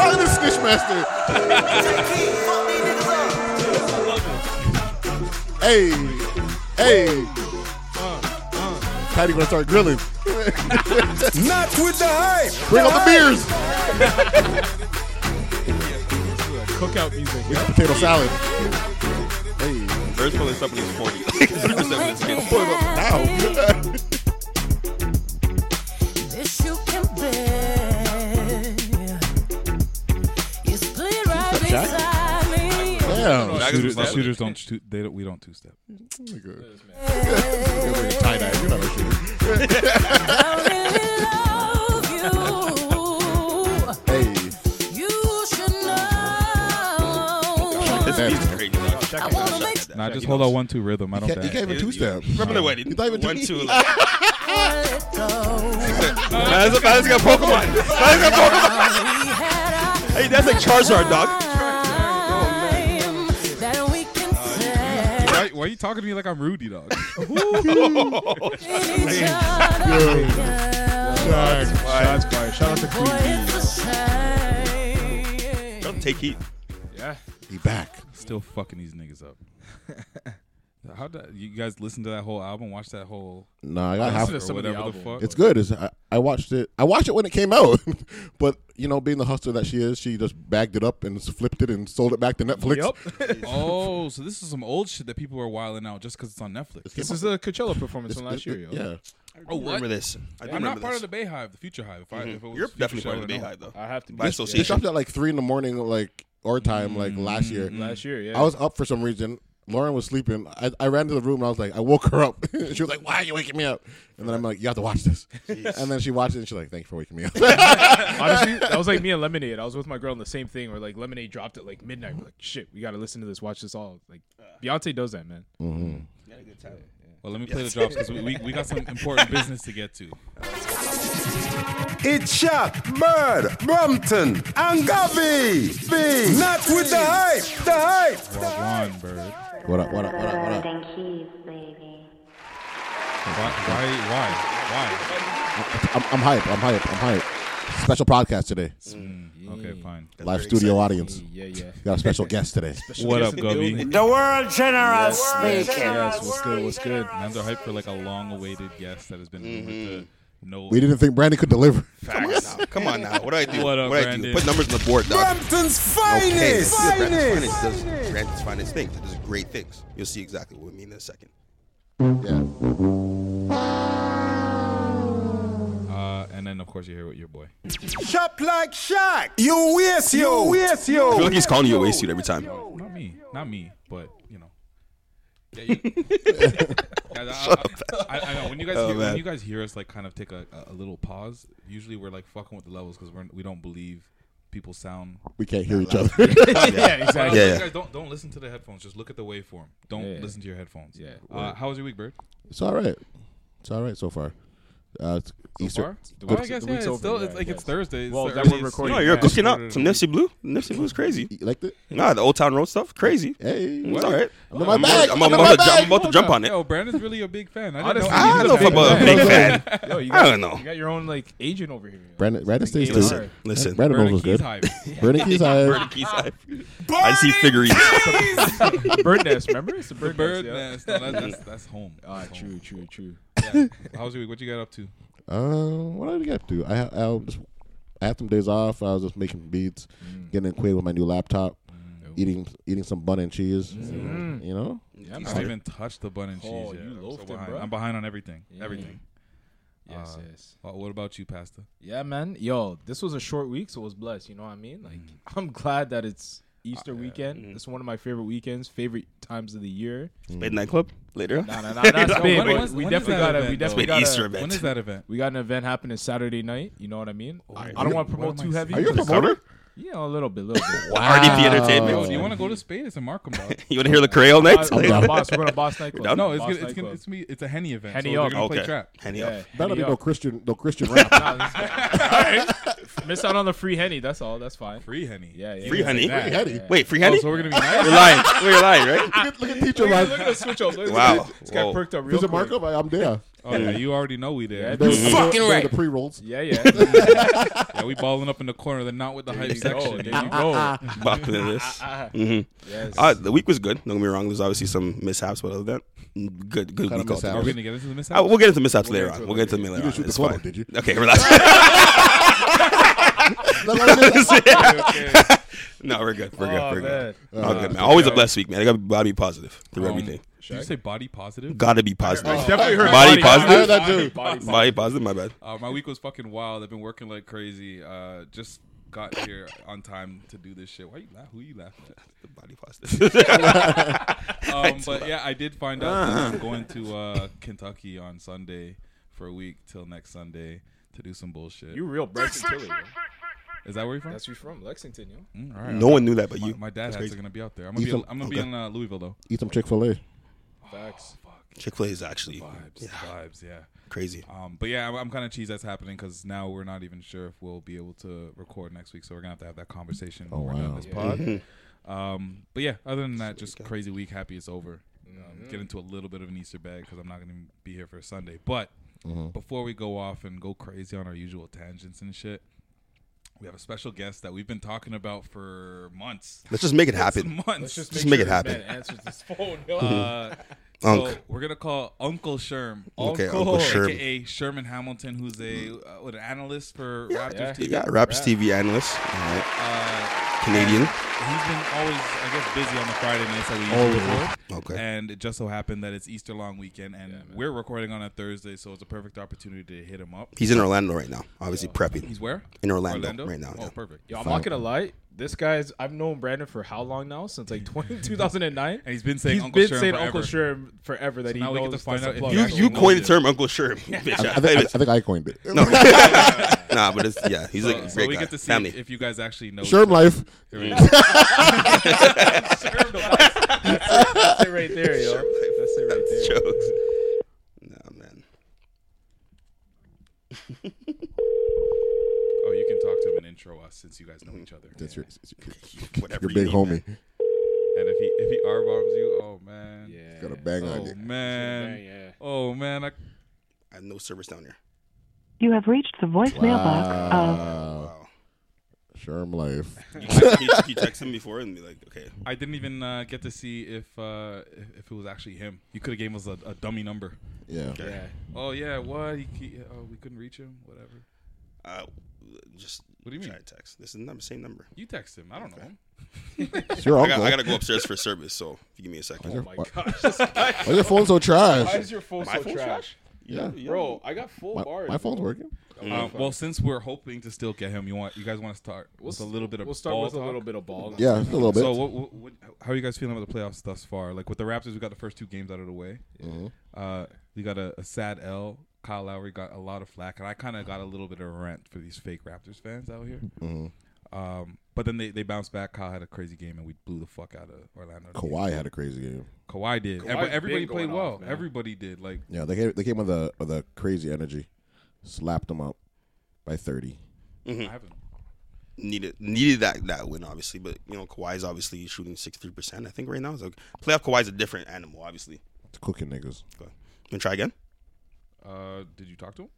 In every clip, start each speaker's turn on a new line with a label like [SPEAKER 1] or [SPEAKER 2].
[SPEAKER 1] oh, this snitch master. hey, hey. Patty gonna start grilling.
[SPEAKER 2] Not with the hype.
[SPEAKER 1] Bring on the beers.
[SPEAKER 3] Cookout music.
[SPEAKER 1] It's potato salad. Hey,
[SPEAKER 4] Birds pulling stuff in his 40s.
[SPEAKER 1] pull it up now.
[SPEAKER 5] This you can bear. You stood right beside me.
[SPEAKER 1] Damn.
[SPEAKER 4] Not
[SPEAKER 6] Shooters,
[SPEAKER 4] gonna stop.
[SPEAKER 6] shooters don't shoot. They don't, we don't two step.
[SPEAKER 1] Tie dye. You're not a shooter.
[SPEAKER 5] I really love
[SPEAKER 1] Hey,
[SPEAKER 5] you. You should know.
[SPEAKER 4] This beat's crazy. dog.
[SPEAKER 5] I wanna make sure
[SPEAKER 6] Nah, just hold on one two rhythm. I don't
[SPEAKER 1] he
[SPEAKER 6] dance.
[SPEAKER 1] gave a two step.
[SPEAKER 4] Remember the wedding?
[SPEAKER 1] You thought even
[SPEAKER 4] One,
[SPEAKER 1] two-
[SPEAKER 4] two. Like,
[SPEAKER 5] it goes.
[SPEAKER 4] man, that's, man, that's got Pokemon. Man, that's got Pokemon.
[SPEAKER 5] We had a
[SPEAKER 4] Hey, that's like Charizard, dog.
[SPEAKER 5] time that we can
[SPEAKER 1] Uh,
[SPEAKER 5] share
[SPEAKER 6] Why, why are you talking to me like I'm Rudy, dog?
[SPEAKER 5] with each other, girl.
[SPEAKER 6] Shots fired. Shout out to
[SPEAKER 5] Boy,
[SPEAKER 6] Queen.
[SPEAKER 5] it's a shame.
[SPEAKER 4] Don't take heat.
[SPEAKER 1] He back.
[SPEAKER 6] Still fucking these niggas up. How did you guys listen to that whole album? Watch that whole
[SPEAKER 1] No, I got half.
[SPEAKER 3] Listen to some of the
[SPEAKER 6] whatever the
[SPEAKER 3] album.
[SPEAKER 6] fuck.
[SPEAKER 1] It's good. It's, I, I watched it. I watched it when it came out, but you know, being the hustler that she is, she just bagged it up and flipped it and sold it back to Netflix.
[SPEAKER 3] Yep.
[SPEAKER 6] Oh, so this is some old shit that people are wilding out just because it's on Netflix.
[SPEAKER 3] this is a Coachella performance
[SPEAKER 1] It's-
[SPEAKER 3] from last
[SPEAKER 1] it-
[SPEAKER 3] year. Yo.
[SPEAKER 1] Yeah.
[SPEAKER 6] Oh, what?
[SPEAKER 4] Remember this? I do
[SPEAKER 6] I'm not
[SPEAKER 4] remember
[SPEAKER 6] part
[SPEAKER 4] this.
[SPEAKER 6] of the Bayhive, the Future Hive. If I, if it was
[SPEAKER 4] You're
[SPEAKER 6] Future
[SPEAKER 4] definitely
[SPEAKER 6] show,
[SPEAKER 4] part of the
[SPEAKER 6] I
[SPEAKER 4] Bay
[SPEAKER 6] don't know.
[SPEAKER 4] Hive, though.
[SPEAKER 3] I have to
[SPEAKER 4] By
[SPEAKER 1] She
[SPEAKER 3] be.
[SPEAKER 4] association.
[SPEAKER 1] dropped at like three in the morning, like our time, like last year.
[SPEAKER 3] Mm-hmm. Last year, yeah.
[SPEAKER 1] I was up for some reason. Lauren was sleeping. I, I ran to the room and I was like, I woke her up. she was like, Why are you waking me up? And then I'm like, You have to watch this. And then she watched it and she's like, Thank you for waking me up.
[SPEAKER 3] Honestly, that was like me and Lemonade. I was with my girl on the same thing where like Lemonade dropped at like midnight. We're like, shit, we gotta listen to this, watch this all. Like Beyonce does that, man.
[SPEAKER 6] Well, let me play the drops because we, we, we got some important business to get to.
[SPEAKER 2] It's Shot, Bird, Brompton, and Gavi. B. Not with the hype. The hype.
[SPEAKER 6] Juan Bird.
[SPEAKER 1] what up, what up, what up, what up?
[SPEAKER 7] Golden keys, baby.
[SPEAKER 6] Why? Why?
[SPEAKER 1] I'm, I'm hype. I'm hype. I'm hype. Special podcast today.
[SPEAKER 6] Why? why? Okay, fine.
[SPEAKER 1] Live studio audience.
[SPEAKER 3] Yeah, yeah.
[SPEAKER 1] Got a special guest today.
[SPEAKER 6] What up, Gubby?
[SPEAKER 8] The world generous speaking.
[SPEAKER 3] Yes, what's good? What's good?
[SPEAKER 6] Man's are hyped for like a long-awaited guest that has been rumored to no.
[SPEAKER 1] We didn't think Brandon could deliver.
[SPEAKER 4] Facts. Now, Come on now. What do I do? What,
[SPEAKER 6] What up,
[SPEAKER 4] do I
[SPEAKER 6] Brandon?
[SPEAKER 4] do? Put numbers on the board, dog.
[SPEAKER 2] Brompton's
[SPEAKER 4] Okay.
[SPEAKER 2] finest.
[SPEAKER 4] Brandon's finest does Brandon's finest things. It does great things. You'll see exactly what I mean in a second.
[SPEAKER 1] Yeah.
[SPEAKER 6] Uh, and then of course you hear what your boy.
[SPEAKER 2] Shop like Shaq. You waste yo. You waste yo.
[SPEAKER 4] I feel like he's calling you a waste dude every time.
[SPEAKER 6] Not me. Not me. But you know. Yeah, you, guys, I- I, I, I know when you guys hear, when
[SPEAKER 4] man.
[SPEAKER 6] you guys hear us like kind of take a, a little pause. Usually we're like fucking with the levels because we're we don't believe people sound.
[SPEAKER 1] We can't hear each other.
[SPEAKER 3] yeah, exactly.
[SPEAKER 4] Yeah,
[SPEAKER 6] You
[SPEAKER 4] yeah.
[SPEAKER 6] guys don't don't listen to the headphones. Just look at the waveform. Don't
[SPEAKER 3] Yeah.
[SPEAKER 6] listen to your headphones.
[SPEAKER 3] Yeah.
[SPEAKER 6] Uh, how was your week, Bird?
[SPEAKER 1] it's all right. It's all right so far. Uh, it's Easter.
[SPEAKER 6] Far?
[SPEAKER 3] The
[SPEAKER 6] Well, I
[SPEAKER 3] week's-
[SPEAKER 6] guess
[SPEAKER 3] the
[SPEAKER 6] yeah.
[SPEAKER 3] week's
[SPEAKER 6] It's
[SPEAKER 3] over,
[SPEAKER 6] still
[SPEAKER 3] yeah,
[SPEAKER 6] it's like
[SPEAKER 3] I
[SPEAKER 6] it's
[SPEAKER 3] guess.
[SPEAKER 6] Thursday. It's
[SPEAKER 3] Well,
[SPEAKER 6] the
[SPEAKER 3] that we're
[SPEAKER 6] earliest-
[SPEAKER 3] recording.
[SPEAKER 4] No, you're
[SPEAKER 3] Yeah.
[SPEAKER 4] goofing out. Some Nipsey Blue. Nipsey Blue's crazy.
[SPEAKER 1] You liked it?
[SPEAKER 4] Nah, the Old Town Road stuff. Crazy.
[SPEAKER 1] Hey.
[SPEAKER 4] It's all right.
[SPEAKER 1] I'm in my bag.
[SPEAKER 4] I'm
[SPEAKER 1] I'm in
[SPEAKER 4] about
[SPEAKER 1] my
[SPEAKER 4] to jump-
[SPEAKER 1] bag.
[SPEAKER 4] I'm about to jump on it.
[SPEAKER 6] Yo, Brandon's really a big fan. I didn't
[SPEAKER 3] Honestly,
[SPEAKER 6] know.
[SPEAKER 3] he's
[SPEAKER 4] I don't know
[SPEAKER 3] a
[SPEAKER 4] if I'm a
[SPEAKER 3] big
[SPEAKER 4] big fan.
[SPEAKER 3] Yo, you
[SPEAKER 4] I
[SPEAKER 3] got,
[SPEAKER 4] don't know.
[SPEAKER 3] You got your own like agent over here. yo.
[SPEAKER 1] Brandon, Brandon stays
[SPEAKER 3] Listen,
[SPEAKER 1] too.
[SPEAKER 4] listen.
[SPEAKER 1] Brandon
[SPEAKER 6] Bird
[SPEAKER 1] Bowles
[SPEAKER 6] and
[SPEAKER 1] was good.
[SPEAKER 6] Keys Hive.
[SPEAKER 1] Brandon Keys, I,
[SPEAKER 4] Birdie Keys Eye. I see figurines.
[SPEAKER 3] bird nest. Remember, it's a bird,
[SPEAKER 6] Bird
[SPEAKER 3] nest. yeah.
[SPEAKER 6] nest. No, that's, that's, that's home.
[SPEAKER 3] Ah,
[SPEAKER 6] That's home.
[SPEAKER 3] true, true, true.
[SPEAKER 6] How was your week? What you got up to?
[SPEAKER 1] Um, what did I get up to? I ha- I was just I had some days off. I was just making beats,
[SPEAKER 3] Mm.
[SPEAKER 1] getting acquainted with my new laptop, eating eating some bun and cheese.
[SPEAKER 3] Mm.
[SPEAKER 1] You know,
[SPEAKER 3] Yeah,
[SPEAKER 6] I
[SPEAKER 3] man.
[SPEAKER 6] haven't even touched the bun and cheese
[SPEAKER 3] Oh,
[SPEAKER 6] yet.
[SPEAKER 3] you
[SPEAKER 6] I'm,
[SPEAKER 3] loafed it,
[SPEAKER 6] behind.
[SPEAKER 3] bruh.
[SPEAKER 6] I'm behind on everything. Everything.
[SPEAKER 3] yes,
[SPEAKER 6] Uh,
[SPEAKER 3] yes.
[SPEAKER 6] Well, what about you, Pasta?
[SPEAKER 3] Yeah, man. Yo, this was a short week, so it was blessed. You know what I mean? Like,
[SPEAKER 6] Mm.
[SPEAKER 3] I'm glad that it's
[SPEAKER 6] Uh,
[SPEAKER 3] Easter weekend.
[SPEAKER 6] Mm-hmm.
[SPEAKER 3] It's one of my favorite weekends, favorite times of the year.
[SPEAKER 4] Late nightclub later.
[SPEAKER 3] Nah, nah, nah, that's
[SPEAKER 6] Yo,
[SPEAKER 3] big,
[SPEAKER 6] when
[SPEAKER 3] but
[SPEAKER 6] was-
[SPEAKER 3] we
[SPEAKER 6] when is
[SPEAKER 3] definitely
[SPEAKER 6] that
[SPEAKER 3] got a,
[SPEAKER 6] event,
[SPEAKER 3] we
[SPEAKER 6] though?
[SPEAKER 3] definitely
[SPEAKER 4] Wait,
[SPEAKER 3] got
[SPEAKER 4] Easter
[SPEAKER 3] a,
[SPEAKER 4] event.
[SPEAKER 6] When is that event?
[SPEAKER 3] we got an event happening Saturday night. You know what I mean? I
[SPEAKER 6] you-
[SPEAKER 3] don't want to
[SPEAKER 6] Oh, what am
[SPEAKER 3] promote
[SPEAKER 6] I
[SPEAKER 3] too heavy.
[SPEAKER 6] saying?
[SPEAKER 1] Are you a
[SPEAKER 3] but-
[SPEAKER 1] promoter?
[SPEAKER 3] Yeah, a little bit, little bit.
[SPEAKER 4] RDP Entertainment.
[SPEAKER 6] Yo, do you want to go to Spain? It's in Markham, bro.
[SPEAKER 4] You want to hear the Creole next?
[SPEAKER 3] We're
[SPEAKER 4] Later.
[SPEAKER 3] gonna boss. We're gonna boss nightclub.
[SPEAKER 6] no, it's
[SPEAKER 3] Boss
[SPEAKER 6] gonna, it's gonna,
[SPEAKER 3] nightclub.
[SPEAKER 6] it's me. It's a henny event.
[SPEAKER 3] Henny
[SPEAKER 6] so
[SPEAKER 3] up.
[SPEAKER 6] they're gonna
[SPEAKER 4] Okay.
[SPEAKER 6] play trap.
[SPEAKER 4] Henny
[SPEAKER 3] Yeah,
[SPEAKER 4] up.
[SPEAKER 1] better be
[SPEAKER 3] Henny
[SPEAKER 1] no
[SPEAKER 3] up.
[SPEAKER 1] Christian no Christian rap.
[SPEAKER 3] Nah, this guy- Miss out on the free henny. That's all. That's fine.
[SPEAKER 6] Free henny.
[SPEAKER 3] Yeah, yeah.
[SPEAKER 4] Free
[SPEAKER 3] yeah.
[SPEAKER 4] honey.
[SPEAKER 6] Free
[SPEAKER 1] Hey, Eddie,
[SPEAKER 4] Wait, free
[SPEAKER 6] Oh,
[SPEAKER 4] honey?
[SPEAKER 6] so we're gonna be
[SPEAKER 4] You're
[SPEAKER 6] nice.
[SPEAKER 4] lying. We're lying, right?
[SPEAKER 1] look at- look at teacher
[SPEAKER 3] Look
[SPEAKER 1] Mike.
[SPEAKER 3] at- Look at the switch up. Look at
[SPEAKER 4] Wow.
[SPEAKER 3] This guy
[SPEAKER 4] Whoa.
[SPEAKER 3] perked up real
[SPEAKER 1] Teacher
[SPEAKER 3] quick.
[SPEAKER 1] Marco, I'm there.
[SPEAKER 6] Oh yeah, you already know we there.
[SPEAKER 3] Yeah,
[SPEAKER 1] They're-
[SPEAKER 3] Mhm.
[SPEAKER 1] they're-
[SPEAKER 4] Fucking
[SPEAKER 1] they're
[SPEAKER 4] right.
[SPEAKER 1] The pre rolls.
[SPEAKER 3] Yeah, yeah.
[SPEAKER 6] Yeah, we balling up in the corner. They're not with the hype
[SPEAKER 3] you go,
[SPEAKER 6] section.
[SPEAKER 3] there you go.
[SPEAKER 4] Back to this.
[SPEAKER 3] yes.
[SPEAKER 4] Uh, the week was good. Don't get me wrong. There's obviously some mishaps, but other than that, mm, good, good
[SPEAKER 1] Kinda
[SPEAKER 4] week. all together.
[SPEAKER 6] Are
[SPEAKER 1] mishaps.
[SPEAKER 6] we gonna get into the mishap?
[SPEAKER 4] Uh, we'll get into mishaps later on. We'll get into them
[SPEAKER 1] You
[SPEAKER 4] later on.
[SPEAKER 1] didn't shoot the
[SPEAKER 4] It's
[SPEAKER 1] club,
[SPEAKER 4] fine.
[SPEAKER 1] did you?
[SPEAKER 4] Okay, relax. no, we're good. We're good.
[SPEAKER 3] Oh,
[SPEAKER 4] we're good.
[SPEAKER 3] man.
[SPEAKER 4] All
[SPEAKER 6] Uh,
[SPEAKER 4] good, man. Always a blessed week, man. I gotta, gotta be positive through
[SPEAKER 6] Um,
[SPEAKER 4] everything.
[SPEAKER 6] Did you say body positive?
[SPEAKER 4] Gotta be positive.
[SPEAKER 6] um,
[SPEAKER 3] Definitely heard
[SPEAKER 4] Body
[SPEAKER 1] I heard
[SPEAKER 4] positive.
[SPEAKER 1] that too.
[SPEAKER 3] Body positive.
[SPEAKER 4] Body positive. My bad.
[SPEAKER 6] Uh, my week was fucking wild. I've been working like crazy. Uh, just got here on time to do this shit. Why you laugh? Who you laughing at?
[SPEAKER 4] Body positive.
[SPEAKER 6] Um, but yeah, I did find out that I'm going to uh, Kentucky on Sunday for a week till next Sunday to do some bullshit.
[SPEAKER 3] You real Braxton Tilly. yo.
[SPEAKER 6] Is that where you're from?
[SPEAKER 3] That's where you from, Lexington, yo.
[SPEAKER 6] Mm, all right.
[SPEAKER 4] no one knew that but
[SPEAKER 6] my,
[SPEAKER 4] you.
[SPEAKER 6] my dad hats are gonna be out there. I'm gonna
[SPEAKER 1] You
[SPEAKER 6] be.
[SPEAKER 1] some-
[SPEAKER 6] I'm gonna be
[SPEAKER 4] okay.
[SPEAKER 6] in uh, Louisville though.
[SPEAKER 1] Eat some Chick Fil A.
[SPEAKER 3] Facts.
[SPEAKER 4] Chick Fil A is actually
[SPEAKER 6] Vibes, vibes, yeah.
[SPEAKER 4] crazy.
[SPEAKER 6] Um, but yeah, I'm, I'm kind of cheesed that's happening because now we're not even sure if we'll be able to record next week. So we're gonna have to have that conversation when we're done
[SPEAKER 1] wow.
[SPEAKER 6] this pod. um, but yeah, other than that, just crazy week. Happy it's over. Um,
[SPEAKER 3] Mm-hmm.
[SPEAKER 6] get into a little bit of an Easter bag because I'm not gonna be here for Sunday. But before we go off and go crazy on our usual tangents and shit. We have a special guest that we've been talking about for months.
[SPEAKER 4] Let's just make it happen.
[SPEAKER 6] Months.
[SPEAKER 3] Let's just
[SPEAKER 4] Just
[SPEAKER 3] make,
[SPEAKER 4] make it
[SPEAKER 3] sure this
[SPEAKER 4] happen.
[SPEAKER 3] Man answers this phone, yo.
[SPEAKER 6] Uh, so
[SPEAKER 4] Unk.
[SPEAKER 6] we're gonna call Uncle Sherm,
[SPEAKER 4] Okay, Uncle Sherm.
[SPEAKER 6] aka Sherman Hamilton, who's a uh, what, an analyst for Raptors
[SPEAKER 4] You
[SPEAKER 6] TV.
[SPEAKER 4] got Raps TV analyst. All right.
[SPEAKER 6] Uh,
[SPEAKER 4] Canadian.
[SPEAKER 6] he's been always, I guess, busy on the Friday nights that we usually record.
[SPEAKER 4] Okay.
[SPEAKER 6] And it just so happened that it's Easter long weekend, and we're recording on a Thursday, so it's a perfect opportunity to hit him up.
[SPEAKER 4] He's in Orlando right now, obviously prepping.
[SPEAKER 6] He's where?
[SPEAKER 4] In Orlando right now,
[SPEAKER 6] Oh,
[SPEAKER 4] yeah.
[SPEAKER 6] perfect.
[SPEAKER 3] Yo, I'm not gonna lie. This guy's I've known Brandon for how long now? Since like 20, 2009.
[SPEAKER 6] And he's been saying
[SPEAKER 3] He's
[SPEAKER 6] Uncle
[SPEAKER 3] been
[SPEAKER 6] Sherm
[SPEAKER 3] saying
[SPEAKER 6] forever.
[SPEAKER 3] Uncle Sherm forever that he
[SPEAKER 6] now
[SPEAKER 3] knows
[SPEAKER 6] we get to find
[SPEAKER 3] that's
[SPEAKER 6] out if
[SPEAKER 3] a plug.
[SPEAKER 6] he
[SPEAKER 4] You,
[SPEAKER 6] actually
[SPEAKER 4] you
[SPEAKER 6] knows
[SPEAKER 4] coined
[SPEAKER 6] it.
[SPEAKER 4] the term Uncle Sherm. Bitch, I-
[SPEAKER 1] I think, I, I think I coined it.
[SPEAKER 4] No. nah, but it's yeah, he's a great
[SPEAKER 6] So, Uh, so we
[SPEAKER 4] guy.
[SPEAKER 6] get to see
[SPEAKER 4] Family.
[SPEAKER 6] if, if you guys actually know.
[SPEAKER 1] Sherm life.
[SPEAKER 3] That's it right there, yo. That's it right there.
[SPEAKER 4] jokes. Nah, man.
[SPEAKER 6] Oh, you can talk to him and intro us since you guys know each other.
[SPEAKER 1] That's your,
[SPEAKER 4] Whatever.
[SPEAKER 1] your
[SPEAKER 4] you
[SPEAKER 1] big
[SPEAKER 4] need,
[SPEAKER 1] homie.
[SPEAKER 4] man.
[SPEAKER 6] And if he if he R bombs you, oh man.
[SPEAKER 3] Yeah.
[SPEAKER 1] Got a bang on
[SPEAKER 6] Oh
[SPEAKER 1] you.
[SPEAKER 6] man.
[SPEAKER 3] Yeah, yeah.
[SPEAKER 6] Oh man. I,
[SPEAKER 4] I have no service down here.
[SPEAKER 7] You have reached the voicemail box of
[SPEAKER 1] Wow.
[SPEAKER 4] Wow.
[SPEAKER 1] Sherm life.
[SPEAKER 4] he, he texted me before and be like, okay.
[SPEAKER 6] I didn't even uh, get to see if uh, if, if it was actually him. You could have gave us a, a dummy number.
[SPEAKER 1] Yeah.
[SPEAKER 3] Yeah.
[SPEAKER 6] Oh yeah, what? He, he, oh, we couldn't reach him. Whatever.
[SPEAKER 4] Uh, just
[SPEAKER 6] What do you mean?
[SPEAKER 4] try to text. This is the number, same number.
[SPEAKER 6] You text him. I don't know. him.
[SPEAKER 1] It's your
[SPEAKER 4] I,
[SPEAKER 1] uncle.
[SPEAKER 4] got, I gotta go upstairs for service, so if you give me a second.
[SPEAKER 3] Oh my gosh. this guy-
[SPEAKER 1] Why your phone so
[SPEAKER 3] Why
[SPEAKER 1] trash?
[SPEAKER 3] is your phone
[SPEAKER 4] My
[SPEAKER 3] so
[SPEAKER 4] phone's
[SPEAKER 3] trash?
[SPEAKER 1] Yeah.
[SPEAKER 3] Bro, I got full
[SPEAKER 1] My,
[SPEAKER 3] bars.
[SPEAKER 1] my phone's working.
[SPEAKER 6] Uh, well, since we're hoping to still get him, you want you guys want to start with a little bit of
[SPEAKER 3] We'll start
[SPEAKER 6] ball
[SPEAKER 3] with a
[SPEAKER 6] talk?
[SPEAKER 3] little bit of ball.
[SPEAKER 1] Yeah, just a little bit.
[SPEAKER 6] So, what, what, what, how are you guys feeling about the playoffs thus far? Like with the Raptors, we got the first two games out of the way.
[SPEAKER 1] Mm-hmm.
[SPEAKER 6] Uh, we got a, a sad L. Kyle Lowry got a lot of flack, and I kind of got a little bit of a rant for these fake Raptors fans out here.
[SPEAKER 1] Mm-hmm.
[SPEAKER 6] Um, but then they, they bounced back. Kyle had a crazy game, and we blew the fuck out of Orlando.
[SPEAKER 1] Kawhi had a crazy game.
[SPEAKER 6] Kawhi did.
[SPEAKER 3] Kawhi's
[SPEAKER 6] Every- everybody
[SPEAKER 3] been
[SPEAKER 6] played
[SPEAKER 3] going
[SPEAKER 6] well.
[SPEAKER 3] off, man.
[SPEAKER 6] everybody did. Like
[SPEAKER 1] Yeah, they came, they came with a with a crazy energy, slapped them up by thirty. Hmm.
[SPEAKER 6] I haven't.
[SPEAKER 4] Needed needed that that win obviously, but you know Kawhi's obviously shooting sixty three percent. I think right now. So playoff Kawhi's a different animal, obviously.
[SPEAKER 1] It's cooking niggas.
[SPEAKER 4] But, you wanna try again?
[SPEAKER 6] Uh, did you talk to him?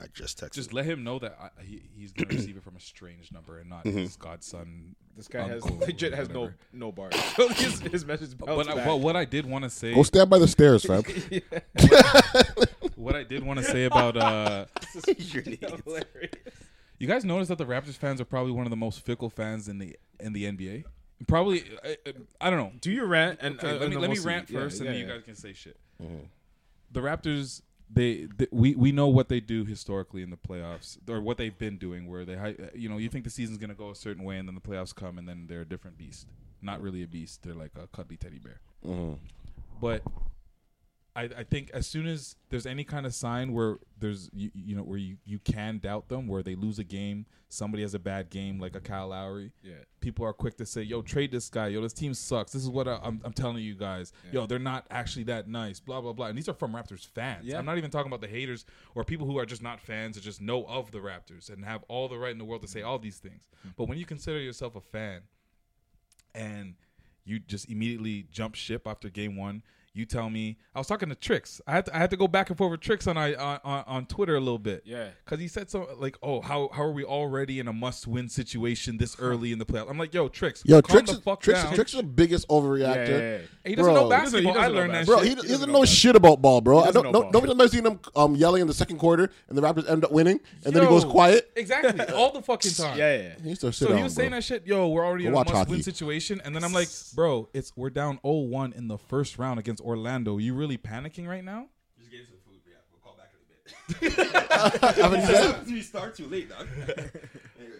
[SPEAKER 4] I just texted.
[SPEAKER 6] Just let him know that I, he, he's gonna receive it from a strange number and not his godson.
[SPEAKER 3] This guy has
[SPEAKER 6] uncle or
[SPEAKER 3] legit has no
[SPEAKER 6] whatever.
[SPEAKER 3] no bars. his, his message
[SPEAKER 6] But,
[SPEAKER 3] bounced
[SPEAKER 6] I,
[SPEAKER 3] Oh, back.
[SPEAKER 6] but what I did want to say
[SPEAKER 1] Go stand by the stairs, fam.
[SPEAKER 6] What I did want to say about uh,
[SPEAKER 4] Your name.
[SPEAKER 3] Hilarious.
[SPEAKER 6] you guys notice that the Raptors fans are probably one of the most fickle fans in the in the NBA. Probably, I, I don't know.
[SPEAKER 3] Do your rant and
[SPEAKER 6] Okay,
[SPEAKER 3] uh,
[SPEAKER 6] let
[SPEAKER 3] and
[SPEAKER 6] me
[SPEAKER 3] then
[SPEAKER 6] let me
[SPEAKER 3] we'll see.
[SPEAKER 6] rant
[SPEAKER 3] Yeah,
[SPEAKER 6] first,
[SPEAKER 3] yeah,
[SPEAKER 6] and then
[SPEAKER 3] yeah.
[SPEAKER 6] you guys can say shit. The Raptors, they, they we we know what they do historically in the playoffs, or what they've been doing, where they hy- you know you think the season's gonna go a certain way, and then the playoffs come, and then they're a different beast. Not really a beast. They're like a cuddly teddy bear. But I, I think as soon as there's any kind of sign where there's you, you know where you, you can doubt them, where they lose a game, somebody has a bad game like a Kyle Lowry,
[SPEAKER 3] Yeah.
[SPEAKER 6] people are quick to say, "Yo, trade this guy. Yo, this team sucks. This is what I, I'm, I'm telling you guys. Yo, they're not actually that nice. Blah blah blah." And these are from Raptors fans.
[SPEAKER 3] Yeah.
[SPEAKER 6] I'm not even talking about the haters or people who are just not fans or just know of the Raptors and have all the right in the world to
[SPEAKER 3] Mm-hmm.
[SPEAKER 6] say all these things. But when you consider yourself a fan, and you just immediately jump ship after game one. You tell me. I was talking to Tricks. I had to, I had to go back and forth with Tricks on I on, on, on Twitter a little bit.
[SPEAKER 3] Yeah.
[SPEAKER 6] Because he said something like, "Oh, how how are we already in a must win situation this early in the playoff?" I'm like, "Yo, Tricks,
[SPEAKER 1] Yo,
[SPEAKER 6] calm
[SPEAKER 1] Trix,
[SPEAKER 6] the fuck
[SPEAKER 1] Trix,
[SPEAKER 6] down."
[SPEAKER 1] Trix is the biggest overreactor.
[SPEAKER 3] Yeah, yeah, yeah.
[SPEAKER 6] he doesn't
[SPEAKER 1] Bro.
[SPEAKER 6] know
[SPEAKER 1] He
[SPEAKER 3] doesn't- he
[SPEAKER 6] basketball. I
[SPEAKER 3] doesn't know
[SPEAKER 6] learned that
[SPEAKER 1] Bro,
[SPEAKER 6] shit.
[SPEAKER 1] he, he doesn't know shit about ball, bro. I don't,
[SPEAKER 3] know
[SPEAKER 1] no,
[SPEAKER 3] ball.
[SPEAKER 1] nobody knows seeing him um, yelling in the second quarter, and the Raptors end up winning, and then he goes
[SPEAKER 6] Yo,
[SPEAKER 1] quiet.
[SPEAKER 6] Exactly, all the fucking time.
[SPEAKER 3] Yeah, yeah.
[SPEAKER 1] He used to sit
[SPEAKER 6] So he
[SPEAKER 1] down,
[SPEAKER 6] was
[SPEAKER 1] bro.
[SPEAKER 6] saying that shit, yo, we're already
[SPEAKER 1] Go
[SPEAKER 6] in a
[SPEAKER 1] watch
[SPEAKER 6] must win
[SPEAKER 1] hockey.
[SPEAKER 6] situation. And then I'm like, bro, it's we're down 0 1 in the first round against Orlando. You really panicking right now?
[SPEAKER 4] you start too late, dog.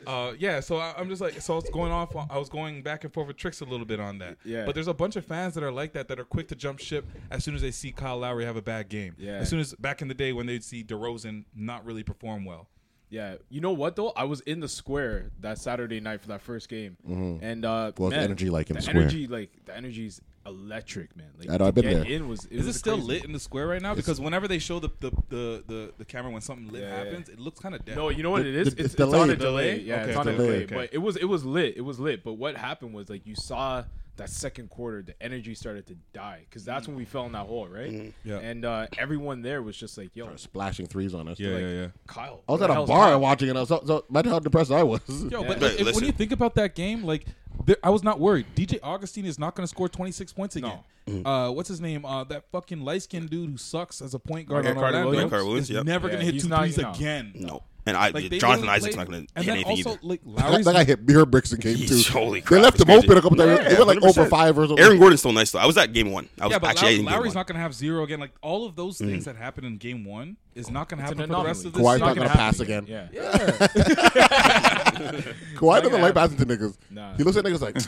[SPEAKER 6] Uh, yeah, so I, I'm just like, so I was going off, on, I was going back and forth with tricks a little bit on that.
[SPEAKER 3] Yeah.
[SPEAKER 6] But there's a bunch of fans that are like that, that are quick to jump ship as soon as they see Kyle Lowry have a bad game.
[SPEAKER 3] Yeah.
[SPEAKER 6] As soon as back in the day when they'd see DeRozan not really perform well.
[SPEAKER 3] Yeah, you know what though? I was in the square that Saturday night for that first game, and uh,
[SPEAKER 1] What was Mm-hmm. the
[SPEAKER 3] man,
[SPEAKER 1] energy like in the square?
[SPEAKER 3] energy, like the energy's electric, man. Like,
[SPEAKER 1] I know,
[SPEAKER 3] to
[SPEAKER 1] I've been
[SPEAKER 3] get
[SPEAKER 1] there.
[SPEAKER 3] In was, it
[SPEAKER 6] Is it
[SPEAKER 3] was
[SPEAKER 6] still
[SPEAKER 3] crazy.
[SPEAKER 6] lit in the square right now? Because whenever they show the the, the, the, the camera when something lit
[SPEAKER 3] Yeah.
[SPEAKER 6] happens, it looks kind of dead.
[SPEAKER 3] No, you know what it
[SPEAKER 1] The-
[SPEAKER 3] is.
[SPEAKER 1] the-
[SPEAKER 3] it's,
[SPEAKER 1] it's
[SPEAKER 3] it's on a
[SPEAKER 1] delayed.
[SPEAKER 3] delay.
[SPEAKER 6] Delayed.
[SPEAKER 3] Yeah,
[SPEAKER 6] Okay,
[SPEAKER 3] it's on a
[SPEAKER 1] delayed.
[SPEAKER 3] delay.
[SPEAKER 6] Okay.
[SPEAKER 3] But it was it was lit. It was lit. But what happened was like you saw that second quarter, the energy started to die because that's when we fell in that hole, right?
[SPEAKER 1] Mm-hmm.
[SPEAKER 6] Yeah.
[SPEAKER 3] And uh, everyone there was just like, "Yo,
[SPEAKER 1] Splashing threes on us.
[SPEAKER 6] yeah,
[SPEAKER 1] Like,
[SPEAKER 6] yeah, yeah.
[SPEAKER 3] Kyle."
[SPEAKER 1] I was
[SPEAKER 3] where
[SPEAKER 1] at
[SPEAKER 3] the
[SPEAKER 1] a
[SPEAKER 3] hell's
[SPEAKER 1] bar
[SPEAKER 3] Kyle?
[SPEAKER 1] watching it. I was So, so imagine how depressed I was.
[SPEAKER 6] Yo, but
[SPEAKER 4] But
[SPEAKER 6] if- if- when
[SPEAKER 4] listen.
[SPEAKER 6] you think about that game, like there, I was not worried. DJ Augustine is not going to score 26 points again. Uh, what's his name? Uh, that fucking light skinned dude who sucks as a point guard
[SPEAKER 3] Yeah,
[SPEAKER 6] on
[SPEAKER 3] Carter
[SPEAKER 6] Orlando
[SPEAKER 3] Williams.
[SPEAKER 4] Carter Williams,
[SPEAKER 6] is
[SPEAKER 4] yep.
[SPEAKER 6] never
[SPEAKER 3] Yeah,
[SPEAKER 6] going to hit
[SPEAKER 3] he's
[SPEAKER 6] two
[SPEAKER 3] not-
[SPEAKER 6] threes
[SPEAKER 3] no.
[SPEAKER 6] again.
[SPEAKER 4] No, and I
[SPEAKER 6] Like, they
[SPEAKER 4] Jonathan
[SPEAKER 6] literally
[SPEAKER 4] Isaac's
[SPEAKER 6] played-
[SPEAKER 4] not going to
[SPEAKER 6] And
[SPEAKER 4] hit
[SPEAKER 6] then
[SPEAKER 4] anything either.
[SPEAKER 6] also, like
[SPEAKER 1] that,
[SPEAKER 6] Lowry's,
[SPEAKER 1] that guy hit beer bricks in game two.
[SPEAKER 4] Jeez, holy crap!
[SPEAKER 1] they left
[SPEAKER 4] it's
[SPEAKER 1] him
[SPEAKER 4] crazy.
[SPEAKER 1] open a couple times. They went like
[SPEAKER 4] 100%.
[SPEAKER 1] over five or something.
[SPEAKER 4] Aaron Gordon's still nice though. I was at game one. I was
[SPEAKER 6] yeah, but
[SPEAKER 4] actually
[SPEAKER 6] Lowry,
[SPEAKER 4] at game
[SPEAKER 6] Lowry's
[SPEAKER 4] one. Mm.
[SPEAKER 6] not going to have zero again. Like all of those things that happened in game one is not going to happen
[SPEAKER 3] an
[SPEAKER 6] for the rest of
[SPEAKER 3] anomaly.
[SPEAKER 1] Kawhi's
[SPEAKER 6] this.
[SPEAKER 3] Mm. It's
[SPEAKER 6] season.
[SPEAKER 1] not gonna
[SPEAKER 3] not gonna
[SPEAKER 1] pass
[SPEAKER 3] happen
[SPEAKER 1] again.
[SPEAKER 3] again.
[SPEAKER 6] Yeah.
[SPEAKER 1] Kawhi doesn't like passing to niggas.
[SPEAKER 3] Nah.
[SPEAKER 1] He looks at niggas like,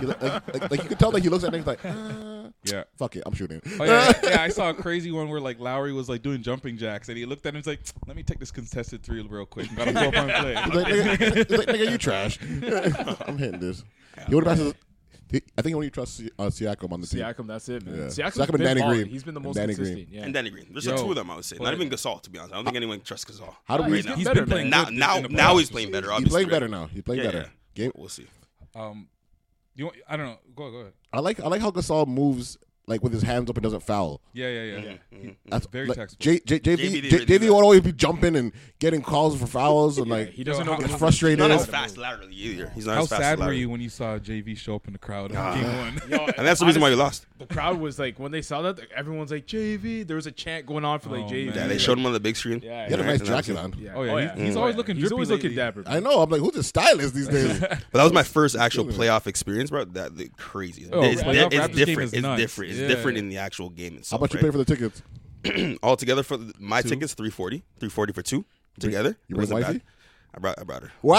[SPEAKER 1] he look- like, like, like you can tell that he looks at niggas like, ah,
[SPEAKER 6] yeah.
[SPEAKER 1] fuck it, I'm shooting.
[SPEAKER 6] Oh, yeah, yeah, yeah, I saw a crazy one where like Lowry was like doing jumping jacks, and he looked at him and was like, "Let me take this contested three real quick." Got a four point play.
[SPEAKER 1] He's like, nigga, he's like, nigga, you trash. I'm hitting this. He would have passed. his- I think when you trust Si- uh, Siakam on the team.
[SPEAKER 3] Siakam, that's it, man.
[SPEAKER 1] Yeah.
[SPEAKER 3] Siakam's
[SPEAKER 1] Siakam and
[SPEAKER 3] been
[SPEAKER 1] Danny
[SPEAKER 3] balling.
[SPEAKER 1] Green.
[SPEAKER 3] He's been the
[SPEAKER 1] And
[SPEAKER 3] most
[SPEAKER 1] Danny Green.
[SPEAKER 3] consistent. Yeah.
[SPEAKER 4] and Danny Green. There's like
[SPEAKER 6] Yo,
[SPEAKER 4] two of them. I would say.
[SPEAKER 6] but-
[SPEAKER 4] Not even Gasol, to be honest. I don't think anyone trusts Gasol.
[SPEAKER 1] How do
[SPEAKER 3] Nah,
[SPEAKER 1] we? he's
[SPEAKER 3] he's getting
[SPEAKER 6] He's
[SPEAKER 3] better,
[SPEAKER 6] been playing
[SPEAKER 3] man.
[SPEAKER 4] Now,
[SPEAKER 6] good
[SPEAKER 4] now,
[SPEAKER 6] in the
[SPEAKER 4] now he's
[SPEAKER 6] playoffs.
[SPEAKER 4] playing better.
[SPEAKER 1] playing
[SPEAKER 4] Obviously,
[SPEAKER 1] better
[SPEAKER 4] right?
[SPEAKER 1] now. He's playing
[SPEAKER 4] Yeah, yeah.
[SPEAKER 1] better. Game.
[SPEAKER 4] We'll see.
[SPEAKER 6] Um, you want, I don't know. Go go ahead.
[SPEAKER 1] I like. I like how Gasol moves like with his hands up and doesn't foul.
[SPEAKER 4] Mm,
[SPEAKER 6] Yeah yeah
[SPEAKER 4] Mm-hmm.
[SPEAKER 6] yeah.
[SPEAKER 1] That's
[SPEAKER 6] Very
[SPEAKER 1] like,
[SPEAKER 6] textbook.
[SPEAKER 1] J, J, JV,
[SPEAKER 4] JV didn't
[SPEAKER 1] J,
[SPEAKER 4] really
[SPEAKER 1] JV
[SPEAKER 4] do that.
[SPEAKER 1] would always be jumping and getting calls for fouls and like
[SPEAKER 3] He
[SPEAKER 6] Yo,
[SPEAKER 3] doesn't know.
[SPEAKER 6] how-
[SPEAKER 1] getting
[SPEAKER 3] how-
[SPEAKER 1] frustrated.
[SPEAKER 4] Not as fast laterally either. He's not
[SPEAKER 6] How
[SPEAKER 4] as fast
[SPEAKER 6] sad were
[SPEAKER 4] laterally.
[SPEAKER 6] you when you saw JV show up in the crowd on game one?
[SPEAKER 4] And that's the reason why you
[SPEAKER 3] Honestly,
[SPEAKER 4] lost.
[SPEAKER 3] The crowd was like, when they saw that, like, everyone's like, JV. There was a chant going on for like
[SPEAKER 6] Oh,
[SPEAKER 3] JV.
[SPEAKER 6] man.
[SPEAKER 4] Yeah, they showed him on the big screen.
[SPEAKER 3] Yeah,
[SPEAKER 1] He had a nice
[SPEAKER 4] Right? And that was
[SPEAKER 1] jacket
[SPEAKER 4] it.
[SPEAKER 1] on.
[SPEAKER 3] Yeah.
[SPEAKER 6] Oh, yeah, he's- he's
[SPEAKER 3] Oh,
[SPEAKER 6] always
[SPEAKER 3] yeah.
[SPEAKER 6] looking
[SPEAKER 3] He's
[SPEAKER 6] drippy
[SPEAKER 3] always looking
[SPEAKER 6] lately.
[SPEAKER 3] dapper.
[SPEAKER 1] I know. I'm like, who's the stylist these days?
[SPEAKER 4] But that was my first actual playoff experience, bro. That the crazy.
[SPEAKER 6] Oh,
[SPEAKER 4] it's,
[SPEAKER 6] playoff
[SPEAKER 4] it's
[SPEAKER 6] Raptors game
[SPEAKER 4] different.
[SPEAKER 6] is
[SPEAKER 4] It's
[SPEAKER 6] nuts.
[SPEAKER 4] different. It's
[SPEAKER 6] Yeah.
[SPEAKER 4] different in the actual game
[SPEAKER 1] How
[SPEAKER 4] itself.
[SPEAKER 1] much you
[SPEAKER 4] right?
[SPEAKER 1] pay for the tickets?
[SPEAKER 4] All together for the- my tickets, 340 340 for two together.
[SPEAKER 1] you
[SPEAKER 4] It
[SPEAKER 1] bring
[SPEAKER 4] wasn't
[SPEAKER 1] wifey?
[SPEAKER 4] bad. I brought, I brought her.
[SPEAKER 1] Wow!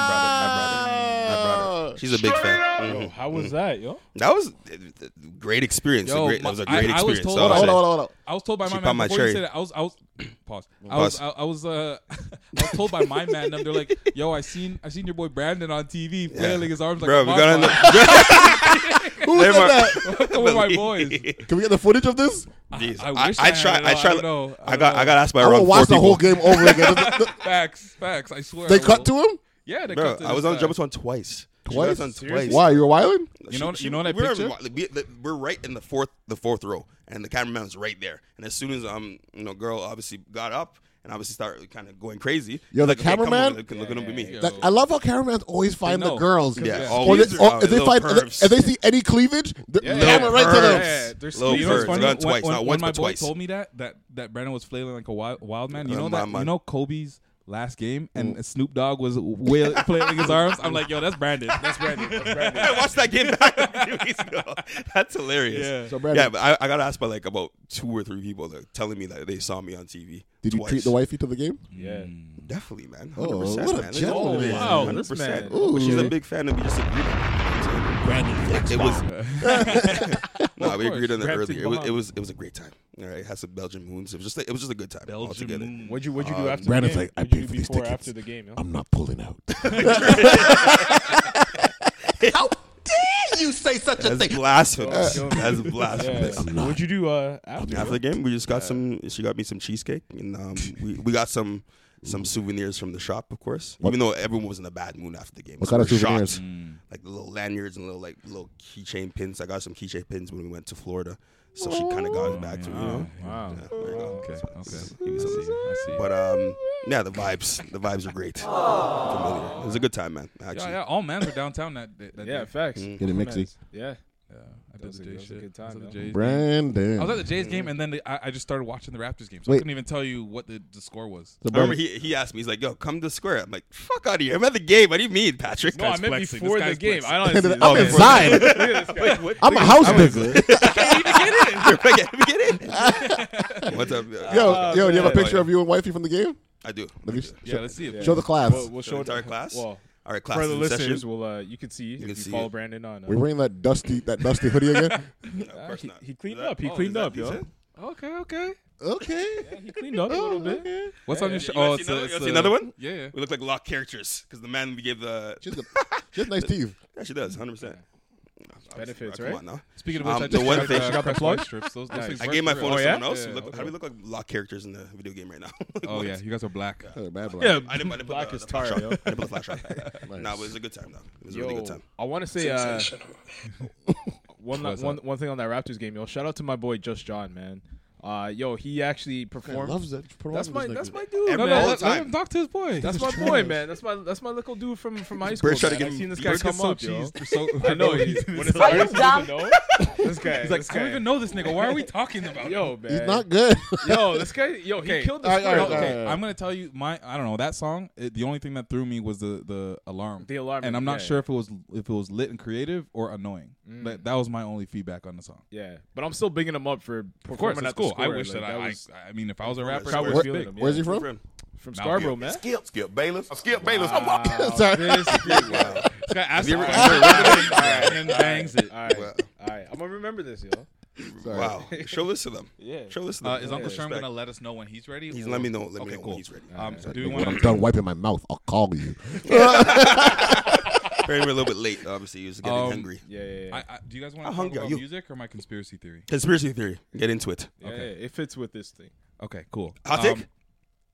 [SPEAKER 4] I brought her. I brought her. I brought her. I brought her. I brought her. She's a big fan. Mhm.
[SPEAKER 3] Yo, how was that, yo?
[SPEAKER 4] That was a- a great experience.
[SPEAKER 6] Yo,
[SPEAKER 4] a great,
[SPEAKER 6] my-
[SPEAKER 4] that was a
[SPEAKER 6] I-
[SPEAKER 4] great
[SPEAKER 6] I was
[SPEAKER 4] experience.
[SPEAKER 6] told-
[SPEAKER 4] So
[SPEAKER 6] Hold on,
[SPEAKER 1] Hold
[SPEAKER 4] I
[SPEAKER 1] on,
[SPEAKER 4] said-
[SPEAKER 1] hold on, hold on.
[SPEAKER 6] I was told by
[SPEAKER 4] She
[SPEAKER 6] my
[SPEAKER 4] popped
[SPEAKER 6] man
[SPEAKER 4] my
[SPEAKER 6] before
[SPEAKER 4] cherry.
[SPEAKER 6] you said that. I was I was pause. I was I, I was uh I was told by my man them. They're like, yo, I seen I seen your boy Brandon on TV flailing his arms like
[SPEAKER 4] Bro,
[SPEAKER 6] a
[SPEAKER 4] we got on
[SPEAKER 6] bonfire.
[SPEAKER 4] the.
[SPEAKER 1] Who said
[SPEAKER 4] Never-
[SPEAKER 1] that?
[SPEAKER 6] Come with my boys.
[SPEAKER 1] Can we get the footage of this?
[SPEAKER 4] Jeez.
[SPEAKER 6] I wish I had
[SPEAKER 4] try.
[SPEAKER 6] it.
[SPEAKER 4] I
[SPEAKER 6] I
[SPEAKER 4] try.
[SPEAKER 6] don't know. I
[SPEAKER 4] I
[SPEAKER 6] don't
[SPEAKER 4] got.
[SPEAKER 6] know.
[SPEAKER 4] I got asked by
[SPEAKER 1] I
[SPEAKER 4] around
[SPEAKER 1] will watch
[SPEAKER 4] four
[SPEAKER 1] the whole
[SPEAKER 4] people.
[SPEAKER 1] game over again.
[SPEAKER 6] Facts, facts. I swear.
[SPEAKER 1] they
[SPEAKER 6] I
[SPEAKER 1] cut
[SPEAKER 6] will.
[SPEAKER 1] to him
[SPEAKER 6] Yeah, they
[SPEAKER 4] Bro,
[SPEAKER 6] cut to
[SPEAKER 4] I
[SPEAKER 6] this
[SPEAKER 4] was on the
[SPEAKER 6] guy.
[SPEAKER 4] jumpers on twice. She got
[SPEAKER 1] twice.
[SPEAKER 4] us on twice.
[SPEAKER 1] Why you were wilding?
[SPEAKER 6] You know- you know that
[SPEAKER 4] we're,
[SPEAKER 6] picture?
[SPEAKER 4] like, we- the- we're right in the fourth, the fourth row, and the cameraman's right there. And as soon as um, you know, girl obviously got up and obviously started kind of going crazy.
[SPEAKER 1] Yo, the
[SPEAKER 4] Like, okay, come over,
[SPEAKER 1] cameraman-
[SPEAKER 4] Look, look at him with me.
[SPEAKER 1] That, I love how cameramans always find the
[SPEAKER 6] know.
[SPEAKER 1] girls. Or,
[SPEAKER 4] Yeah, always.
[SPEAKER 1] they, or if they
[SPEAKER 4] Little
[SPEAKER 1] find if
[SPEAKER 4] pervs.
[SPEAKER 1] they, see any cleavage, the
[SPEAKER 3] Yeah.
[SPEAKER 1] camera right to them.
[SPEAKER 3] Yeah, they're
[SPEAKER 4] Little
[SPEAKER 3] sweet.
[SPEAKER 6] Uh, You
[SPEAKER 3] You
[SPEAKER 6] know
[SPEAKER 4] birds.
[SPEAKER 6] what's
[SPEAKER 3] know,
[SPEAKER 6] funny?
[SPEAKER 4] Gone twice,
[SPEAKER 6] when,
[SPEAKER 4] not
[SPEAKER 6] when
[SPEAKER 4] once,
[SPEAKER 6] my
[SPEAKER 4] but
[SPEAKER 6] boy
[SPEAKER 4] twice.
[SPEAKER 6] told me that that that Brandon was flailing like a wild, wild man. You
[SPEAKER 4] Uh,
[SPEAKER 6] know
[SPEAKER 4] my
[SPEAKER 6] that you
[SPEAKER 4] man.
[SPEAKER 6] know Kobe's last game and Snoop Dogg was wail flailing his arms. I'm like, yo, that's Brandon. That's Brandon. That's Brandon.
[SPEAKER 4] I watched that game back a few weeks ago. That's hilarious.
[SPEAKER 6] Yeah.
[SPEAKER 1] So, Brandon,
[SPEAKER 4] Yeah, but I, I got asked by like about two or three people that telling me that they saw me on TV.
[SPEAKER 1] did you
[SPEAKER 4] twice.
[SPEAKER 1] treat the wifey to the game?
[SPEAKER 3] yeah.
[SPEAKER 4] Definitely, man. 100%,
[SPEAKER 1] Oh,
[SPEAKER 4] man.
[SPEAKER 1] what a
[SPEAKER 4] This is
[SPEAKER 1] gentleman.
[SPEAKER 4] all-
[SPEAKER 1] Oh,
[SPEAKER 3] wow, this
[SPEAKER 4] 100%.
[SPEAKER 3] man.
[SPEAKER 4] But She's a big fan of me. Just agreed on it. It was. no, we agreed on that
[SPEAKER 3] Grab to
[SPEAKER 4] earlier. It was,
[SPEAKER 3] Bob.
[SPEAKER 4] it was. It was a great time. All right, had some Belgian moons. It was just. Like, it was just a good time
[SPEAKER 6] Belgian
[SPEAKER 4] altogether.
[SPEAKER 6] moon.
[SPEAKER 3] What'd you What'd you do after?
[SPEAKER 1] Brandon's
[SPEAKER 3] the game?
[SPEAKER 1] like, I
[SPEAKER 3] What'd you
[SPEAKER 1] paid
[SPEAKER 3] do
[SPEAKER 1] for these
[SPEAKER 3] before or
[SPEAKER 1] tickets.
[SPEAKER 3] after the game. Yo?
[SPEAKER 1] I'm not pulling out.
[SPEAKER 2] How dare you say such a
[SPEAKER 4] That's blasphemous.
[SPEAKER 3] Oh,
[SPEAKER 4] That's
[SPEAKER 3] Yeah.
[SPEAKER 4] blasphemous.
[SPEAKER 3] What'd you do uh, after?
[SPEAKER 4] After the game, we just got some. She got me some cheesecake, and um, we, we got some some souvenirs from the shop, of course. Even though everyone was in a bad mood after the game.
[SPEAKER 1] What
[SPEAKER 4] Some
[SPEAKER 1] kind of
[SPEAKER 4] were shot.
[SPEAKER 1] souvenirs?
[SPEAKER 6] Mm.
[SPEAKER 4] Like the little lanyards and little like little keychain pins. I got some keychain pins when we went to Florida. So she kind of got it
[SPEAKER 6] Oh,
[SPEAKER 4] back to me, you know.
[SPEAKER 3] Wow.
[SPEAKER 4] Yeah, there you go.
[SPEAKER 6] Okay. Okay. I see.
[SPEAKER 4] Give me something.
[SPEAKER 6] I see.
[SPEAKER 4] But um, yeah, the vibes, the vibes were great. Familiar. It was a good time, man. Actually,
[SPEAKER 6] yeah, yeah. All mans were downtown that, that, that
[SPEAKER 3] Yeah,
[SPEAKER 6] day.
[SPEAKER 3] facts.
[SPEAKER 1] Get it, Mixie.
[SPEAKER 3] Yeah.
[SPEAKER 6] Yeah. I did
[SPEAKER 3] was
[SPEAKER 6] the
[SPEAKER 3] a-
[SPEAKER 6] Jay
[SPEAKER 3] that was a
[SPEAKER 6] shit.
[SPEAKER 3] good time,
[SPEAKER 6] I was at the
[SPEAKER 3] though.
[SPEAKER 6] Jays game.
[SPEAKER 1] Brandon.
[SPEAKER 6] I was at the Jays game, and then the, I, I just started watching the Raptors game, so
[SPEAKER 1] Wait.
[SPEAKER 6] I couldn't even tell you what the, the score was.
[SPEAKER 1] So,
[SPEAKER 4] I remember
[SPEAKER 1] Brandon,
[SPEAKER 4] he, he asked me, he's like, "Yo, come to square." I'm like, "Fuck out of here! I'm at the game. What do you mean, Patrick?"
[SPEAKER 6] No, I meant before the game. I don't
[SPEAKER 1] I'm inside. I'm a house nigga.
[SPEAKER 4] get in. Get in. What's up?
[SPEAKER 1] yo, yo, do you have a
[SPEAKER 4] Oh, man.
[SPEAKER 1] picture of you and wifey from the game?
[SPEAKER 4] I do.
[SPEAKER 1] Let me sh-
[SPEAKER 6] Yeah, let's see it.
[SPEAKER 1] show the class.
[SPEAKER 3] We'll, we'll
[SPEAKER 4] Show
[SPEAKER 3] show it
[SPEAKER 4] entire class.
[SPEAKER 3] Well,
[SPEAKER 4] All right, class.
[SPEAKER 3] for the
[SPEAKER 4] in
[SPEAKER 3] listeners,
[SPEAKER 4] session.
[SPEAKER 3] will uh, you can see if
[SPEAKER 4] can
[SPEAKER 3] you
[SPEAKER 4] see
[SPEAKER 3] follow
[SPEAKER 4] it.
[SPEAKER 3] Brandon on. Uh,
[SPEAKER 1] We're wearing that dusty that dusty hoodie again.
[SPEAKER 4] of course
[SPEAKER 3] he,
[SPEAKER 4] not.
[SPEAKER 3] he
[SPEAKER 4] Is
[SPEAKER 3] cleaned
[SPEAKER 4] that-
[SPEAKER 3] up. He
[SPEAKER 4] oh, is
[SPEAKER 3] cleaned
[SPEAKER 4] that
[SPEAKER 3] up, yo.
[SPEAKER 4] decent?
[SPEAKER 3] Okay, okay. Oh,
[SPEAKER 1] Okay.
[SPEAKER 3] He cleaned up a little bit.
[SPEAKER 6] What's on your
[SPEAKER 4] You
[SPEAKER 6] show?
[SPEAKER 4] wanna
[SPEAKER 6] Oh,
[SPEAKER 4] see
[SPEAKER 6] it's, a,
[SPEAKER 4] another-
[SPEAKER 6] it's
[SPEAKER 4] you wanna
[SPEAKER 6] a-
[SPEAKER 4] see another one?
[SPEAKER 6] Yeah, yeah.
[SPEAKER 4] We look like lock characters because the man we gave the
[SPEAKER 1] She has, a, she has nice teeth.
[SPEAKER 4] yeah she does 100 percent
[SPEAKER 3] Benefits,
[SPEAKER 4] come
[SPEAKER 3] right?
[SPEAKER 4] on now.
[SPEAKER 6] Speaking of which,
[SPEAKER 4] Um,
[SPEAKER 6] I
[SPEAKER 4] the
[SPEAKER 6] just
[SPEAKER 4] one
[SPEAKER 6] got,
[SPEAKER 4] thing-
[SPEAKER 6] uh,
[SPEAKER 4] Got the
[SPEAKER 6] Crest
[SPEAKER 3] plug?
[SPEAKER 6] White strips. Those, those
[SPEAKER 3] Nice.
[SPEAKER 6] things
[SPEAKER 4] I
[SPEAKER 6] work
[SPEAKER 4] gave my
[SPEAKER 6] for
[SPEAKER 4] phone
[SPEAKER 6] real.
[SPEAKER 4] to
[SPEAKER 3] Oh, yeah?
[SPEAKER 4] someone else.
[SPEAKER 6] Yeah,
[SPEAKER 4] we look, how do we look like lock characters in the video game right now? Like,
[SPEAKER 6] Oh
[SPEAKER 4] what?
[SPEAKER 6] yeah, you guys are black.
[SPEAKER 1] They're Uh, bad black.
[SPEAKER 3] Yeah,
[SPEAKER 4] I didn't, I didn't
[SPEAKER 3] black
[SPEAKER 4] put
[SPEAKER 3] is
[SPEAKER 4] the, the flash
[SPEAKER 3] tar,
[SPEAKER 4] on.
[SPEAKER 3] yo.
[SPEAKER 4] I didn't put the flash on. No, but it was a good time, though. It was a really good time.
[SPEAKER 3] I want to say uh, one,
[SPEAKER 6] What's
[SPEAKER 3] one, one thing on that Raptors game, yo. Shout out to my boy Just John, man. Uh, yo, he actually performed.
[SPEAKER 1] Loves that.
[SPEAKER 3] that's my that's my dude.
[SPEAKER 6] No,
[SPEAKER 4] Every-
[SPEAKER 6] no,
[SPEAKER 3] man.
[SPEAKER 4] All the
[SPEAKER 6] let, let
[SPEAKER 4] time.
[SPEAKER 6] him talk to his boy.
[SPEAKER 3] That's my boy, man. That's my that's my little dude from from high school.
[SPEAKER 4] Bird tried to
[SPEAKER 3] man.
[SPEAKER 4] get
[SPEAKER 3] I've
[SPEAKER 4] him
[SPEAKER 3] seen this guy
[SPEAKER 4] beat.
[SPEAKER 3] come
[SPEAKER 6] so
[SPEAKER 3] up, yo.
[SPEAKER 6] cheesed. So,
[SPEAKER 3] I know.
[SPEAKER 6] he's,
[SPEAKER 3] He's,
[SPEAKER 6] he's
[SPEAKER 3] I don't know. This guy.
[SPEAKER 6] like,
[SPEAKER 3] this
[SPEAKER 6] I don't
[SPEAKER 3] guy.
[SPEAKER 6] even know this nigga. Why are we talking about? him?
[SPEAKER 3] Yo, man.
[SPEAKER 1] He's not good.
[SPEAKER 3] Yo, this guy. Yo, he
[SPEAKER 6] Okay.
[SPEAKER 3] killed the
[SPEAKER 1] All right, all
[SPEAKER 3] squad.
[SPEAKER 1] right,
[SPEAKER 3] Okay.
[SPEAKER 1] all right.
[SPEAKER 6] Okay, I'm gonna tell you my I don't know that song. It, the only thing that threw me was the the alarm.
[SPEAKER 3] The alarm,
[SPEAKER 6] and I'm not
[SPEAKER 3] yeah.
[SPEAKER 6] sure if it was if it was lit and creative or annoying. That, that was my only feedback on the song.
[SPEAKER 3] Yeah, but I'm still bigging him up for
[SPEAKER 6] Of course,
[SPEAKER 3] performing
[SPEAKER 6] it's
[SPEAKER 3] at the
[SPEAKER 6] cool.
[SPEAKER 3] score.
[SPEAKER 6] I wish
[SPEAKER 3] Like,
[SPEAKER 6] that, I,
[SPEAKER 3] was-
[SPEAKER 6] I. I mean, if I was a rapper,
[SPEAKER 4] Crowd
[SPEAKER 6] I
[SPEAKER 3] was
[SPEAKER 6] would
[SPEAKER 1] feeling
[SPEAKER 6] feel it.
[SPEAKER 3] him,
[SPEAKER 1] Where's he from?
[SPEAKER 4] Friend.
[SPEAKER 3] from Scarborough, man. Uh,
[SPEAKER 2] Skip, Skip Bayless. Skip Bayless.
[SPEAKER 1] Sorry.
[SPEAKER 3] This dude, wow.
[SPEAKER 6] This guy asked
[SPEAKER 4] you ever-
[SPEAKER 6] for it.
[SPEAKER 4] have you
[SPEAKER 6] and then bangs it.
[SPEAKER 3] All right, all right. I'm gonna remember this, yo.
[SPEAKER 1] Sorry.
[SPEAKER 4] Wow. Show this to them.
[SPEAKER 3] Yeah.
[SPEAKER 4] Show this to them.
[SPEAKER 6] Uh, is Uncle
[SPEAKER 4] Yeah.
[SPEAKER 6] Sherm gonna let us know when he's ready?
[SPEAKER 4] He's
[SPEAKER 6] or-
[SPEAKER 4] let me know. Let me
[SPEAKER 6] okay,
[SPEAKER 4] know
[SPEAKER 6] cool.
[SPEAKER 4] when he's ready.
[SPEAKER 6] Um, do we
[SPEAKER 1] When I'm
[SPEAKER 6] want
[SPEAKER 1] done wiping my mouth, I'll call you.
[SPEAKER 4] Perry were a little bit late. Obviously, he was getting
[SPEAKER 6] Um,
[SPEAKER 4] hungry.
[SPEAKER 3] Yeah, yeah, yeah.
[SPEAKER 6] I, I, do you guys want to talk
[SPEAKER 4] hung up.
[SPEAKER 6] about
[SPEAKER 4] You-
[SPEAKER 6] music or my conspiracy theory?
[SPEAKER 4] Conspiracy theory. Get into it.
[SPEAKER 3] Yeah, yeah, it fits with this thing.
[SPEAKER 6] Okay, cool.
[SPEAKER 4] Hot take?
[SPEAKER 6] Um,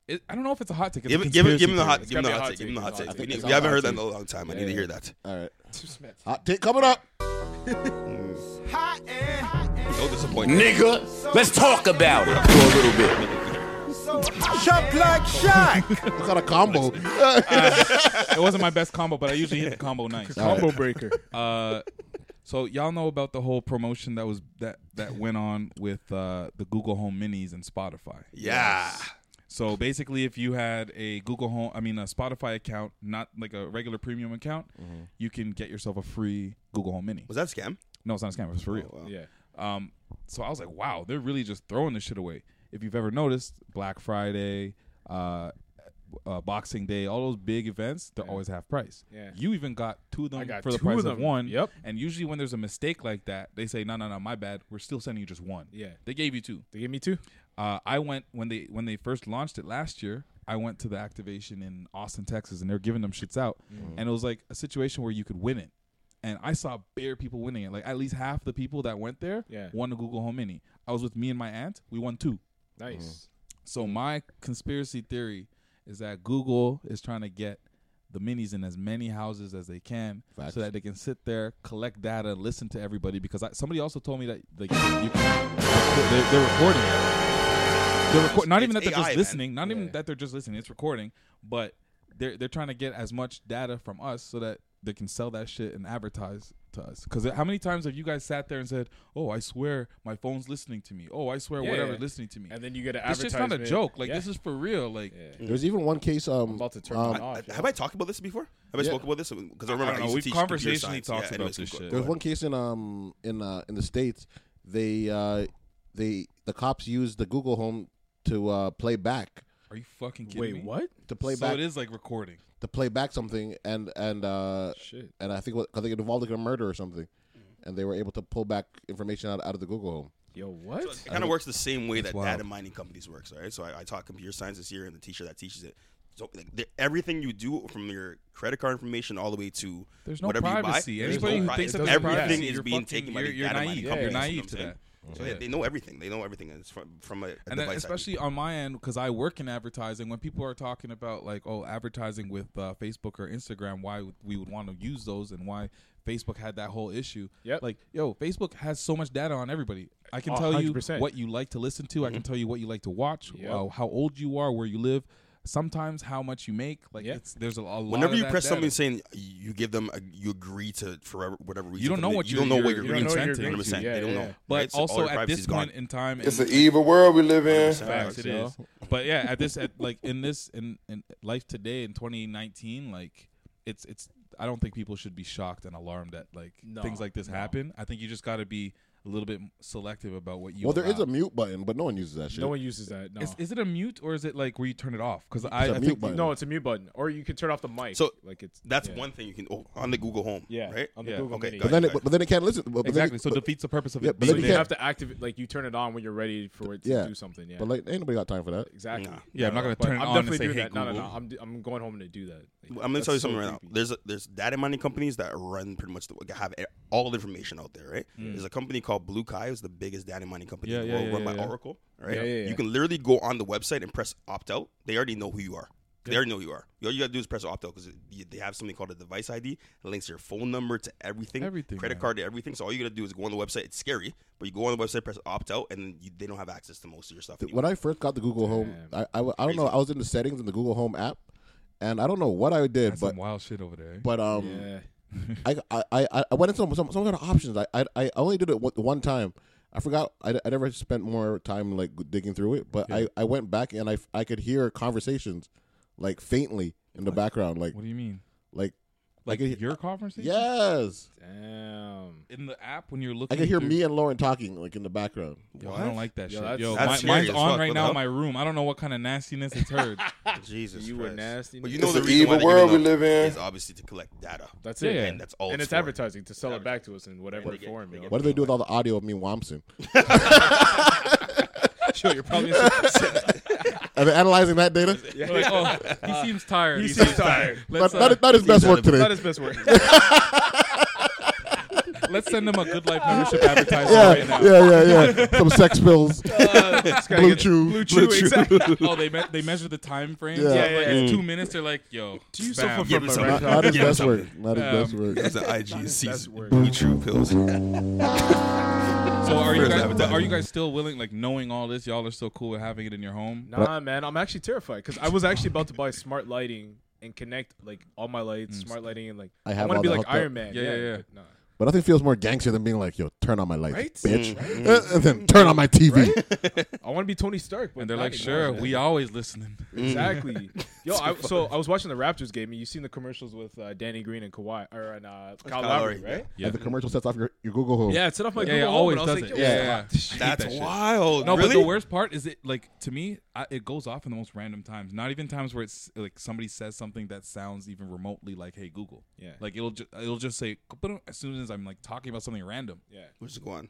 [SPEAKER 6] it, I don't know if it's a hot take. It's
[SPEAKER 4] Give,
[SPEAKER 6] a
[SPEAKER 4] it- give, it- give
[SPEAKER 6] conspiracy
[SPEAKER 4] him the
[SPEAKER 6] theory.
[SPEAKER 4] hot. Give him
[SPEAKER 3] gotta
[SPEAKER 4] the
[SPEAKER 3] be a
[SPEAKER 4] hot
[SPEAKER 3] hot
[SPEAKER 4] take. Give him
[SPEAKER 3] take.
[SPEAKER 4] the hot
[SPEAKER 3] It's on-
[SPEAKER 4] take.
[SPEAKER 3] I
[SPEAKER 4] We
[SPEAKER 1] think
[SPEAKER 4] need-
[SPEAKER 1] it's
[SPEAKER 4] we
[SPEAKER 1] on
[SPEAKER 4] haven't
[SPEAKER 1] hot
[SPEAKER 4] heard that in
[SPEAKER 1] take.
[SPEAKER 4] a long time. I need to hear that.
[SPEAKER 1] All right. Hot take coming up.
[SPEAKER 4] No disappointment.
[SPEAKER 8] Nigga, let's talk about it for a little bit.
[SPEAKER 2] Shop like Shaq.
[SPEAKER 1] It's not a combo.
[SPEAKER 6] It wasn't my best combo, but I usually hit the combo nice.
[SPEAKER 3] Combo breaker.
[SPEAKER 6] Uh, so y'all know about the whole promotion that was that that went on with uh, the Google Home Minis and Spotify.
[SPEAKER 4] Yeah.
[SPEAKER 6] So basically, if you had a Google Home, I mean a Spotify account, not like a regular premium account,
[SPEAKER 4] Mm-hmm.
[SPEAKER 6] you can get yourself a free Google Home Mini.
[SPEAKER 4] Was that a scam?
[SPEAKER 6] No, it's not a scam. It's for real.
[SPEAKER 4] Oh,
[SPEAKER 3] Yeah.
[SPEAKER 6] Um, so I was like, wow, they're really just throwing this shit away. If you've ever noticed, Black Friday, uh, uh, Boxing Day, all those big events, they're always half price.
[SPEAKER 3] Yeah.
[SPEAKER 6] You even got two of them
[SPEAKER 3] I got
[SPEAKER 6] for the
[SPEAKER 3] two of
[SPEAKER 6] price of,
[SPEAKER 3] them.
[SPEAKER 6] one.
[SPEAKER 3] Yep.
[SPEAKER 6] And usually when there's a mistake like that, they say, no, no, no, my bad. We're still sending you just one.
[SPEAKER 3] Yeah.
[SPEAKER 6] They gave you two.
[SPEAKER 3] They give me two.
[SPEAKER 6] Uh, I went when they when they first launched it last year. I went to the activation in Austin, Texas, and they're giving them shits out, and it was like a situation where you could win it, and I saw bare people winning it. Like at least half the people that went there
[SPEAKER 3] Yeah.
[SPEAKER 6] won a Google Home Mini. I was with me and my aunt. We won two.
[SPEAKER 3] Nice.
[SPEAKER 6] So my conspiracy theory is that Google is trying to get the minis in as many houses as they can, so that they can sit there, collect data, listen to everybody. Because I, somebody also told me that like you can, they're, they're recording. it. They're record, not even that
[SPEAKER 4] It's
[SPEAKER 6] they're
[SPEAKER 4] AI, man.
[SPEAKER 6] just listening. Not even that they're just listening. It's recording, but they're they're trying to get as much data from us so that they can sell that shit and advertise to us. Because how many times have you guys sat there and said, "Oh, I swear my phone's listening to me. Oh, I swear
[SPEAKER 3] Yeah,
[SPEAKER 6] whatever
[SPEAKER 3] yeah.
[SPEAKER 6] listening to me."
[SPEAKER 3] And then you get an
[SPEAKER 6] It's just not a
[SPEAKER 3] advertisement.
[SPEAKER 6] joke. Like
[SPEAKER 3] Yeah.
[SPEAKER 6] this is for real. Like
[SPEAKER 1] There's even one case. Um,
[SPEAKER 3] about to turn
[SPEAKER 1] um,
[SPEAKER 3] mine off.
[SPEAKER 4] I- Have I talked about this before? Have I
[SPEAKER 1] Yeah.
[SPEAKER 4] spoken about this? Because I remember I,
[SPEAKER 6] don't
[SPEAKER 4] used
[SPEAKER 6] know,
[SPEAKER 4] to
[SPEAKER 6] we've
[SPEAKER 4] teach computer
[SPEAKER 6] conversationally
[SPEAKER 4] science.
[SPEAKER 6] talked
[SPEAKER 4] Yeah,
[SPEAKER 6] about
[SPEAKER 4] anyways,
[SPEAKER 6] this
[SPEAKER 4] go-
[SPEAKER 6] shit.
[SPEAKER 4] go
[SPEAKER 1] There's
[SPEAKER 4] ahead.
[SPEAKER 1] one case in um in uh, in the states. They uh they the cops used the Google Home to uh play back
[SPEAKER 6] are you fucking kidding
[SPEAKER 3] Wait,
[SPEAKER 6] me?
[SPEAKER 3] what?
[SPEAKER 1] to play
[SPEAKER 6] so
[SPEAKER 1] back
[SPEAKER 6] it is like recording.
[SPEAKER 1] to play back something and and uh
[SPEAKER 3] Shit.
[SPEAKER 1] and I think what, I think it involved like a murder or something, and they were able to pull back information out, out of the Google Home.
[SPEAKER 3] Yo, what?
[SPEAKER 4] It kind of works the same way that
[SPEAKER 6] wild.
[SPEAKER 4] data mining companies works, right? So I, I taught computer science this year, and the teacher that teaches it. So like, the- everything you do, from your credit card information all the way to
[SPEAKER 6] There's no
[SPEAKER 4] whatever
[SPEAKER 6] privacy.
[SPEAKER 4] you buy,
[SPEAKER 6] Anybody
[SPEAKER 4] there's
[SPEAKER 6] who
[SPEAKER 4] pri-
[SPEAKER 6] thinks that
[SPEAKER 3] doesn't
[SPEAKER 6] there's
[SPEAKER 4] everything
[SPEAKER 6] privacy,
[SPEAKER 4] is
[SPEAKER 6] you're
[SPEAKER 4] being
[SPEAKER 6] fucking-
[SPEAKER 4] taken by
[SPEAKER 6] you're,
[SPEAKER 4] the
[SPEAKER 6] you're
[SPEAKER 4] data mining
[SPEAKER 6] naive.
[SPEAKER 4] companies,
[SPEAKER 6] You're
[SPEAKER 4] you know
[SPEAKER 6] naive
[SPEAKER 4] what
[SPEAKER 6] to
[SPEAKER 4] I'm
[SPEAKER 6] that.
[SPEAKER 4] saying? So yeah, they know everything. They know everything. It's from from a, a
[SPEAKER 6] and then
[SPEAKER 4] device. I can-
[SPEAKER 6] especially on my end because I work in advertising. When people are talking about like, oh, advertising with uh, Facebook or Instagram, why would- we would want to use those and why Facebook had that whole issue.
[SPEAKER 3] Yep.
[SPEAKER 6] Like, yo, Facebook has so much data on everybody. I can
[SPEAKER 3] A
[SPEAKER 6] tell
[SPEAKER 3] hundred
[SPEAKER 6] you
[SPEAKER 3] percent. Mm-hmm.
[SPEAKER 6] what you like to listen to. I can tell you what you like to watch.
[SPEAKER 3] Yep.
[SPEAKER 6] uh, how old you are, where you live. Sometimes how much you make. Like,
[SPEAKER 3] Yeah.
[SPEAKER 6] it's, there's a, a lot.
[SPEAKER 4] Whenever
[SPEAKER 6] of
[SPEAKER 4] you
[SPEAKER 6] that
[SPEAKER 4] press
[SPEAKER 6] data.
[SPEAKER 4] something saying you give them, a, you agree to forever whatever reason.
[SPEAKER 6] you don't
[SPEAKER 4] from
[SPEAKER 6] know
[SPEAKER 4] the-
[SPEAKER 6] what
[SPEAKER 4] you don't know what you're
[SPEAKER 3] you
[SPEAKER 4] agreeing
[SPEAKER 3] don't know what
[SPEAKER 4] to.
[SPEAKER 3] you're
[SPEAKER 6] consenting
[SPEAKER 3] agreeing
[SPEAKER 4] 100. percent
[SPEAKER 3] to.
[SPEAKER 4] They don't
[SPEAKER 3] Yeah,
[SPEAKER 4] know.
[SPEAKER 3] yeah.
[SPEAKER 6] But
[SPEAKER 4] right? So all
[SPEAKER 6] also
[SPEAKER 4] your
[SPEAKER 6] at
[SPEAKER 4] privacy's
[SPEAKER 6] this
[SPEAKER 4] gone.
[SPEAKER 6] point in time,
[SPEAKER 2] It's
[SPEAKER 6] and-
[SPEAKER 2] an evil world we live in.
[SPEAKER 6] Facts, it is. But yeah, at this, at like in this, in, in life today in 2019, like it's it's. I don't think people should be shocked and alarmed at like
[SPEAKER 3] No,
[SPEAKER 6] things like this happen. I think you just got to be a little bit selective about what you.
[SPEAKER 1] Well, there is
[SPEAKER 6] allow.
[SPEAKER 1] a mute button, but no one uses that shit.
[SPEAKER 3] No one uses that. No.
[SPEAKER 6] Is, is it a mute or is it like where you turn it off? Because I,
[SPEAKER 1] a
[SPEAKER 6] I
[SPEAKER 1] mute
[SPEAKER 6] think
[SPEAKER 1] button.
[SPEAKER 3] no, it's a mute button, or you can turn off the mic.
[SPEAKER 4] So
[SPEAKER 3] like it's
[SPEAKER 4] That's
[SPEAKER 3] yeah.
[SPEAKER 4] one thing you can oh, on the Google Home.
[SPEAKER 3] Yeah,
[SPEAKER 4] Right.
[SPEAKER 3] on the
[SPEAKER 6] Yeah,
[SPEAKER 3] Google
[SPEAKER 4] okay,
[SPEAKER 3] Mini.
[SPEAKER 4] got
[SPEAKER 1] But
[SPEAKER 4] it.
[SPEAKER 1] then, it, but then it can't listen. But, but
[SPEAKER 6] exactly. So
[SPEAKER 1] Then it,
[SPEAKER 6] defeats the purpose of
[SPEAKER 1] Yeah,
[SPEAKER 6] it.
[SPEAKER 1] but then
[SPEAKER 6] being
[SPEAKER 3] So
[SPEAKER 1] you
[SPEAKER 3] you
[SPEAKER 6] there.
[SPEAKER 1] can't-
[SPEAKER 3] have to activate, like you turn it on when you're ready for it to
[SPEAKER 1] yeah,
[SPEAKER 3] do something. Yeah,
[SPEAKER 1] But like, ain't nobody got time for that.
[SPEAKER 3] exactly.
[SPEAKER 4] Nah.
[SPEAKER 6] yeah, I'm not gonna
[SPEAKER 3] But
[SPEAKER 6] turn it
[SPEAKER 3] I'm
[SPEAKER 6] on and
[SPEAKER 3] definitely
[SPEAKER 6] say,
[SPEAKER 3] doing
[SPEAKER 6] "Hey,
[SPEAKER 3] that. No, no,
[SPEAKER 6] Google."
[SPEAKER 3] no. I'm, d- I'm going home to do that. Like,
[SPEAKER 4] I'm gonna
[SPEAKER 3] that's
[SPEAKER 4] tell you
[SPEAKER 3] so
[SPEAKER 4] something right now.
[SPEAKER 3] creepy.
[SPEAKER 4] There's a, there's data mining companies that run pretty much the, have e, all information out there, right? There's a company called Blue Kai, who's the biggest data mining company
[SPEAKER 6] Yeah,
[SPEAKER 4] in the
[SPEAKER 6] Mm. yeah,
[SPEAKER 4] world,
[SPEAKER 6] yeah,
[SPEAKER 4] run
[SPEAKER 6] yeah,
[SPEAKER 4] by
[SPEAKER 6] yeah.
[SPEAKER 4] Oracle, right?
[SPEAKER 3] Yeah, yeah, yeah.
[SPEAKER 4] You can literally go on the website and press opt out. They already know who you are. They already know who you are. All you gotta do is press opt out because they have something called a device ID. It links your phone number to everything,
[SPEAKER 6] Everything,
[SPEAKER 4] credit
[SPEAKER 6] man.
[SPEAKER 4] card to everything. So all you gotta do is go on the website. It's scary, but you go on the website, press opt out, and then you, they don't have access to most of your stuff.
[SPEAKER 1] When I first got the Google Home, I, I, w- I don't know. I was in the settings in the Google Home app, and I don't know what I did,
[SPEAKER 6] That's
[SPEAKER 1] but
[SPEAKER 6] some wild shit over there. eh?
[SPEAKER 1] but um,
[SPEAKER 3] yeah.
[SPEAKER 1] I, I- I, I went into some some, some kind of options. I, I I only did it one, one time. I forgot. I, I never spent more time like digging through it, but I, I went back and I, I could hear conversations, like faintly in the background, like
[SPEAKER 6] what do you mean?
[SPEAKER 1] like
[SPEAKER 6] Like
[SPEAKER 1] I could,
[SPEAKER 6] your conversation?
[SPEAKER 1] yes,
[SPEAKER 3] Damn.
[SPEAKER 6] In the app when you're
[SPEAKER 1] I
[SPEAKER 6] looking.
[SPEAKER 1] could hear
[SPEAKER 6] through-
[SPEAKER 1] me and Lauren talking like in the background.
[SPEAKER 6] Yo, I don't like that
[SPEAKER 3] Yo,
[SPEAKER 6] shit.
[SPEAKER 3] that's-
[SPEAKER 6] Yo,
[SPEAKER 3] That's
[SPEAKER 6] my,
[SPEAKER 4] scary
[SPEAKER 6] mine's
[SPEAKER 4] as
[SPEAKER 6] on
[SPEAKER 4] fuck.
[SPEAKER 6] right
[SPEAKER 4] What
[SPEAKER 6] now
[SPEAKER 4] the
[SPEAKER 6] in my room. I don't know what kind of nastiness it's heard.
[SPEAKER 4] Jesus,
[SPEAKER 3] You were
[SPEAKER 4] Christ.
[SPEAKER 3] nasty,
[SPEAKER 4] But you
[SPEAKER 3] nigga.
[SPEAKER 4] know
[SPEAKER 2] It's
[SPEAKER 4] the
[SPEAKER 2] the
[SPEAKER 4] reason
[SPEAKER 2] evil
[SPEAKER 4] why they
[SPEAKER 2] world
[SPEAKER 4] do
[SPEAKER 2] we
[SPEAKER 4] that
[SPEAKER 2] live in.
[SPEAKER 4] is obviously to collect data.
[SPEAKER 3] That's
[SPEAKER 6] Yeah,
[SPEAKER 3] it.
[SPEAKER 6] yeah.
[SPEAKER 4] and that's all.
[SPEAKER 3] And it's
[SPEAKER 4] for.
[SPEAKER 3] advertising to sell it back to us in whatever
[SPEAKER 4] Advertising.
[SPEAKER 3] form. yo.
[SPEAKER 1] What do they do with all the audio of me wamsing?
[SPEAKER 3] Yo, you're probably so
[SPEAKER 1] Are they analyzing that data?
[SPEAKER 6] Like, oh, he seems tired. He
[SPEAKER 3] tired.
[SPEAKER 1] Not,
[SPEAKER 6] Let's, uh,
[SPEAKER 1] not, not his best work today.
[SPEAKER 3] Not his best work.
[SPEAKER 6] let's send him a good life membership advertisement
[SPEAKER 1] Yeah,
[SPEAKER 6] right now.
[SPEAKER 1] yeah, yeah, yeah. Some sex pills, blue chew,
[SPEAKER 3] Blue Chew, exactly.
[SPEAKER 6] Oh, they me- they measure the time frame.
[SPEAKER 1] Yeah.
[SPEAKER 6] Yeah,
[SPEAKER 1] Yeah,
[SPEAKER 6] yeah, like it's two minutes. They're like, yo,
[SPEAKER 3] You
[SPEAKER 6] bam.
[SPEAKER 3] suffer
[SPEAKER 4] Give
[SPEAKER 3] from
[SPEAKER 4] him
[SPEAKER 3] a
[SPEAKER 4] some.
[SPEAKER 1] Not,
[SPEAKER 3] red
[SPEAKER 1] not his
[SPEAKER 4] Give him
[SPEAKER 1] best
[SPEAKER 4] something.
[SPEAKER 1] work. Not his best work.
[SPEAKER 4] It's an IG season.
[SPEAKER 3] word.
[SPEAKER 4] Blue Chew pills.
[SPEAKER 6] So are you
[SPEAKER 4] Where's
[SPEAKER 6] guys
[SPEAKER 4] advertising?
[SPEAKER 6] are you guys still willing? Like knowing all this, y'all are still cool with having it in your home.
[SPEAKER 3] Nah, man, I'm actually terrified because I was actually about to buy smart lighting and connect like all my lights, smart lighting, and like
[SPEAKER 1] Mm. I
[SPEAKER 3] I,
[SPEAKER 1] have
[SPEAKER 3] want
[SPEAKER 1] all
[SPEAKER 3] to be
[SPEAKER 1] that
[SPEAKER 3] like
[SPEAKER 1] hooked up.
[SPEAKER 3] Iron Man.
[SPEAKER 6] Yeah,
[SPEAKER 3] Yeah,
[SPEAKER 6] yeah, yeah.
[SPEAKER 3] but Nah.
[SPEAKER 1] But nothing feels more gangster than being like, "Yo, turn on my lights,
[SPEAKER 3] Right?
[SPEAKER 1] bitch," Uh, and then turn on my TV.
[SPEAKER 3] I want to be Tony Stark. But
[SPEAKER 6] And they're
[SPEAKER 3] not
[SPEAKER 6] like,
[SPEAKER 3] anymore,
[SPEAKER 6] sure,
[SPEAKER 3] man.
[SPEAKER 6] we always listening.
[SPEAKER 1] Mm.
[SPEAKER 3] exactly. Yo, I, so I was watching the Raptors game, and you seen the commercials with uh, Danny Green and Kawhi or and, uh, Kyle, Lowry,
[SPEAKER 4] Lowry,
[SPEAKER 3] right?
[SPEAKER 1] And the commercial sets off your, your Google Home.
[SPEAKER 3] Yeah, it's set off my
[SPEAKER 6] Yeah,
[SPEAKER 3] Google
[SPEAKER 6] yeah,
[SPEAKER 3] Home,
[SPEAKER 6] always
[SPEAKER 3] and I was
[SPEAKER 6] does
[SPEAKER 3] like,
[SPEAKER 6] it.
[SPEAKER 3] yo,
[SPEAKER 6] Yeah, yeah,
[SPEAKER 3] what the shit?
[SPEAKER 4] That's
[SPEAKER 6] that shit.
[SPEAKER 4] wild.
[SPEAKER 6] No,
[SPEAKER 4] really?
[SPEAKER 6] but the worst part is it like to me, I, it goes off in the most random times. Not even times where it's like somebody says something that sounds even remotely like "Hey Google."
[SPEAKER 3] Yeah.
[SPEAKER 6] Like it'll ju- it'll just say "Kaboom," as soon as I'm like talking about something random.
[SPEAKER 3] Yeah.
[SPEAKER 4] What's just going on?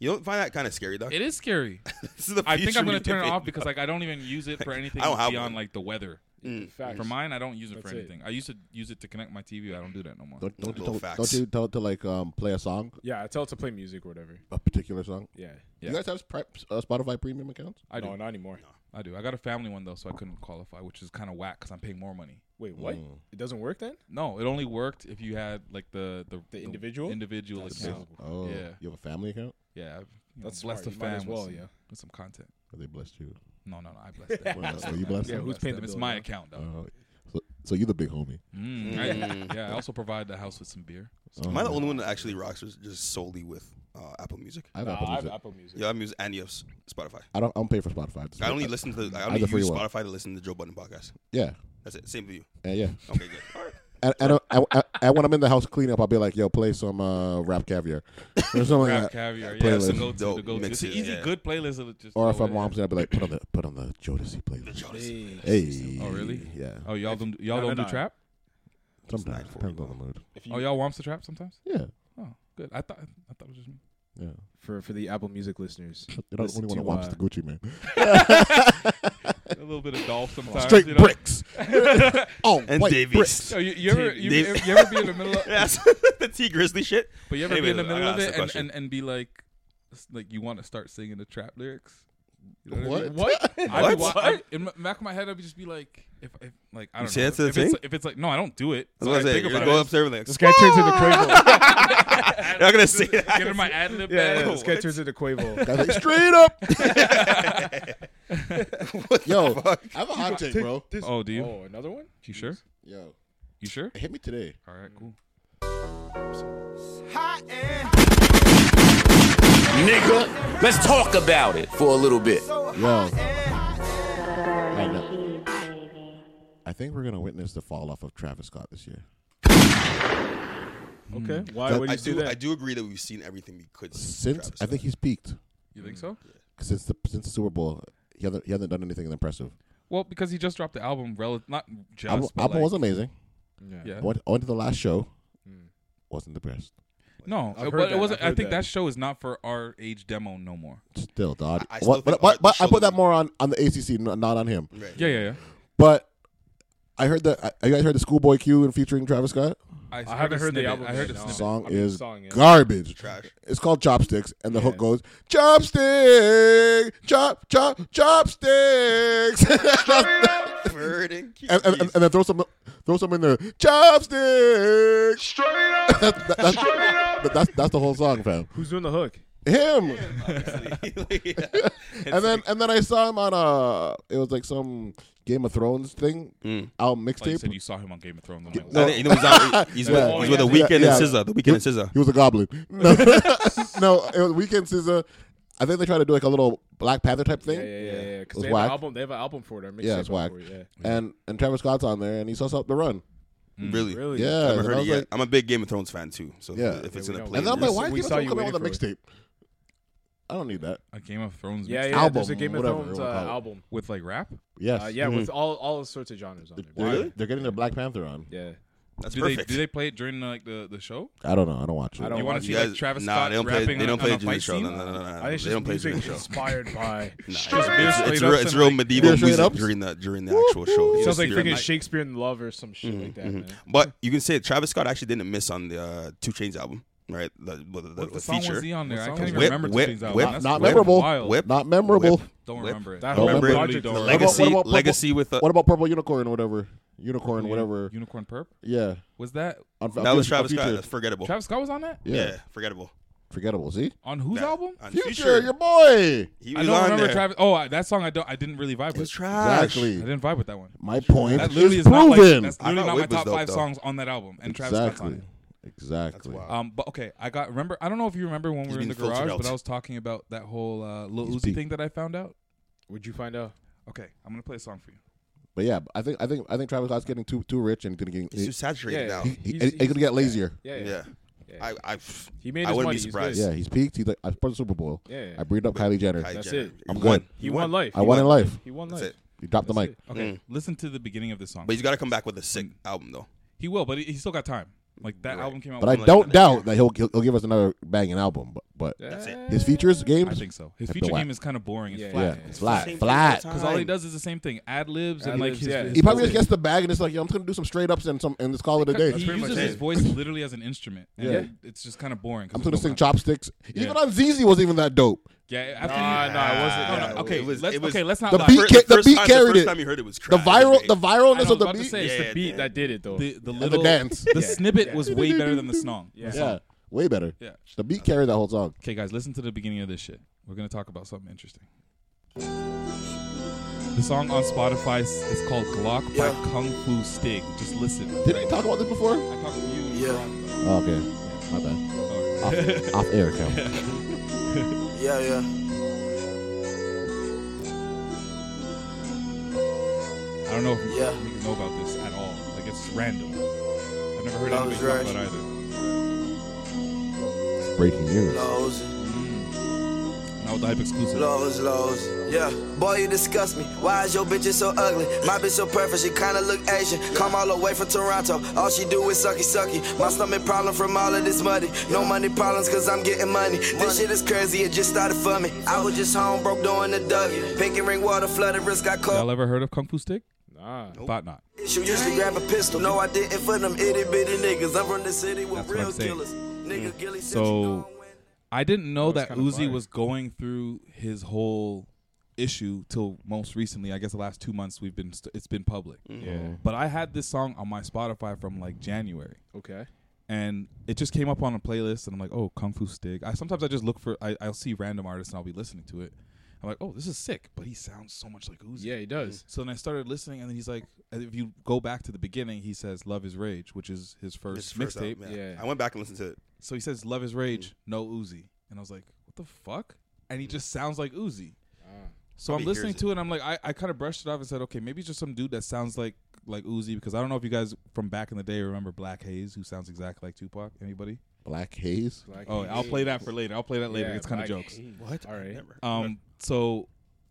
[SPEAKER 4] You don't find that kind of scary, though.
[SPEAKER 6] It is scary.
[SPEAKER 4] This is the
[SPEAKER 6] I think
[SPEAKER 4] future
[SPEAKER 6] I'm gonna
[SPEAKER 4] we
[SPEAKER 6] turn it
[SPEAKER 4] live
[SPEAKER 6] off
[SPEAKER 4] in.
[SPEAKER 6] because like I don't even use it for anything
[SPEAKER 4] I don't have
[SPEAKER 6] beyond
[SPEAKER 4] one.
[SPEAKER 6] like the weather.
[SPEAKER 4] Mm.
[SPEAKER 3] Facts.
[SPEAKER 6] For mine, I don't use it for
[SPEAKER 3] That's it.
[SPEAKER 6] anything. I used to use it to connect my TV. I don't do that no more.
[SPEAKER 1] Don't, don't, you
[SPEAKER 4] Little
[SPEAKER 1] tell,
[SPEAKER 4] facts.
[SPEAKER 1] don't you tell it to like um, play a song,
[SPEAKER 3] Yeah, I tell it to play music or whatever.
[SPEAKER 1] a particular song?
[SPEAKER 3] Yeah.
[SPEAKER 1] You
[SPEAKER 6] Yeah.
[SPEAKER 1] guys have Pri- uh, Spotify Premium accounts?
[SPEAKER 6] I do.
[SPEAKER 3] no, not anymore.
[SPEAKER 6] I do. I got a family one though, so I couldn't qualify, which is kind of whack because I'm paying more money.
[SPEAKER 3] Wait, what?
[SPEAKER 1] Mm.
[SPEAKER 3] It doesn't work then?
[SPEAKER 6] No, it only worked if you had like the the,
[SPEAKER 3] individual?
[SPEAKER 6] individual account.
[SPEAKER 1] Oh,
[SPEAKER 6] Yeah.
[SPEAKER 1] you have a family account?
[SPEAKER 6] Yeah, I've, you
[SPEAKER 3] That's
[SPEAKER 6] know, blessed
[SPEAKER 3] smart.
[SPEAKER 6] the
[SPEAKER 3] You might
[SPEAKER 6] fam
[SPEAKER 3] as well,
[SPEAKER 6] with, some,
[SPEAKER 3] yeah.
[SPEAKER 6] with some content.
[SPEAKER 1] Or Oh, they blessed you.
[SPEAKER 6] No, no, no, I blessed them.
[SPEAKER 1] Well, so you blessed
[SPEAKER 3] Yeah,
[SPEAKER 1] them?
[SPEAKER 3] who's paying the
[SPEAKER 6] It's
[SPEAKER 3] bill
[SPEAKER 6] my
[SPEAKER 3] now?
[SPEAKER 6] account though.
[SPEAKER 1] Oh, so, so you're the big homie.
[SPEAKER 6] Mm, I- yeah, I also provide the house with some beer. So
[SPEAKER 4] Am I the only one that actually rocks with- just solely with uh, Apple Music?
[SPEAKER 1] I have
[SPEAKER 3] Nah,
[SPEAKER 1] Apple
[SPEAKER 3] I have
[SPEAKER 1] Music.
[SPEAKER 3] Apple Music.
[SPEAKER 4] Yeah, I'm using and you have S- Spotify.
[SPEAKER 1] I don't. I don't pay for Spotify. It's
[SPEAKER 4] I only
[SPEAKER 1] like-
[SPEAKER 4] listen to I
[SPEAKER 1] have
[SPEAKER 4] only
[SPEAKER 1] the free
[SPEAKER 4] use
[SPEAKER 1] one.
[SPEAKER 4] Spotify to listen to Joe Budden podcast.
[SPEAKER 1] Yeah,
[SPEAKER 4] That's it. Same for you.
[SPEAKER 1] uh, yeah.
[SPEAKER 4] Okay, good. All right.
[SPEAKER 1] And, and, and, and when I'm in the house cleaning up, I'll be like, "Yo, play some uh, rap caviar." Or something like
[SPEAKER 6] Rap
[SPEAKER 1] that.
[SPEAKER 6] caviar, yeah,
[SPEAKER 1] playlist.
[SPEAKER 6] it's a go-to,
[SPEAKER 4] Dope
[SPEAKER 6] the go-to. It's an
[SPEAKER 4] mixes,
[SPEAKER 6] easy,
[SPEAKER 4] yeah.
[SPEAKER 6] good playlist. it'll Just
[SPEAKER 1] Or
[SPEAKER 6] go
[SPEAKER 1] if I'm
[SPEAKER 6] in.
[SPEAKER 1] womps, I'll be like, "Put on the put on the Jodeci playlist."
[SPEAKER 4] Jonas.
[SPEAKER 1] Hey.
[SPEAKER 6] Oh, really?
[SPEAKER 1] Yeah.
[SPEAKER 6] Oh, y'all don't y'all
[SPEAKER 3] No, no,
[SPEAKER 6] don't do
[SPEAKER 3] no.
[SPEAKER 6] trap?
[SPEAKER 1] Sometimes depends on the mood.
[SPEAKER 6] Oh, y'all wants the trap sometimes?
[SPEAKER 1] Yeah.
[SPEAKER 6] Oh, good. I thought I thought it was just me.
[SPEAKER 1] Yeah.
[SPEAKER 3] For for the Apple Music listeners.
[SPEAKER 1] You don't
[SPEAKER 3] listen
[SPEAKER 1] only
[SPEAKER 3] to,
[SPEAKER 1] want to womps
[SPEAKER 3] uh,
[SPEAKER 1] the Gucci man.
[SPEAKER 6] A little bit of Dolph sometimes.
[SPEAKER 1] Straight
[SPEAKER 6] you know?
[SPEAKER 1] bricks. oh,
[SPEAKER 4] And
[SPEAKER 1] white bricks.
[SPEAKER 4] Davies.
[SPEAKER 6] Yo, you, you ever you,
[SPEAKER 4] Dave-
[SPEAKER 6] ever- you ever be in the middle of
[SPEAKER 4] Yes, the T Grizzly shit.
[SPEAKER 6] but you ever
[SPEAKER 4] Anyway,
[SPEAKER 6] be in the
[SPEAKER 4] I
[SPEAKER 6] middle
[SPEAKER 4] gotta ask
[SPEAKER 6] of it
[SPEAKER 4] the
[SPEAKER 6] and,
[SPEAKER 4] question.
[SPEAKER 6] and, and be like like you want to start singing the trap lyrics. You know
[SPEAKER 1] What?
[SPEAKER 3] What?
[SPEAKER 6] I would
[SPEAKER 4] What?
[SPEAKER 6] wa- I, in the back of my head, I'd just be like, if, if like I don't know,
[SPEAKER 4] chant to the
[SPEAKER 6] if, it's,
[SPEAKER 4] thing?
[SPEAKER 6] if it's like no, I don't do it.
[SPEAKER 4] I
[SPEAKER 6] So
[SPEAKER 4] was
[SPEAKER 6] I
[SPEAKER 4] gonna say,
[SPEAKER 6] think
[SPEAKER 4] you're
[SPEAKER 6] about
[SPEAKER 4] gonna
[SPEAKER 6] it,
[SPEAKER 4] go
[SPEAKER 6] I
[SPEAKER 4] upstairs and like,
[SPEAKER 3] This guy turns into Quavo.
[SPEAKER 6] just-
[SPEAKER 4] You're not gonna say that.
[SPEAKER 6] Get in my ad lib.
[SPEAKER 3] yeah, yeah,
[SPEAKER 6] bag.
[SPEAKER 3] this guy turns into Quavo.
[SPEAKER 1] Guys, like, straight up. Yo, I have a hot take, bro.
[SPEAKER 6] Oh, do you?
[SPEAKER 3] Oh, another one?
[SPEAKER 6] You sure?
[SPEAKER 1] Yo,
[SPEAKER 6] You sure?
[SPEAKER 1] it hit me today.
[SPEAKER 6] All right, cool.
[SPEAKER 8] Nigga, let's talk about it for a little bit.
[SPEAKER 1] Yo. I, know. I think we're gonna witness the fall off of Travis Scott this year.
[SPEAKER 3] Okay. Why would
[SPEAKER 4] I
[SPEAKER 3] you
[SPEAKER 4] do.
[SPEAKER 3] do that?
[SPEAKER 4] I do agree that we've seen everything we could see from
[SPEAKER 1] Since
[SPEAKER 4] Travis
[SPEAKER 1] I think
[SPEAKER 4] Scott.
[SPEAKER 1] he's peaked.
[SPEAKER 6] You think so?
[SPEAKER 1] Since the since the Super Bowl, he hasn't, he hasn't done anything impressive.
[SPEAKER 6] Well, because he just dropped the album, rel- not just.
[SPEAKER 1] Album,
[SPEAKER 6] but
[SPEAKER 1] album
[SPEAKER 6] like,
[SPEAKER 1] was amazing.
[SPEAKER 6] Yeah.
[SPEAKER 1] I went, I went to the last show. Wasn't the best.
[SPEAKER 6] No,
[SPEAKER 3] I've
[SPEAKER 6] it-
[SPEAKER 3] heard
[SPEAKER 6] but it
[SPEAKER 3] that,
[SPEAKER 6] wasn't.
[SPEAKER 3] I've
[SPEAKER 6] I
[SPEAKER 3] heard
[SPEAKER 6] think
[SPEAKER 3] that.
[SPEAKER 6] that show is not for our age demo no more.
[SPEAKER 1] Still, dog.
[SPEAKER 4] I- I
[SPEAKER 1] I,
[SPEAKER 4] still
[SPEAKER 1] but
[SPEAKER 4] think
[SPEAKER 1] but,
[SPEAKER 4] the
[SPEAKER 1] but I
[SPEAKER 4] show
[SPEAKER 1] put that
[SPEAKER 4] that-
[SPEAKER 1] more on on the ACC, n- not on him.
[SPEAKER 4] Right.
[SPEAKER 6] Yeah, yeah, yeah.
[SPEAKER 1] But I heard that. I- You guys heard the Schoolboy Q and featuring Travis Scott
[SPEAKER 3] I haven't heard the album.
[SPEAKER 6] I heard
[SPEAKER 3] yet,
[SPEAKER 6] a
[SPEAKER 3] no.
[SPEAKER 6] snippet.
[SPEAKER 1] song
[SPEAKER 3] I mean,
[SPEAKER 1] is
[SPEAKER 3] song, yeah.
[SPEAKER 1] garbage.
[SPEAKER 4] Trash.
[SPEAKER 1] It's called Chopsticks, and the hook goes Chopstick, chop, chop, chopsticks,
[SPEAKER 4] Bird and keys.
[SPEAKER 1] and, and, and then throw some throw some in there. Chopsticks.
[SPEAKER 2] Straight up.
[SPEAKER 1] That- that- that's, that- that's that's the whole song, fam.
[SPEAKER 3] Who's doing the hook?
[SPEAKER 1] Him.
[SPEAKER 4] Yeah.
[SPEAKER 1] and then and then I saw him on a it was like some Game of Thrones thing
[SPEAKER 3] Oh,
[SPEAKER 1] album
[SPEAKER 6] Like you
[SPEAKER 1] mixtape.
[SPEAKER 6] said, you saw him on Game of Thrones. I'm like,
[SPEAKER 1] no.
[SPEAKER 4] I think- you know, he's, out, he's with,
[SPEAKER 1] Yeah.
[SPEAKER 4] he's with the
[SPEAKER 6] Oh, yeah.
[SPEAKER 4] weekend
[SPEAKER 1] Yeah.
[SPEAKER 4] and SZA. The weekend and SZA.
[SPEAKER 1] He was a goblin. No, no, it was Weekend Scissor. I think they tried to do like a little Black Panther type thing.
[SPEAKER 3] Yeah, yeah, yeah. yeah. 'Cause
[SPEAKER 1] It's
[SPEAKER 3] they have
[SPEAKER 1] whack.
[SPEAKER 3] an album. They have an album for it. or a
[SPEAKER 1] Yeah,
[SPEAKER 3] mixtape
[SPEAKER 1] it's whack.
[SPEAKER 3] For it, yeah.
[SPEAKER 1] And and Travis Scott's on there, and he says up the run.
[SPEAKER 4] Really?
[SPEAKER 3] Really?
[SPEAKER 1] Yeah,
[SPEAKER 4] I haven't
[SPEAKER 1] and I
[SPEAKER 4] heard it
[SPEAKER 1] was
[SPEAKER 4] yet.
[SPEAKER 1] like-
[SPEAKER 4] I'm a big Game of Thrones fan too. So
[SPEAKER 1] Yeah.
[SPEAKER 4] if it's
[SPEAKER 3] Yeah,
[SPEAKER 4] in a
[SPEAKER 3] we know.
[SPEAKER 4] play,
[SPEAKER 1] and then I'm like, why
[SPEAKER 3] we
[SPEAKER 1] is
[SPEAKER 3] saw
[SPEAKER 1] people
[SPEAKER 3] you
[SPEAKER 1] coming out with a
[SPEAKER 3] waiting for
[SPEAKER 1] mixtape? I don't need that.
[SPEAKER 6] a Game of Thrones.
[SPEAKER 3] Yeah,
[SPEAKER 6] mixtape
[SPEAKER 3] yeah. there's a
[SPEAKER 1] Album,
[SPEAKER 3] Game of
[SPEAKER 1] whatever
[SPEAKER 3] Thrones
[SPEAKER 1] you
[SPEAKER 3] uh,
[SPEAKER 1] wanna call it.
[SPEAKER 3] album.
[SPEAKER 6] with like rap.
[SPEAKER 1] Yes.
[SPEAKER 3] Uh, yeah, with all all sorts of genres on there.
[SPEAKER 1] They're, they're getting their Black Panther on.
[SPEAKER 3] Yeah.
[SPEAKER 4] that's
[SPEAKER 6] Do
[SPEAKER 4] perfect.
[SPEAKER 6] they do they play it during like the, the show?
[SPEAKER 1] I don't know. I don't watch it.
[SPEAKER 3] I don't
[SPEAKER 6] You want
[SPEAKER 3] watch
[SPEAKER 6] to see
[SPEAKER 3] it.
[SPEAKER 4] You guys-
[SPEAKER 6] like Travis
[SPEAKER 4] nah,
[SPEAKER 6] Scott
[SPEAKER 4] they don't play.
[SPEAKER 6] rapping
[SPEAKER 4] They
[SPEAKER 6] on-
[SPEAKER 4] don't
[SPEAKER 6] on
[SPEAKER 4] play
[SPEAKER 6] a
[SPEAKER 4] during the
[SPEAKER 6] fight
[SPEAKER 4] show.
[SPEAKER 6] scene?
[SPEAKER 4] No, no, no, no, no.
[SPEAKER 3] I think it's
[SPEAKER 4] They
[SPEAKER 3] just
[SPEAKER 4] don't play during
[SPEAKER 3] music
[SPEAKER 4] the show.
[SPEAKER 3] inspired by.
[SPEAKER 4] It's,
[SPEAKER 6] Straight
[SPEAKER 4] it's
[SPEAKER 6] up
[SPEAKER 4] real, it's
[SPEAKER 6] and,
[SPEAKER 4] real
[SPEAKER 6] like-
[SPEAKER 4] medieval
[SPEAKER 1] Yeah, straight
[SPEAKER 4] music
[SPEAKER 1] up.
[SPEAKER 4] during the during the actual show.
[SPEAKER 3] Sounds
[SPEAKER 4] Just
[SPEAKER 3] like
[SPEAKER 4] during,
[SPEAKER 3] freaking Shakespeare in Love or some shit like that. Man.
[SPEAKER 4] But you can say Travis Scott actually didn't miss on the uh, Two Chains album, right? The, the, the,
[SPEAKER 6] What
[SPEAKER 4] the
[SPEAKER 6] the song
[SPEAKER 4] feature.
[SPEAKER 6] was he on there? I can't
[SPEAKER 3] What song
[SPEAKER 6] even
[SPEAKER 4] was it?
[SPEAKER 6] remember
[SPEAKER 4] Whip,
[SPEAKER 6] Tunes
[SPEAKER 4] whip,
[SPEAKER 6] album.
[SPEAKER 4] whip,
[SPEAKER 6] That's
[SPEAKER 1] not
[SPEAKER 6] wild.
[SPEAKER 1] memorable.
[SPEAKER 6] Wild.
[SPEAKER 4] Whip.
[SPEAKER 1] Not memorable.
[SPEAKER 4] Whip.
[SPEAKER 6] Don't
[SPEAKER 4] Whip.
[SPEAKER 6] remember it.
[SPEAKER 3] That
[SPEAKER 1] Don't
[SPEAKER 3] whole
[SPEAKER 1] remember it.
[SPEAKER 3] project
[SPEAKER 6] Don't
[SPEAKER 3] is
[SPEAKER 1] What about-
[SPEAKER 4] Legacy,
[SPEAKER 1] what about- what
[SPEAKER 4] legacy with uh,
[SPEAKER 1] What about Purple Unicorn or whatever? Unicorn, whatever.
[SPEAKER 6] Unicorn Perp.
[SPEAKER 1] yeah.
[SPEAKER 6] Was that
[SPEAKER 1] On- on
[SPEAKER 4] that was
[SPEAKER 1] Future- on
[SPEAKER 4] Travis Scott.
[SPEAKER 1] Future.
[SPEAKER 4] That's forgettable.
[SPEAKER 6] Travis Scott was on that?
[SPEAKER 1] Yeah.
[SPEAKER 4] yeah, forgettable.
[SPEAKER 1] Forgettable. See.
[SPEAKER 6] On whose
[SPEAKER 4] That-
[SPEAKER 6] album?
[SPEAKER 4] on
[SPEAKER 1] Future, your boy.
[SPEAKER 4] He
[SPEAKER 6] I
[SPEAKER 4] was
[SPEAKER 6] don't
[SPEAKER 4] on
[SPEAKER 6] remember
[SPEAKER 4] there.
[SPEAKER 6] Travis. Oh, I- that song I don't. I didn't really vibe with.
[SPEAKER 4] trash.
[SPEAKER 1] Exactly.
[SPEAKER 6] I didn't vibe with that one.
[SPEAKER 1] My point
[SPEAKER 6] That literally
[SPEAKER 1] is
[SPEAKER 6] is not like,
[SPEAKER 1] proven.
[SPEAKER 6] that's
[SPEAKER 4] I thought
[SPEAKER 6] literally not my
[SPEAKER 4] Whip was
[SPEAKER 6] top
[SPEAKER 4] dope,
[SPEAKER 6] five
[SPEAKER 4] though.
[SPEAKER 6] songs on that album, and Travis Scott's on
[SPEAKER 1] exactly.
[SPEAKER 6] it.
[SPEAKER 1] Exactly.
[SPEAKER 4] wild.
[SPEAKER 6] Um, but okay, I got remember. I don't know if you remember when we were in
[SPEAKER 4] been
[SPEAKER 6] the
[SPEAKER 4] filtered
[SPEAKER 6] garage,
[SPEAKER 4] out.
[SPEAKER 6] but I was talking about that whole uh, Lil
[SPEAKER 1] He's
[SPEAKER 6] Uzi
[SPEAKER 1] peak.
[SPEAKER 6] thing that I found out.
[SPEAKER 3] Would you find out?
[SPEAKER 6] Okay, I'm gonna play a song for you.
[SPEAKER 1] But yeah, I think I think I think Travis Scott's getting too too rich and getting
[SPEAKER 4] He's
[SPEAKER 1] he,
[SPEAKER 4] too saturated
[SPEAKER 3] Yeah,
[SPEAKER 4] now.
[SPEAKER 1] he,
[SPEAKER 4] Yeah.
[SPEAKER 1] he,
[SPEAKER 3] He's-
[SPEAKER 1] he's,
[SPEAKER 3] he's-
[SPEAKER 1] gonna get lazier.
[SPEAKER 3] Yeah, yeah. Yeah.
[SPEAKER 4] I, I,
[SPEAKER 3] He made
[SPEAKER 4] I wouldn't
[SPEAKER 3] his money.
[SPEAKER 4] be
[SPEAKER 3] He's
[SPEAKER 4] surprised.
[SPEAKER 1] Yeah, he's peaked. He's like I spent the Super Bowl.
[SPEAKER 3] Yeah, yeah.
[SPEAKER 1] I breathed up Kylie Jenner.
[SPEAKER 4] Kylie
[SPEAKER 3] That's
[SPEAKER 4] Jenner.
[SPEAKER 3] it.
[SPEAKER 1] I'm
[SPEAKER 4] He
[SPEAKER 1] good.
[SPEAKER 4] won.
[SPEAKER 3] He won life.
[SPEAKER 1] I
[SPEAKER 3] He
[SPEAKER 1] won in life.
[SPEAKER 3] He won
[SPEAKER 4] That's
[SPEAKER 3] life.
[SPEAKER 4] it.
[SPEAKER 1] He dropped the
[SPEAKER 3] That's
[SPEAKER 1] mic.
[SPEAKER 3] it.
[SPEAKER 6] Okay, listen to the beginning of this song.
[SPEAKER 4] But he's got to come back with a sick album though.
[SPEAKER 6] he will, but he, he still got time. Like that album came out.
[SPEAKER 1] But I
[SPEAKER 6] like,
[SPEAKER 1] don't doubt that he'll, he'll he'll give us another banging album. But but
[SPEAKER 3] That's it.
[SPEAKER 1] his features games.
[SPEAKER 6] I think so. His
[SPEAKER 1] That's
[SPEAKER 6] future
[SPEAKER 1] whack.
[SPEAKER 6] game is kind of boring. It's
[SPEAKER 3] Yeah,
[SPEAKER 1] Yeah,
[SPEAKER 6] flat.
[SPEAKER 1] it's flat,
[SPEAKER 4] Same thing
[SPEAKER 6] Because
[SPEAKER 1] flat.
[SPEAKER 4] all the time.
[SPEAKER 6] all he does is the same thing: ad libs and like
[SPEAKER 3] Ad-libs,
[SPEAKER 6] his.
[SPEAKER 3] yeah.
[SPEAKER 6] his
[SPEAKER 1] He probably just
[SPEAKER 6] voice.
[SPEAKER 1] gets the bag and it's like, yo, I'm just gonna do some straight ups and some and let's call it a day.
[SPEAKER 6] He
[SPEAKER 3] pretty
[SPEAKER 6] uses
[SPEAKER 3] much
[SPEAKER 6] his
[SPEAKER 3] it.
[SPEAKER 6] voice literally as an instrument. And
[SPEAKER 1] Yeah.
[SPEAKER 6] yeah, it's just kind of boring. 'cause
[SPEAKER 1] I'm
[SPEAKER 6] there's
[SPEAKER 1] gonna
[SPEAKER 6] no
[SPEAKER 1] sing
[SPEAKER 6] content.
[SPEAKER 1] chopsticks. Even on ZZ wasn't even that dope.
[SPEAKER 6] Yeah, after
[SPEAKER 3] Nah,
[SPEAKER 6] you,
[SPEAKER 1] Ah,
[SPEAKER 3] nah, it wasn't-
[SPEAKER 6] No, no,
[SPEAKER 4] yeah,
[SPEAKER 6] okay,
[SPEAKER 4] it was-
[SPEAKER 6] let's
[SPEAKER 4] it was-
[SPEAKER 6] okay, let's not
[SPEAKER 1] The
[SPEAKER 6] lie.
[SPEAKER 1] beat
[SPEAKER 4] First-
[SPEAKER 1] ca- the
[SPEAKER 4] first
[SPEAKER 1] beat
[SPEAKER 4] time-
[SPEAKER 1] carried
[SPEAKER 4] the first
[SPEAKER 1] it.
[SPEAKER 4] time you heard it was
[SPEAKER 1] The
[SPEAKER 4] trash.
[SPEAKER 1] viral,
[SPEAKER 4] Right?
[SPEAKER 1] the viralness
[SPEAKER 6] I
[SPEAKER 1] of
[SPEAKER 6] was
[SPEAKER 1] the
[SPEAKER 6] about to
[SPEAKER 1] beat.
[SPEAKER 6] say,
[SPEAKER 4] Yeah,
[SPEAKER 6] it's
[SPEAKER 4] yeah,
[SPEAKER 6] the beat
[SPEAKER 4] yeah.
[SPEAKER 6] that
[SPEAKER 3] That did it though.
[SPEAKER 6] the, the
[SPEAKER 1] the
[SPEAKER 6] little
[SPEAKER 1] dance.
[SPEAKER 6] the snippet was way better than the song.
[SPEAKER 1] Yeah, way better.
[SPEAKER 6] Yeah.
[SPEAKER 1] The beat carried that whole song.
[SPEAKER 6] Okay, guys, listen to the beginning of this shit. We're gonna talk about something interesting. The song on Spotify is is called Glock by Kung Fu Stig. Just listen.
[SPEAKER 1] Did we talk about this before?
[SPEAKER 6] I talked to you. Yeah.
[SPEAKER 1] Oh, okay, my bad.
[SPEAKER 4] Oh.
[SPEAKER 1] Off, off air, Cal.
[SPEAKER 9] Yeah, yeah.
[SPEAKER 6] I don't know if you
[SPEAKER 9] Yeah.
[SPEAKER 6] niggas know about this at all. Like it's random. I've never heard
[SPEAKER 9] That
[SPEAKER 6] anybody
[SPEAKER 9] was
[SPEAKER 6] talk
[SPEAKER 9] right.
[SPEAKER 6] about it either.
[SPEAKER 1] Breaking news.
[SPEAKER 9] Lows,
[SPEAKER 6] Now with the hype exclusive.
[SPEAKER 9] lows, lows. Yeah. Boy, you disgust me. Why is your bitch so ugly? My bitch so perfect, she kinda look Asian. Come all the way from Toronto. All she do is sucky sucky. My stomach problem from all of this muddy. No money problems, cause I'm getting money. This shit is crazy, it just started for me. I was just home, broke doing the dougie. Pink and ring water, flooded wrist, got cold.
[SPEAKER 6] Y'all ever heard of Kung Fu Stig?
[SPEAKER 3] Nah.
[SPEAKER 6] Thought not.
[SPEAKER 9] She used to grab a pistol. No, I didn't for them itty bitty niggas. I'm from the city with
[SPEAKER 6] That's what
[SPEAKER 9] real
[SPEAKER 6] I'm saying.
[SPEAKER 9] killers. Nigga, Gilly said
[SPEAKER 6] So-
[SPEAKER 9] she don't win.
[SPEAKER 6] I didn't know
[SPEAKER 3] That was
[SPEAKER 6] that
[SPEAKER 3] kinda
[SPEAKER 6] Uzi
[SPEAKER 3] fire.
[SPEAKER 6] was going through his whole issue till most recently. I guess the last two months we've been st- it's been public.
[SPEAKER 9] Mm-hmm.
[SPEAKER 3] Yeah.
[SPEAKER 6] But I had this song on my Spotify from like January,
[SPEAKER 3] Okay.
[SPEAKER 6] and it just came up on a playlist, and I'm like, oh, Kung Fu Stig. I sometimes I just look for I, I'll see random artists and I'll be listening to it. I'm like, oh, this is sick, but he sounds so much like Uzi.
[SPEAKER 3] Yeah, he does.
[SPEAKER 6] So then I started listening, and then he's like, and if you go back to the beginning, he says "Love Is Rage," which is
[SPEAKER 4] His
[SPEAKER 6] his first
[SPEAKER 4] first
[SPEAKER 6] mixtape.
[SPEAKER 4] album, Mm.
[SPEAKER 3] Yeah.
[SPEAKER 4] I went back and listened to it.
[SPEAKER 6] So he says "Love Is Rage," no Uzi, and I was like, "What the fuck?" And he just sounds like Uzi. So I'm
[SPEAKER 4] Probably hears
[SPEAKER 6] listening
[SPEAKER 4] it.
[SPEAKER 6] to it, and I'm like, I, I kind of brushed it off and said, okay, maybe it's just some dude that sounds like like Uzi because I don't know if you guys from back in the day remember Black Haze, who sounds exactly like Tupac. Anybody?
[SPEAKER 1] Black Haze.
[SPEAKER 3] Black
[SPEAKER 6] Oh, I'll play that for later. I'll play that later.
[SPEAKER 3] Yeah,
[SPEAKER 6] it's kind of
[SPEAKER 3] Black
[SPEAKER 6] jokes.
[SPEAKER 3] Haze. What? All right.
[SPEAKER 6] Um, so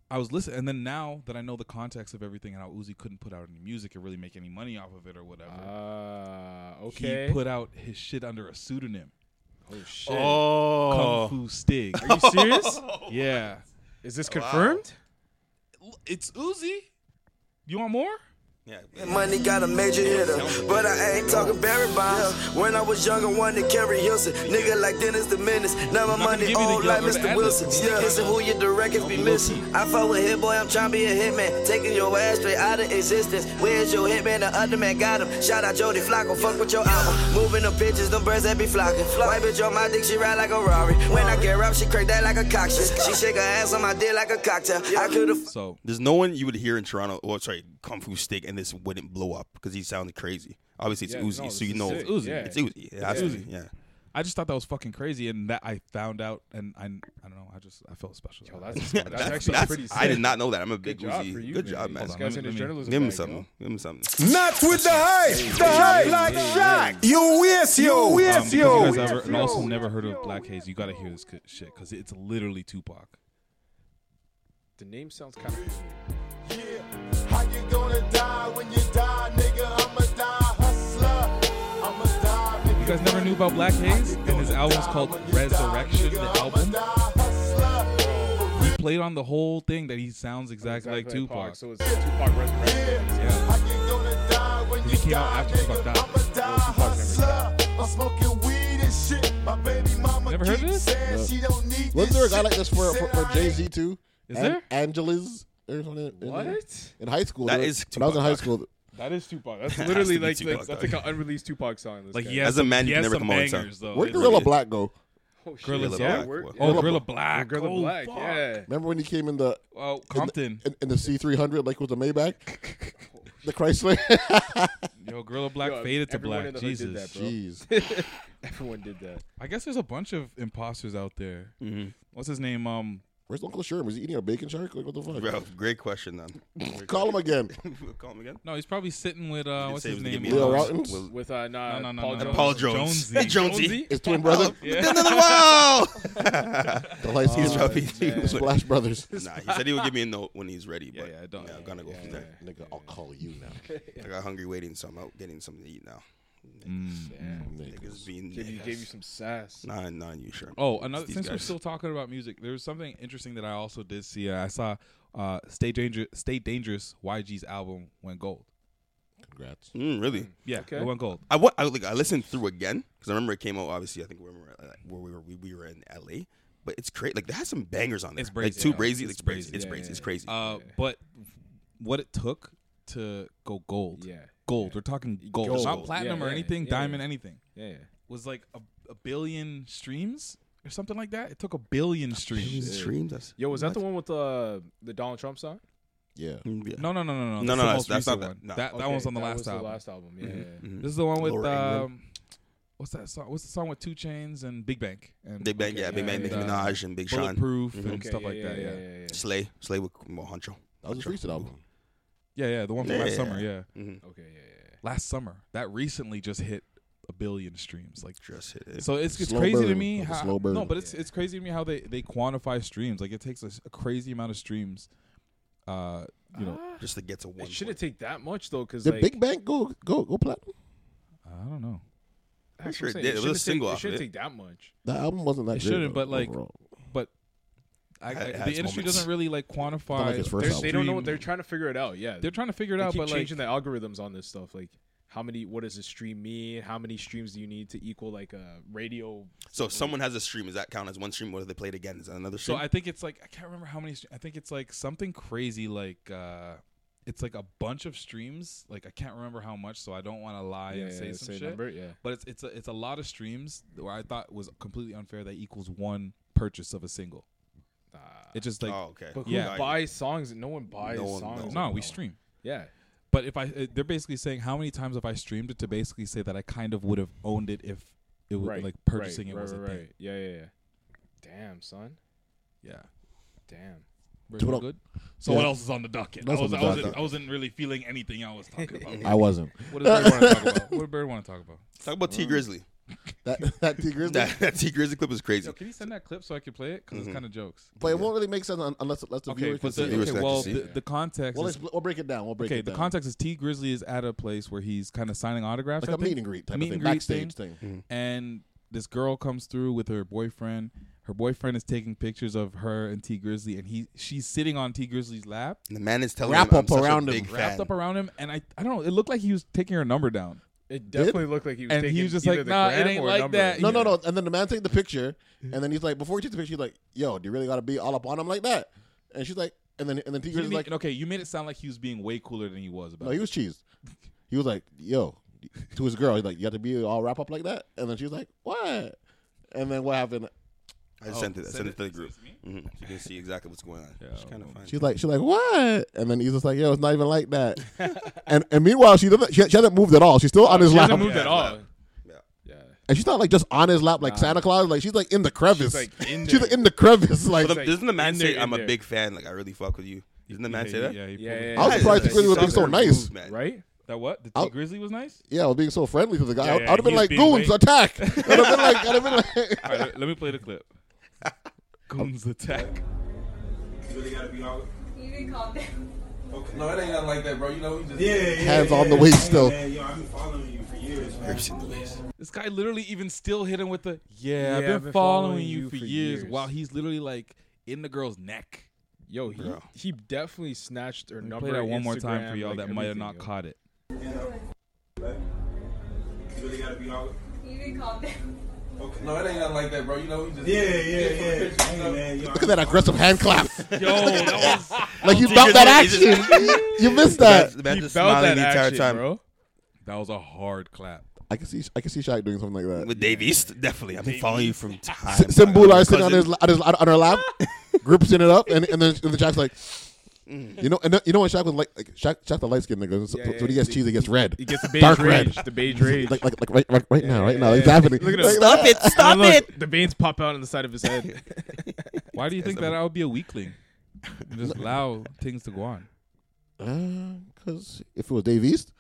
[SPEAKER 6] I was listening, and then now that I know the context of everything and how Uzi couldn't put out any music or really make any money off of it or whatever,
[SPEAKER 3] Uh, Ah, okay.
[SPEAKER 6] he put out his shit under a pseudonym,
[SPEAKER 3] oh shit.
[SPEAKER 4] Oh.
[SPEAKER 6] Kung Fu Stig.
[SPEAKER 3] Are you serious?
[SPEAKER 6] yeah,
[SPEAKER 3] Is this confirmed?
[SPEAKER 6] it's Uzi. You want more?
[SPEAKER 4] Yeah.
[SPEAKER 9] Money got a major hitter, but I ain't talking Barry Bonds. When I was younger, wanted Kerry Hilson. Nigga like Dennis the Menace. Now
[SPEAKER 6] gonna
[SPEAKER 9] my
[SPEAKER 6] give
[SPEAKER 9] money
[SPEAKER 6] you the
[SPEAKER 9] old like
[SPEAKER 6] young or the
[SPEAKER 9] Mr.
[SPEAKER 6] ad-lib.
[SPEAKER 9] Wilson. Yeah, listen who you the records be missing. I fought with hit boy, I'm trying to be a hitman. Taking your ass straight out of existence. Where's your hitman? The other man got him. Shout out Jody Flacco, fuck with your album. Moving the pictures, them birds that be flocking. Fly bitch on my dick, she ride like a Rari. When I get robbed, she crack that like a cocktail. She shake her ass on my dick like a cocktail. I could've.
[SPEAKER 6] So
[SPEAKER 4] There's no one you would hear in Toronto, or sorry, Kung Fu Stick, and this wouldn't blow up because he sounded crazy. Obviously, it's
[SPEAKER 3] Yeah,
[SPEAKER 4] Uzi,
[SPEAKER 3] no,
[SPEAKER 4] so
[SPEAKER 3] this
[SPEAKER 4] you
[SPEAKER 3] is
[SPEAKER 4] know
[SPEAKER 3] sick.
[SPEAKER 4] it's
[SPEAKER 3] Uzi.
[SPEAKER 4] Uzi.
[SPEAKER 3] Yeah.
[SPEAKER 4] It's Uzi. It has to be, Yeah.
[SPEAKER 6] I just thought that was fucking crazy, and that I found out, and I, I don't know, I just I felt special.
[SPEAKER 3] Oh,
[SPEAKER 6] about it.
[SPEAKER 3] that's, that's, actually
[SPEAKER 4] That's-
[SPEAKER 3] pretty. Sick.
[SPEAKER 4] I did not know that. I'm a big
[SPEAKER 3] Good job
[SPEAKER 4] Uzi.
[SPEAKER 3] for you.
[SPEAKER 4] Good
[SPEAKER 3] man.
[SPEAKER 4] job, man.
[SPEAKER 6] Hold
[SPEAKER 3] This
[SPEAKER 6] on,
[SPEAKER 3] guy's in
[SPEAKER 6] let
[SPEAKER 3] his
[SPEAKER 6] me-
[SPEAKER 3] journalism.
[SPEAKER 4] Give him
[SPEAKER 3] bag,
[SPEAKER 4] something. Give him something.
[SPEAKER 2] Not with the hype. The hype like Shaq. You waste you.
[SPEAKER 6] Um,
[SPEAKER 2] Waste
[SPEAKER 6] because you guys
[SPEAKER 2] you.
[SPEAKER 6] ever, and also never heard of Black Haze, you got to hear this c- shit because it's literally Tupac.
[SPEAKER 3] The name sounds kind of.
[SPEAKER 2] How you gonna die when you die, nigga? I'm a die hustler. I'm a die.
[SPEAKER 6] You guys never knew about Black Haze, and his album's called Resurrection. The album he played on the whole thing that he sounds exactly, like Tupac.
[SPEAKER 3] So it's Tupac resurrection.
[SPEAKER 6] yeah, he came out after Tupac died.
[SPEAKER 2] I'm smoking weed and shit. My baby mama
[SPEAKER 6] Never heard of this?
[SPEAKER 2] says she don't need
[SPEAKER 1] Wasn't there a guy like this for for, for Jay Z too?
[SPEAKER 6] Is there?
[SPEAKER 1] Angeles or something?
[SPEAKER 3] What?
[SPEAKER 1] In high school,
[SPEAKER 4] That
[SPEAKER 1] there-
[SPEAKER 4] is
[SPEAKER 1] when I was in
[SPEAKER 4] Tupac.
[SPEAKER 1] high school.
[SPEAKER 3] That is Tupac. That's
[SPEAKER 4] has
[SPEAKER 3] literally
[SPEAKER 4] to be
[SPEAKER 3] like,
[SPEAKER 4] Tupac,
[SPEAKER 3] like that's
[SPEAKER 4] dog.
[SPEAKER 3] like an unreleased Tupac song. This
[SPEAKER 6] Like
[SPEAKER 3] guy.
[SPEAKER 6] he has
[SPEAKER 4] As a man,
[SPEAKER 6] he
[SPEAKER 4] you
[SPEAKER 6] has
[SPEAKER 4] can never
[SPEAKER 6] some
[SPEAKER 4] come out and
[SPEAKER 6] bangers though.
[SPEAKER 1] Where
[SPEAKER 6] It's-
[SPEAKER 1] Gorilla Black go?
[SPEAKER 3] Oh, shit.
[SPEAKER 6] Gorilla
[SPEAKER 3] yeah,
[SPEAKER 4] Black.
[SPEAKER 3] we're-
[SPEAKER 6] Oh,
[SPEAKER 1] Gorilla
[SPEAKER 6] Gorilla Black.
[SPEAKER 3] Gorilla
[SPEAKER 6] oh,
[SPEAKER 3] Black.
[SPEAKER 6] fuck.
[SPEAKER 3] Yeah.
[SPEAKER 1] Remember when he came in the
[SPEAKER 6] Well, Compton.
[SPEAKER 1] in, in the C three hundred like it was a Maybach, the Chrysler?
[SPEAKER 6] Yo, Gorilla Black
[SPEAKER 3] Yo,
[SPEAKER 6] faded to
[SPEAKER 3] everyone
[SPEAKER 6] black.
[SPEAKER 3] in the hood did
[SPEAKER 6] Jesus.
[SPEAKER 3] that, bro.
[SPEAKER 1] Jeez,
[SPEAKER 3] Everyone did that.
[SPEAKER 6] I guess there's a bunch of imposters out there.
[SPEAKER 4] Mm-hmm.
[SPEAKER 6] What's his name? Um,
[SPEAKER 1] where's Uncle Sherman? Is he eating a bacon shark? Like what the fuck?
[SPEAKER 4] Bro, great question, then.
[SPEAKER 1] Call him again.
[SPEAKER 4] Call him again.
[SPEAKER 6] no, he's probably sitting with uh, what's
[SPEAKER 4] Say
[SPEAKER 6] his
[SPEAKER 4] it was gonna
[SPEAKER 6] name?
[SPEAKER 4] be
[SPEAKER 1] Lil
[SPEAKER 6] Uh,
[SPEAKER 4] Lil-
[SPEAKER 1] Routins?
[SPEAKER 4] Will-
[SPEAKER 3] With uh, nah,
[SPEAKER 6] No, no, no,
[SPEAKER 3] Paul
[SPEAKER 6] no,
[SPEAKER 3] Jones.
[SPEAKER 6] no.
[SPEAKER 4] Paul Jones.
[SPEAKER 6] Jonesy.
[SPEAKER 4] Hey, Jonesy.
[SPEAKER 1] His twin brother,
[SPEAKER 4] Wow.
[SPEAKER 1] the light
[SPEAKER 4] He's
[SPEAKER 1] skinned
[SPEAKER 4] probably. he was like-
[SPEAKER 1] Uh, Splash Brothers.
[SPEAKER 4] Nah, he said he would give me a note when he's ready.
[SPEAKER 6] Yeah,
[SPEAKER 4] But
[SPEAKER 6] yeah, I don't-
[SPEAKER 4] I'm gonna go from there.
[SPEAKER 1] Nigga, I'll call you now.
[SPEAKER 4] I got hungry waiting, so I'm out getting something to eat now. Mm, Niggas being
[SPEAKER 3] Gave you, gave you some sass.
[SPEAKER 4] Nah, nah, you sure?
[SPEAKER 6] Oh, another
[SPEAKER 4] These
[SPEAKER 6] since we're
[SPEAKER 4] guys.
[SPEAKER 6] still talking about music, there was something interesting that I also did see. Uh, I saw uh, Stay Dangerous, Stay Dangerous, YG's album went gold.
[SPEAKER 1] Congrats.
[SPEAKER 4] Mm, really?
[SPEAKER 6] Yeah,
[SPEAKER 3] Okay.
[SPEAKER 6] it went gold.
[SPEAKER 4] I wa- I, like, I listened through again because I remember it came out. Obviously, I think where we were, uh, where we were, we, we were in LA. But it's crazy. Like, they had some bangers on there.
[SPEAKER 6] It's
[SPEAKER 4] Like,
[SPEAKER 6] brazy,
[SPEAKER 4] too
[SPEAKER 6] yeah.
[SPEAKER 4] brazy.
[SPEAKER 6] It's
[SPEAKER 4] It's brazy.
[SPEAKER 6] brazy,
[SPEAKER 4] It's
[SPEAKER 3] yeah,
[SPEAKER 4] brazy.
[SPEAKER 3] yeah,
[SPEAKER 4] It's crazy.
[SPEAKER 6] Uh, But what it took to go gold,
[SPEAKER 3] Yeah.
[SPEAKER 6] gold. We're talking gold,
[SPEAKER 4] gold.
[SPEAKER 6] not platinum
[SPEAKER 3] Yeah,
[SPEAKER 6] or
[SPEAKER 3] yeah,
[SPEAKER 6] anything,
[SPEAKER 3] yeah,
[SPEAKER 6] diamond,
[SPEAKER 3] yeah.
[SPEAKER 6] anything.
[SPEAKER 3] Yeah. yeah.
[SPEAKER 6] Was like a, a billion streams or something like that. It took a billion streams.
[SPEAKER 4] Streams. That's,
[SPEAKER 3] Yo, was that the one with uh, the Donald Trump song?
[SPEAKER 1] Yeah.
[SPEAKER 4] Mm, yeah.
[SPEAKER 6] No, no, no, no, no.
[SPEAKER 4] No,
[SPEAKER 6] That's
[SPEAKER 4] no,
[SPEAKER 6] the
[SPEAKER 4] no,
[SPEAKER 6] most
[SPEAKER 4] that's
[SPEAKER 6] recent
[SPEAKER 4] not
[SPEAKER 6] one.
[SPEAKER 4] that. No.
[SPEAKER 6] That, that
[SPEAKER 3] Okay,
[SPEAKER 6] one's on the
[SPEAKER 3] that
[SPEAKER 6] last
[SPEAKER 3] was
[SPEAKER 6] album.
[SPEAKER 3] The last album. Yeah.
[SPEAKER 4] Mm-hmm, Mm,
[SPEAKER 3] yeah, yeah.
[SPEAKER 6] This is the one with
[SPEAKER 4] Laura Ingram.
[SPEAKER 6] um, what's that song? What's the song with Two Chains and Big Bang and
[SPEAKER 4] Big Bang.
[SPEAKER 3] Okay,
[SPEAKER 4] yeah, Big
[SPEAKER 3] yeah,
[SPEAKER 4] Bang. Nicki
[SPEAKER 6] yeah.
[SPEAKER 4] Minaj and Big Sean.
[SPEAKER 6] Bulletproof and
[SPEAKER 3] Okay,
[SPEAKER 6] stuff
[SPEAKER 3] yeah,
[SPEAKER 6] like
[SPEAKER 3] yeah,
[SPEAKER 6] that. Yeah,
[SPEAKER 3] Yeah.
[SPEAKER 6] yeah,
[SPEAKER 3] yeah,
[SPEAKER 4] Slay. Slay with Mo Huncho.
[SPEAKER 1] That was his recent album.
[SPEAKER 6] yeah, the one from last
[SPEAKER 4] Yeah.
[SPEAKER 6] summer. Yeah,
[SPEAKER 4] Mm-hmm.
[SPEAKER 3] yeah. Okay. Yeah. yeah, yeah.
[SPEAKER 6] last summer that recently just hit a billion streams. Like,
[SPEAKER 4] Just uh, hit it.
[SPEAKER 6] so it's it's
[SPEAKER 1] Slow
[SPEAKER 6] crazy to
[SPEAKER 1] burn,
[SPEAKER 6] me
[SPEAKER 1] like a
[SPEAKER 6] how
[SPEAKER 1] slow burn.
[SPEAKER 6] no, but it's it's crazy to me how they they quantify streams. Like, it takes a, s- a crazy amount of streams. Uh, you
[SPEAKER 3] Ah.
[SPEAKER 6] know,
[SPEAKER 4] Just to get to one.
[SPEAKER 3] It shouldn't take that much though, because
[SPEAKER 1] Did
[SPEAKER 3] like,
[SPEAKER 1] Big Bang go go go platinum?
[SPEAKER 6] I don't know.
[SPEAKER 3] that's
[SPEAKER 4] Sure
[SPEAKER 3] what
[SPEAKER 4] it
[SPEAKER 3] I'm
[SPEAKER 4] did. It
[SPEAKER 3] saying.
[SPEAKER 4] was a
[SPEAKER 3] shouldn't
[SPEAKER 4] single
[SPEAKER 3] Take,
[SPEAKER 4] off
[SPEAKER 3] it
[SPEAKER 4] of
[SPEAKER 3] shouldn't
[SPEAKER 4] it.
[SPEAKER 3] take that much.
[SPEAKER 1] That album wasn't that.
[SPEAKER 6] It
[SPEAKER 1] great,
[SPEAKER 6] shouldn't,
[SPEAKER 1] though,
[SPEAKER 6] but, like,
[SPEAKER 1] overall.
[SPEAKER 6] But I, I,
[SPEAKER 4] It
[SPEAKER 6] the
[SPEAKER 4] has
[SPEAKER 6] industry
[SPEAKER 4] moments.
[SPEAKER 6] doesn't really like
[SPEAKER 1] not
[SPEAKER 6] quantify.
[SPEAKER 1] like his first
[SPEAKER 6] their
[SPEAKER 3] They're- They don't know.
[SPEAKER 6] stream-
[SPEAKER 3] They're trying to figure it out. Yeah.
[SPEAKER 6] They're trying to figure it
[SPEAKER 3] They
[SPEAKER 6] out,
[SPEAKER 3] keep
[SPEAKER 6] but like
[SPEAKER 3] changing the algorithms on this stuff. Like, how many what does a stream mean? How many streams do you need to equal like a radio?
[SPEAKER 4] So if someone has a stream, does that count as one stream? What if they played again? Is that another
[SPEAKER 6] So
[SPEAKER 4] stream?
[SPEAKER 6] I think it's like I can't remember how many. stre- I think it's like something crazy. Like uh, it's like a bunch of streams. Like I can't remember how much, so I don't want to lie and
[SPEAKER 3] Yeah,
[SPEAKER 6] say
[SPEAKER 3] yeah,
[SPEAKER 6] some
[SPEAKER 3] say
[SPEAKER 6] shit.
[SPEAKER 3] number, yeah.
[SPEAKER 6] But it's it's a it's a lot of streams where I thought was completely unfair. That equals one purchase of a single. It's just like
[SPEAKER 4] oh, okay.
[SPEAKER 3] But who
[SPEAKER 6] Yeah.
[SPEAKER 3] buys songs? No one buys
[SPEAKER 4] No one-
[SPEAKER 3] songs.
[SPEAKER 6] no, we stream.
[SPEAKER 3] Yeah.
[SPEAKER 6] But if I, uh, they're basically saying how many times have I streamed it to basically say that I kind of would have owned it if it was
[SPEAKER 3] Right.
[SPEAKER 6] like purchasing
[SPEAKER 3] right,
[SPEAKER 6] it was
[SPEAKER 3] right,
[SPEAKER 6] a
[SPEAKER 3] right.
[SPEAKER 6] thing.
[SPEAKER 3] Yeah, yeah, yeah. Damn, son.
[SPEAKER 6] Yeah.
[SPEAKER 3] Damn.
[SPEAKER 6] Very
[SPEAKER 1] what I-
[SPEAKER 6] good. So
[SPEAKER 1] Yeah.
[SPEAKER 6] what else is on the docket? I,
[SPEAKER 1] That's
[SPEAKER 6] was,
[SPEAKER 1] on
[SPEAKER 6] I,
[SPEAKER 1] the
[SPEAKER 6] wasn't,
[SPEAKER 1] docket.
[SPEAKER 6] I wasn't really feeling anything I was talking about.
[SPEAKER 1] I wasn't.
[SPEAKER 6] What does Bird want to talk about? What does Bird want to talk about?
[SPEAKER 4] Talk about
[SPEAKER 3] Mm.
[SPEAKER 4] T Grizzly.
[SPEAKER 1] That that T Grizzly.
[SPEAKER 4] That, that T Grizzly clip is crazy.
[SPEAKER 6] Yo, can you send that clip so I can play it? Because
[SPEAKER 4] Mm-hmm.
[SPEAKER 6] it's kind of jokes.
[SPEAKER 1] But it won't really make sense un- unless unless the
[SPEAKER 6] Okay,
[SPEAKER 1] viewers can
[SPEAKER 6] but the,
[SPEAKER 1] see it.
[SPEAKER 4] Viewers
[SPEAKER 6] okay
[SPEAKER 4] can
[SPEAKER 6] well,
[SPEAKER 4] see
[SPEAKER 6] the, the context.
[SPEAKER 1] We'll,
[SPEAKER 6] is,
[SPEAKER 1] expl- we'll break it down. We'll break
[SPEAKER 6] okay,
[SPEAKER 1] it
[SPEAKER 6] the
[SPEAKER 1] down.
[SPEAKER 6] context is T Grizzly is at a place where he's kind of signing autographs.
[SPEAKER 1] like
[SPEAKER 6] I
[SPEAKER 1] a
[SPEAKER 6] think.
[SPEAKER 1] meet and greet type
[SPEAKER 6] meet
[SPEAKER 1] of thing,
[SPEAKER 6] and greet
[SPEAKER 1] backstage
[SPEAKER 6] thing.
[SPEAKER 1] thing.
[SPEAKER 4] Mm-hmm.
[SPEAKER 6] and this girl comes through with her boyfriend. Her boyfriend is taking pictures of her and T Grizzly, and he she's sitting on T Grizzly's lap,
[SPEAKER 4] And the man is telling
[SPEAKER 1] Wrap
[SPEAKER 4] him I'm
[SPEAKER 1] up
[SPEAKER 4] such
[SPEAKER 1] around
[SPEAKER 4] a
[SPEAKER 1] him.
[SPEAKER 4] big
[SPEAKER 6] wrapped
[SPEAKER 4] fan.
[SPEAKER 6] up around him, and I I don't know. It looked like he was taking her number down,
[SPEAKER 3] It definitely looked like he was
[SPEAKER 6] and
[SPEAKER 3] taking
[SPEAKER 6] he was just
[SPEAKER 3] either
[SPEAKER 6] like,
[SPEAKER 3] the
[SPEAKER 6] "Nah, it
[SPEAKER 3] gram
[SPEAKER 6] ain't
[SPEAKER 3] or
[SPEAKER 6] like
[SPEAKER 3] number.
[SPEAKER 6] that."
[SPEAKER 1] No, no, no. And then the man takes the picture, and then he's like, before he takes the picture, he's like, "Yo, do you really got to be all up on him like that?" And she's like, and then and then T
[SPEAKER 6] He
[SPEAKER 1] Grizzly's
[SPEAKER 6] made-
[SPEAKER 1] like,
[SPEAKER 6] okay, you made it sound like he was being way cooler than he was about.
[SPEAKER 1] No, he was cheesed. He was like, "Yo," to his girl. He's like, "You got to be all wrap up like that." And then she's like, "What?" And then what happened?
[SPEAKER 4] I just sent it. I
[SPEAKER 3] Oh.
[SPEAKER 4] sent it to the group.
[SPEAKER 6] Excuse me?
[SPEAKER 4] Mhm. You can see exactly what's going on. It's kind of fine.
[SPEAKER 1] She's like, she's like, "What?" And then he's just like, "Yo, it's not even like that." and and meanwhile, she doesn't. She, she hasn't moved at all. She's still on his
[SPEAKER 3] She
[SPEAKER 1] lap,
[SPEAKER 3] hasn't moved at all.
[SPEAKER 4] Yeah.
[SPEAKER 3] Yeah.
[SPEAKER 1] and she's not like just on his lap like Santa Claus. Like she's like in the crevice.
[SPEAKER 3] like, in
[SPEAKER 1] she's
[SPEAKER 3] there.
[SPEAKER 1] like in the crevice. Like
[SPEAKER 4] But the- doesn't the man
[SPEAKER 3] in
[SPEAKER 4] say
[SPEAKER 3] there,
[SPEAKER 4] I'm
[SPEAKER 3] in
[SPEAKER 4] a
[SPEAKER 3] there.
[SPEAKER 4] big fan? Like I really fuck with you. Doesn't the man say that?
[SPEAKER 6] Yeah, he
[SPEAKER 3] Yeah,
[SPEAKER 6] pulled
[SPEAKER 3] yeah,
[SPEAKER 6] it.
[SPEAKER 3] yeah.
[SPEAKER 1] I was
[SPEAKER 4] Yeah,
[SPEAKER 1] surprised
[SPEAKER 4] yeah,
[SPEAKER 1] the Grizzly
[SPEAKER 4] yeah.
[SPEAKER 1] would be so nice.
[SPEAKER 4] Man.
[SPEAKER 3] Right?
[SPEAKER 6] That what? The T
[SPEAKER 1] I'll-
[SPEAKER 6] Grizzly was nice.
[SPEAKER 1] Yeah, I was being so friendly to the guy.
[SPEAKER 6] Yeah,
[SPEAKER 1] I-
[SPEAKER 6] yeah,
[SPEAKER 1] I'd have been
[SPEAKER 6] he's
[SPEAKER 1] like,
[SPEAKER 6] being
[SPEAKER 1] "Goons,
[SPEAKER 6] way-
[SPEAKER 1] attack!" I'd have been like, I'd have been like,
[SPEAKER 6] All right, let- let me play the clip. Goons attack.
[SPEAKER 5] You can call them.
[SPEAKER 10] No, it ain't nothing like that, bro. You know, we just
[SPEAKER 1] hands on the waist still.
[SPEAKER 10] Man, yo, I've been following you for years, man.
[SPEAKER 6] This guy literally even still hit him with the yeah. I've
[SPEAKER 3] Yeah,
[SPEAKER 6] been, following, you for years.
[SPEAKER 3] years.
[SPEAKER 6] While he's literally like in the girl's neck.
[SPEAKER 3] Yo, he,
[SPEAKER 4] Bro.
[SPEAKER 3] he definitely snatched her
[SPEAKER 6] Let
[SPEAKER 3] number.
[SPEAKER 6] me play that one more time
[SPEAKER 3] Instagram,
[SPEAKER 6] for y'all
[SPEAKER 3] like,
[SPEAKER 6] that might have
[SPEAKER 3] everything,
[SPEAKER 6] not
[SPEAKER 3] yo.
[SPEAKER 6] caught it.
[SPEAKER 10] You really gotta be all.
[SPEAKER 5] You can call them.
[SPEAKER 10] No, it ain't nothing like that, bro. You know, we just yeah, yeah, yeah. Hey, man, yo,
[SPEAKER 1] Look at that aggressive hand clap.
[SPEAKER 6] Yo, that was
[SPEAKER 1] Like you felt that action. you missed that.
[SPEAKER 4] The man
[SPEAKER 3] He
[SPEAKER 4] just
[SPEAKER 3] felt
[SPEAKER 4] smiling
[SPEAKER 3] that
[SPEAKER 4] the entire
[SPEAKER 3] action,
[SPEAKER 4] time.
[SPEAKER 3] bro.
[SPEAKER 6] that was a hard clap.
[SPEAKER 1] I can see. I can see Shaq doing something like that.
[SPEAKER 4] With Dave East, definitely. I've been following you from time.
[SPEAKER 1] S- Simbula is sitting on
[SPEAKER 4] Cousin.
[SPEAKER 1] his, on his on her lap, gripping it up, and, and then and then Shaq's like, you know, and then- you know what Shaq was like, like Shaq, Shaq the light skinned nigga. So, so when he gets cheese, he gets red.
[SPEAKER 3] He gets the beige
[SPEAKER 1] Dark
[SPEAKER 3] rage.
[SPEAKER 1] red.
[SPEAKER 3] The beige rage.
[SPEAKER 1] Like like like right right, right now, right now,
[SPEAKER 3] yeah,
[SPEAKER 1] it's
[SPEAKER 3] yeah.
[SPEAKER 1] happening.
[SPEAKER 3] Look at
[SPEAKER 1] Like
[SPEAKER 3] him.
[SPEAKER 1] that.
[SPEAKER 4] it! Stop
[SPEAKER 3] And look, The veins pop out on the side of his head.
[SPEAKER 6] Why do you think that I would be a weakling? Just allow things to go on.
[SPEAKER 1] Because uh, if it was Dave East,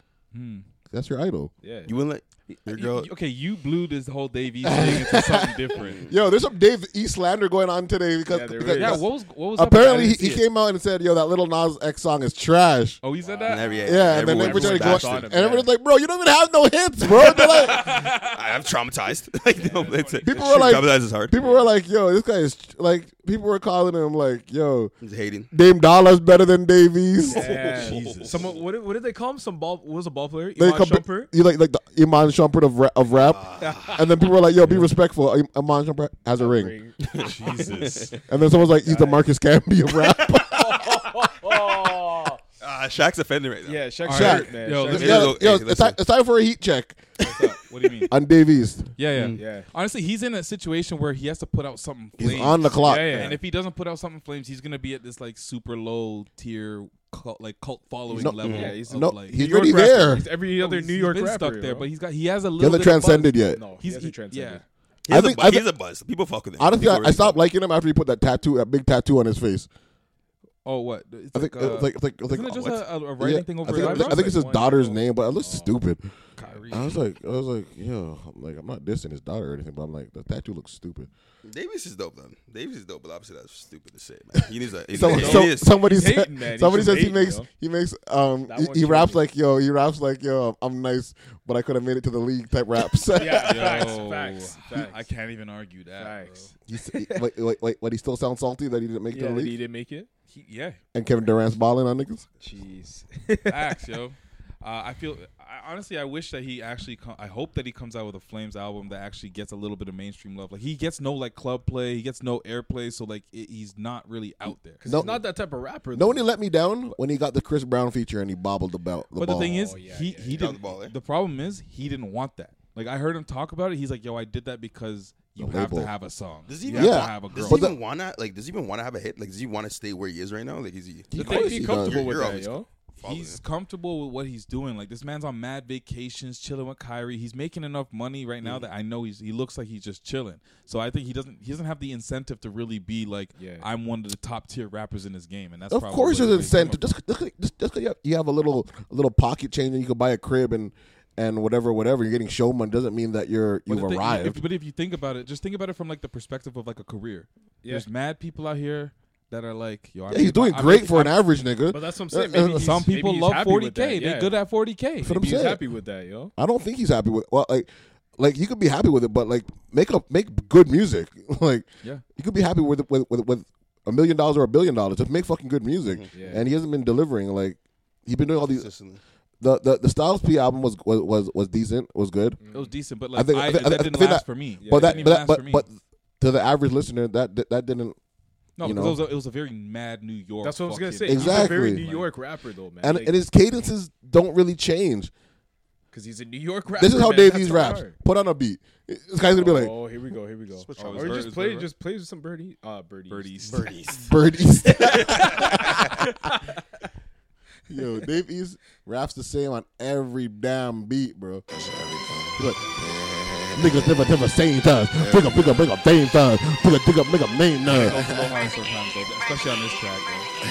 [SPEAKER 1] that's your idol.
[SPEAKER 3] yeah.
[SPEAKER 4] You wouldn't let your
[SPEAKER 6] You-
[SPEAKER 4] girl.
[SPEAKER 6] you- okay, you blew this whole Davies thing into something different.
[SPEAKER 1] Yo, there's some Dave East slander going on today because,
[SPEAKER 3] Yeah, there
[SPEAKER 1] because-
[SPEAKER 3] is.
[SPEAKER 6] Yeah, what was what was up with that? I
[SPEAKER 1] apparently he,
[SPEAKER 6] didn't
[SPEAKER 1] he
[SPEAKER 6] see it.
[SPEAKER 1] came out and said, "Yo, that little Nas X song is trash."
[SPEAKER 6] Oh, he said that.
[SPEAKER 4] Never yet.
[SPEAKER 1] Yeah, and then
[SPEAKER 4] Everyone
[SPEAKER 1] they were trying to go,
[SPEAKER 4] bashed
[SPEAKER 3] bashed
[SPEAKER 1] and
[SPEAKER 3] him,
[SPEAKER 4] it.
[SPEAKER 3] yeah.
[SPEAKER 1] everyone's like, "Bro, you don't even have no hits, bro." They're like,
[SPEAKER 4] I- I'm traumatized. like, no, that's it.
[SPEAKER 1] People were like-
[SPEAKER 4] traumatized is hard.
[SPEAKER 1] People were like, "Yo, this guy is like." People were calling him like, "Yo,
[SPEAKER 4] He's hating.
[SPEAKER 1] Dame Dollar's better than Davies."
[SPEAKER 3] Yeah. Someone, what, did- what did they call him? Some ball what was a ball player.
[SPEAKER 1] They
[SPEAKER 3] Iman
[SPEAKER 1] compa-
[SPEAKER 3] Shumpert?
[SPEAKER 1] you like like the Iman Shumpert of ra- of rap, and then people were like, "Yo, be respectful." I- Iman Shumpert has a ring,
[SPEAKER 6] Jesus.
[SPEAKER 1] and then someone's like, "He's the Marcus Camby of rap."
[SPEAKER 3] Oh,
[SPEAKER 4] Uh, Shaq's offended right now.
[SPEAKER 3] yeah, Shaq
[SPEAKER 6] All
[SPEAKER 3] Shaq,
[SPEAKER 6] right.
[SPEAKER 3] man.
[SPEAKER 6] Yo,
[SPEAKER 3] Shaq-
[SPEAKER 4] let's-
[SPEAKER 1] yo,
[SPEAKER 4] Hey,
[SPEAKER 1] yo,
[SPEAKER 4] listen.
[SPEAKER 1] it's, time, it's time for a heat check
[SPEAKER 6] what do you mean?
[SPEAKER 1] on Davies.
[SPEAKER 6] Yeah, yeah,
[SPEAKER 3] Yeah.
[SPEAKER 6] Honestly, he's in a situation where he has to put out something.
[SPEAKER 1] Mm. He's
[SPEAKER 6] flames.
[SPEAKER 1] on the clock.
[SPEAKER 3] Yeah, yeah.
[SPEAKER 6] And if he doesn't put out something flames, he's gonna be at this like super low tier cult, like cult following
[SPEAKER 1] No,
[SPEAKER 6] level.
[SPEAKER 3] yeah, he's-
[SPEAKER 6] of,
[SPEAKER 1] no,
[SPEAKER 6] like,
[SPEAKER 1] he's
[SPEAKER 3] New York
[SPEAKER 1] already
[SPEAKER 3] rapper.
[SPEAKER 1] there.
[SPEAKER 3] He's every other
[SPEAKER 6] he's-
[SPEAKER 3] New
[SPEAKER 6] he's
[SPEAKER 3] York
[SPEAKER 6] been
[SPEAKER 3] rapper
[SPEAKER 6] stuck there,
[SPEAKER 3] yo.
[SPEAKER 6] but he's got he has a
[SPEAKER 1] He hasn't
[SPEAKER 6] little. bit of buzz.
[SPEAKER 1] transcended yet.
[SPEAKER 3] no,
[SPEAKER 6] he's-
[SPEAKER 3] he's he,
[SPEAKER 6] he-
[SPEAKER 3] transcended.
[SPEAKER 6] yeah.
[SPEAKER 4] He
[SPEAKER 1] I
[SPEAKER 4] has, a,
[SPEAKER 1] think-
[SPEAKER 4] bu-
[SPEAKER 1] I-
[SPEAKER 4] he has a buzz. People fuck with him.
[SPEAKER 1] Honestly,
[SPEAKER 4] People
[SPEAKER 1] I, I
[SPEAKER 4] really
[SPEAKER 1] stopped
[SPEAKER 4] fuck with
[SPEAKER 1] liking him after he put that tattoo, that big tattoo on his face.
[SPEAKER 6] Oh, what? It's
[SPEAKER 1] I think
[SPEAKER 6] like, uh,
[SPEAKER 1] it's like it's like, it's like
[SPEAKER 6] isn't it just
[SPEAKER 1] what?
[SPEAKER 6] a, a writing
[SPEAKER 1] Yeah,
[SPEAKER 6] thing
[SPEAKER 1] I think, I
[SPEAKER 6] over his
[SPEAKER 1] think- I
[SPEAKER 6] eyebrows?
[SPEAKER 1] think it's his
[SPEAKER 3] Like,
[SPEAKER 1] daughter's
[SPEAKER 3] oh.
[SPEAKER 1] name, but it looks stupid.
[SPEAKER 6] Kyrie.
[SPEAKER 1] I was like, I was like, yo, I'm like, I'm not dissing his daughter or anything, but I'm like, the tattoo looks stupid.
[SPEAKER 4] him. Davis is dope, though. Davis is dope, but obviously that's stupid to say, man. He needs a. He
[SPEAKER 1] So,
[SPEAKER 4] needs a-
[SPEAKER 1] so-
[SPEAKER 4] he needs-
[SPEAKER 1] somebody
[SPEAKER 3] He's
[SPEAKER 1] said,
[SPEAKER 3] hating, man. He's
[SPEAKER 1] somebody
[SPEAKER 3] just
[SPEAKER 1] says he
[SPEAKER 3] hating,
[SPEAKER 1] makes
[SPEAKER 3] yo.
[SPEAKER 1] he makes um
[SPEAKER 3] That
[SPEAKER 1] he,
[SPEAKER 3] one
[SPEAKER 1] he raps
[SPEAKER 3] changes.
[SPEAKER 1] like yo he raps like yo I'm nice but I could have made it to the league type raps.
[SPEAKER 3] Yeah, facts,
[SPEAKER 6] Yo,
[SPEAKER 3] facts, facts.
[SPEAKER 6] I can't even argue that. bro.
[SPEAKER 3] Facts.
[SPEAKER 1] He s- he- wait, wait, wait, what, he still sounds salty that he didn't make it
[SPEAKER 3] Yeah,
[SPEAKER 1] to the
[SPEAKER 3] that
[SPEAKER 1] league.
[SPEAKER 3] he didn't make it.
[SPEAKER 6] He, yeah,
[SPEAKER 1] And Kevin Durant's balling on niggas.
[SPEAKER 3] Jeez.
[SPEAKER 6] facts, yo. Uh, I feel I, I, honestly, I wish that he actually. Com- I hope that he comes out with a Flames album that actually gets a little bit of mainstream love. Like he gets no like club play, he gets no airplay, so like it, he's not really out there.
[SPEAKER 3] Because he's not that type of rapper.
[SPEAKER 1] No one he let me down when he got the Chris Brown feature and he bobbled about the
[SPEAKER 6] but
[SPEAKER 1] ball. eh?
[SPEAKER 6] the thing
[SPEAKER 4] Oh,
[SPEAKER 6] is, he he didn't. The, problem is he didn't want that. Like I heard him talk about it. He's like, "Yo, I did that because you
[SPEAKER 1] The
[SPEAKER 6] have to
[SPEAKER 1] label.
[SPEAKER 6] have a song.
[SPEAKER 4] Does he
[SPEAKER 6] You
[SPEAKER 4] even,
[SPEAKER 6] have to have a girl."
[SPEAKER 4] Does he even want to like? Does he even want to have a hit? Like, does he want to stay where he is right now? Like, is he?
[SPEAKER 6] The thing he's comfortable with that, yo. He's comfortable with what he's doing. Like this man's on mad vacations, chilling with Kyrie. He's making enough money right now that I know he's he looks like he's just chilling. So I think he doesn't he doesn't have the incentive to really be like I'm one of the top tier rappers in this game, and that's
[SPEAKER 1] of
[SPEAKER 6] probably
[SPEAKER 1] course,
[SPEAKER 6] what
[SPEAKER 1] there's
[SPEAKER 6] it
[SPEAKER 1] an
[SPEAKER 6] is.
[SPEAKER 1] incentive. Just, just, just, just 'cause you have- you have a little a little pocket change and you can buy a crib and and whatever whatever you're getting show money doesn't mean that you're
[SPEAKER 6] But
[SPEAKER 1] you've
[SPEAKER 6] the thing-
[SPEAKER 1] arrived.
[SPEAKER 6] if- but if you think about it, just think about it from like the perspective of like a career.
[SPEAKER 3] Yeah.
[SPEAKER 6] There's mad people out here that are like, yo, I
[SPEAKER 1] Yeah, he's
[SPEAKER 6] made
[SPEAKER 1] doing
[SPEAKER 6] my- I
[SPEAKER 1] great
[SPEAKER 6] made-
[SPEAKER 1] for an
[SPEAKER 6] I-
[SPEAKER 1] average nigga.
[SPEAKER 3] But that's what I'm saying.
[SPEAKER 1] Uh,
[SPEAKER 3] Maybe
[SPEAKER 1] uh,
[SPEAKER 3] he's-
[SPEAKER 6] Some people
[SPEAKER 3] maybe he's
[SPEAKER 6] love
[SPEAKER 3] happy with
[SPEAKER 6] 40k.
[SPEAKER 3] that, yeah.
[SPEAKER 6] They're good at 40k.
[SPEAKER 1] That's what I'm
[SPEAKER 3] Maybe he's
[SPEAKER 1] saying.
[SPEAKER 3] happy with that, yo.
[SPEAKER 1] I don't think he's happy with. Well, like, like you could be happy with it, but like make up make good music. like,
[SPEAKER 6] Yeah.
[SPEAKER 1] you could be happy with with with, with a million dollars or a billion dollars. Just make fucking good music.
[SPEAKER 6] Mm-hmm.
[SPEAKER 1] And he hasn't been delivering. Like, he's been doing all these. The, the the Styles P album was was was, was decent. Was good.
[SPEAKER 6] It was decent, Mm. but like I
[SPEAKER 1] I
[SPEAKER 6] that
[SPEAKER 1] I
[SPEAKER 6] didn't
[SPEAKER 1] think
[SPEAKER 6] last
[SPEAKER 1] that-
[SPEAKER 6] for me.
[SPEAKER 1] But
[SPEAKER 6] It
[SPEAKER 1] that,
[SPEAKER 6] didn't even
[SPEAKER 1] but,
[SPEAKER 6] last for
[SPEAKER 1] but,
[SPEAKER 6] me.
[SPEAKER 1] but to the average listener, that that, that didn't.
[SPEAKER 6] No,
[SPEAKER 1] you
[SPEAKER 6] because
[SPEAKER 1] know.
[SPEAKER 6] it was, a, it was a very mad New York.
[SPEAKER 3] That's what I was gonna
[SPEAKER 6] fucking-
[SPEAKER 3] say. He's a very
[SPEAKER 1] Exactly.
[SPEAKER 3] New York rapper though, man.
[SPEAKER 1] and, and his cadences don't really change.
[SPEAKER 3] because he's a New York rapper.
[SPEAKER 1] This is how
[SPEAKER 3] man.
[SPEAKER 1] Davies
[SPEAKER 3] That's
[SPEAKER 1] raps.
[SPEAKER 3] hard.
[SPEAKER 1] Put on a beat. This guy's gonna be like
[SPEAKER 3] Oh, here we go, here we go.
[SPEAKER 6] up.
[SPEAKER 3] or
[SPEAKER 6] Is Bird-
[SPEAKER 3] just
[SPEAKER 6] is
[SPEAKER 3] play,
[SPEAKER 6] Bird-
[SPEAKER 3] just play with some birdie, uh, birdie,
[SPEAKER 6] Birdies.
[SPEAKER 1] Bird East. Yo, Dave East raps the same on every damn beat, bro. He's like, Niggas never, never same thugs. Pick up, pick up, pick up, same thugs. Pick up, pick up, pick up, name thugs.
[SPEAKER 6] Don't blow mine sometimes, though, especially on this track.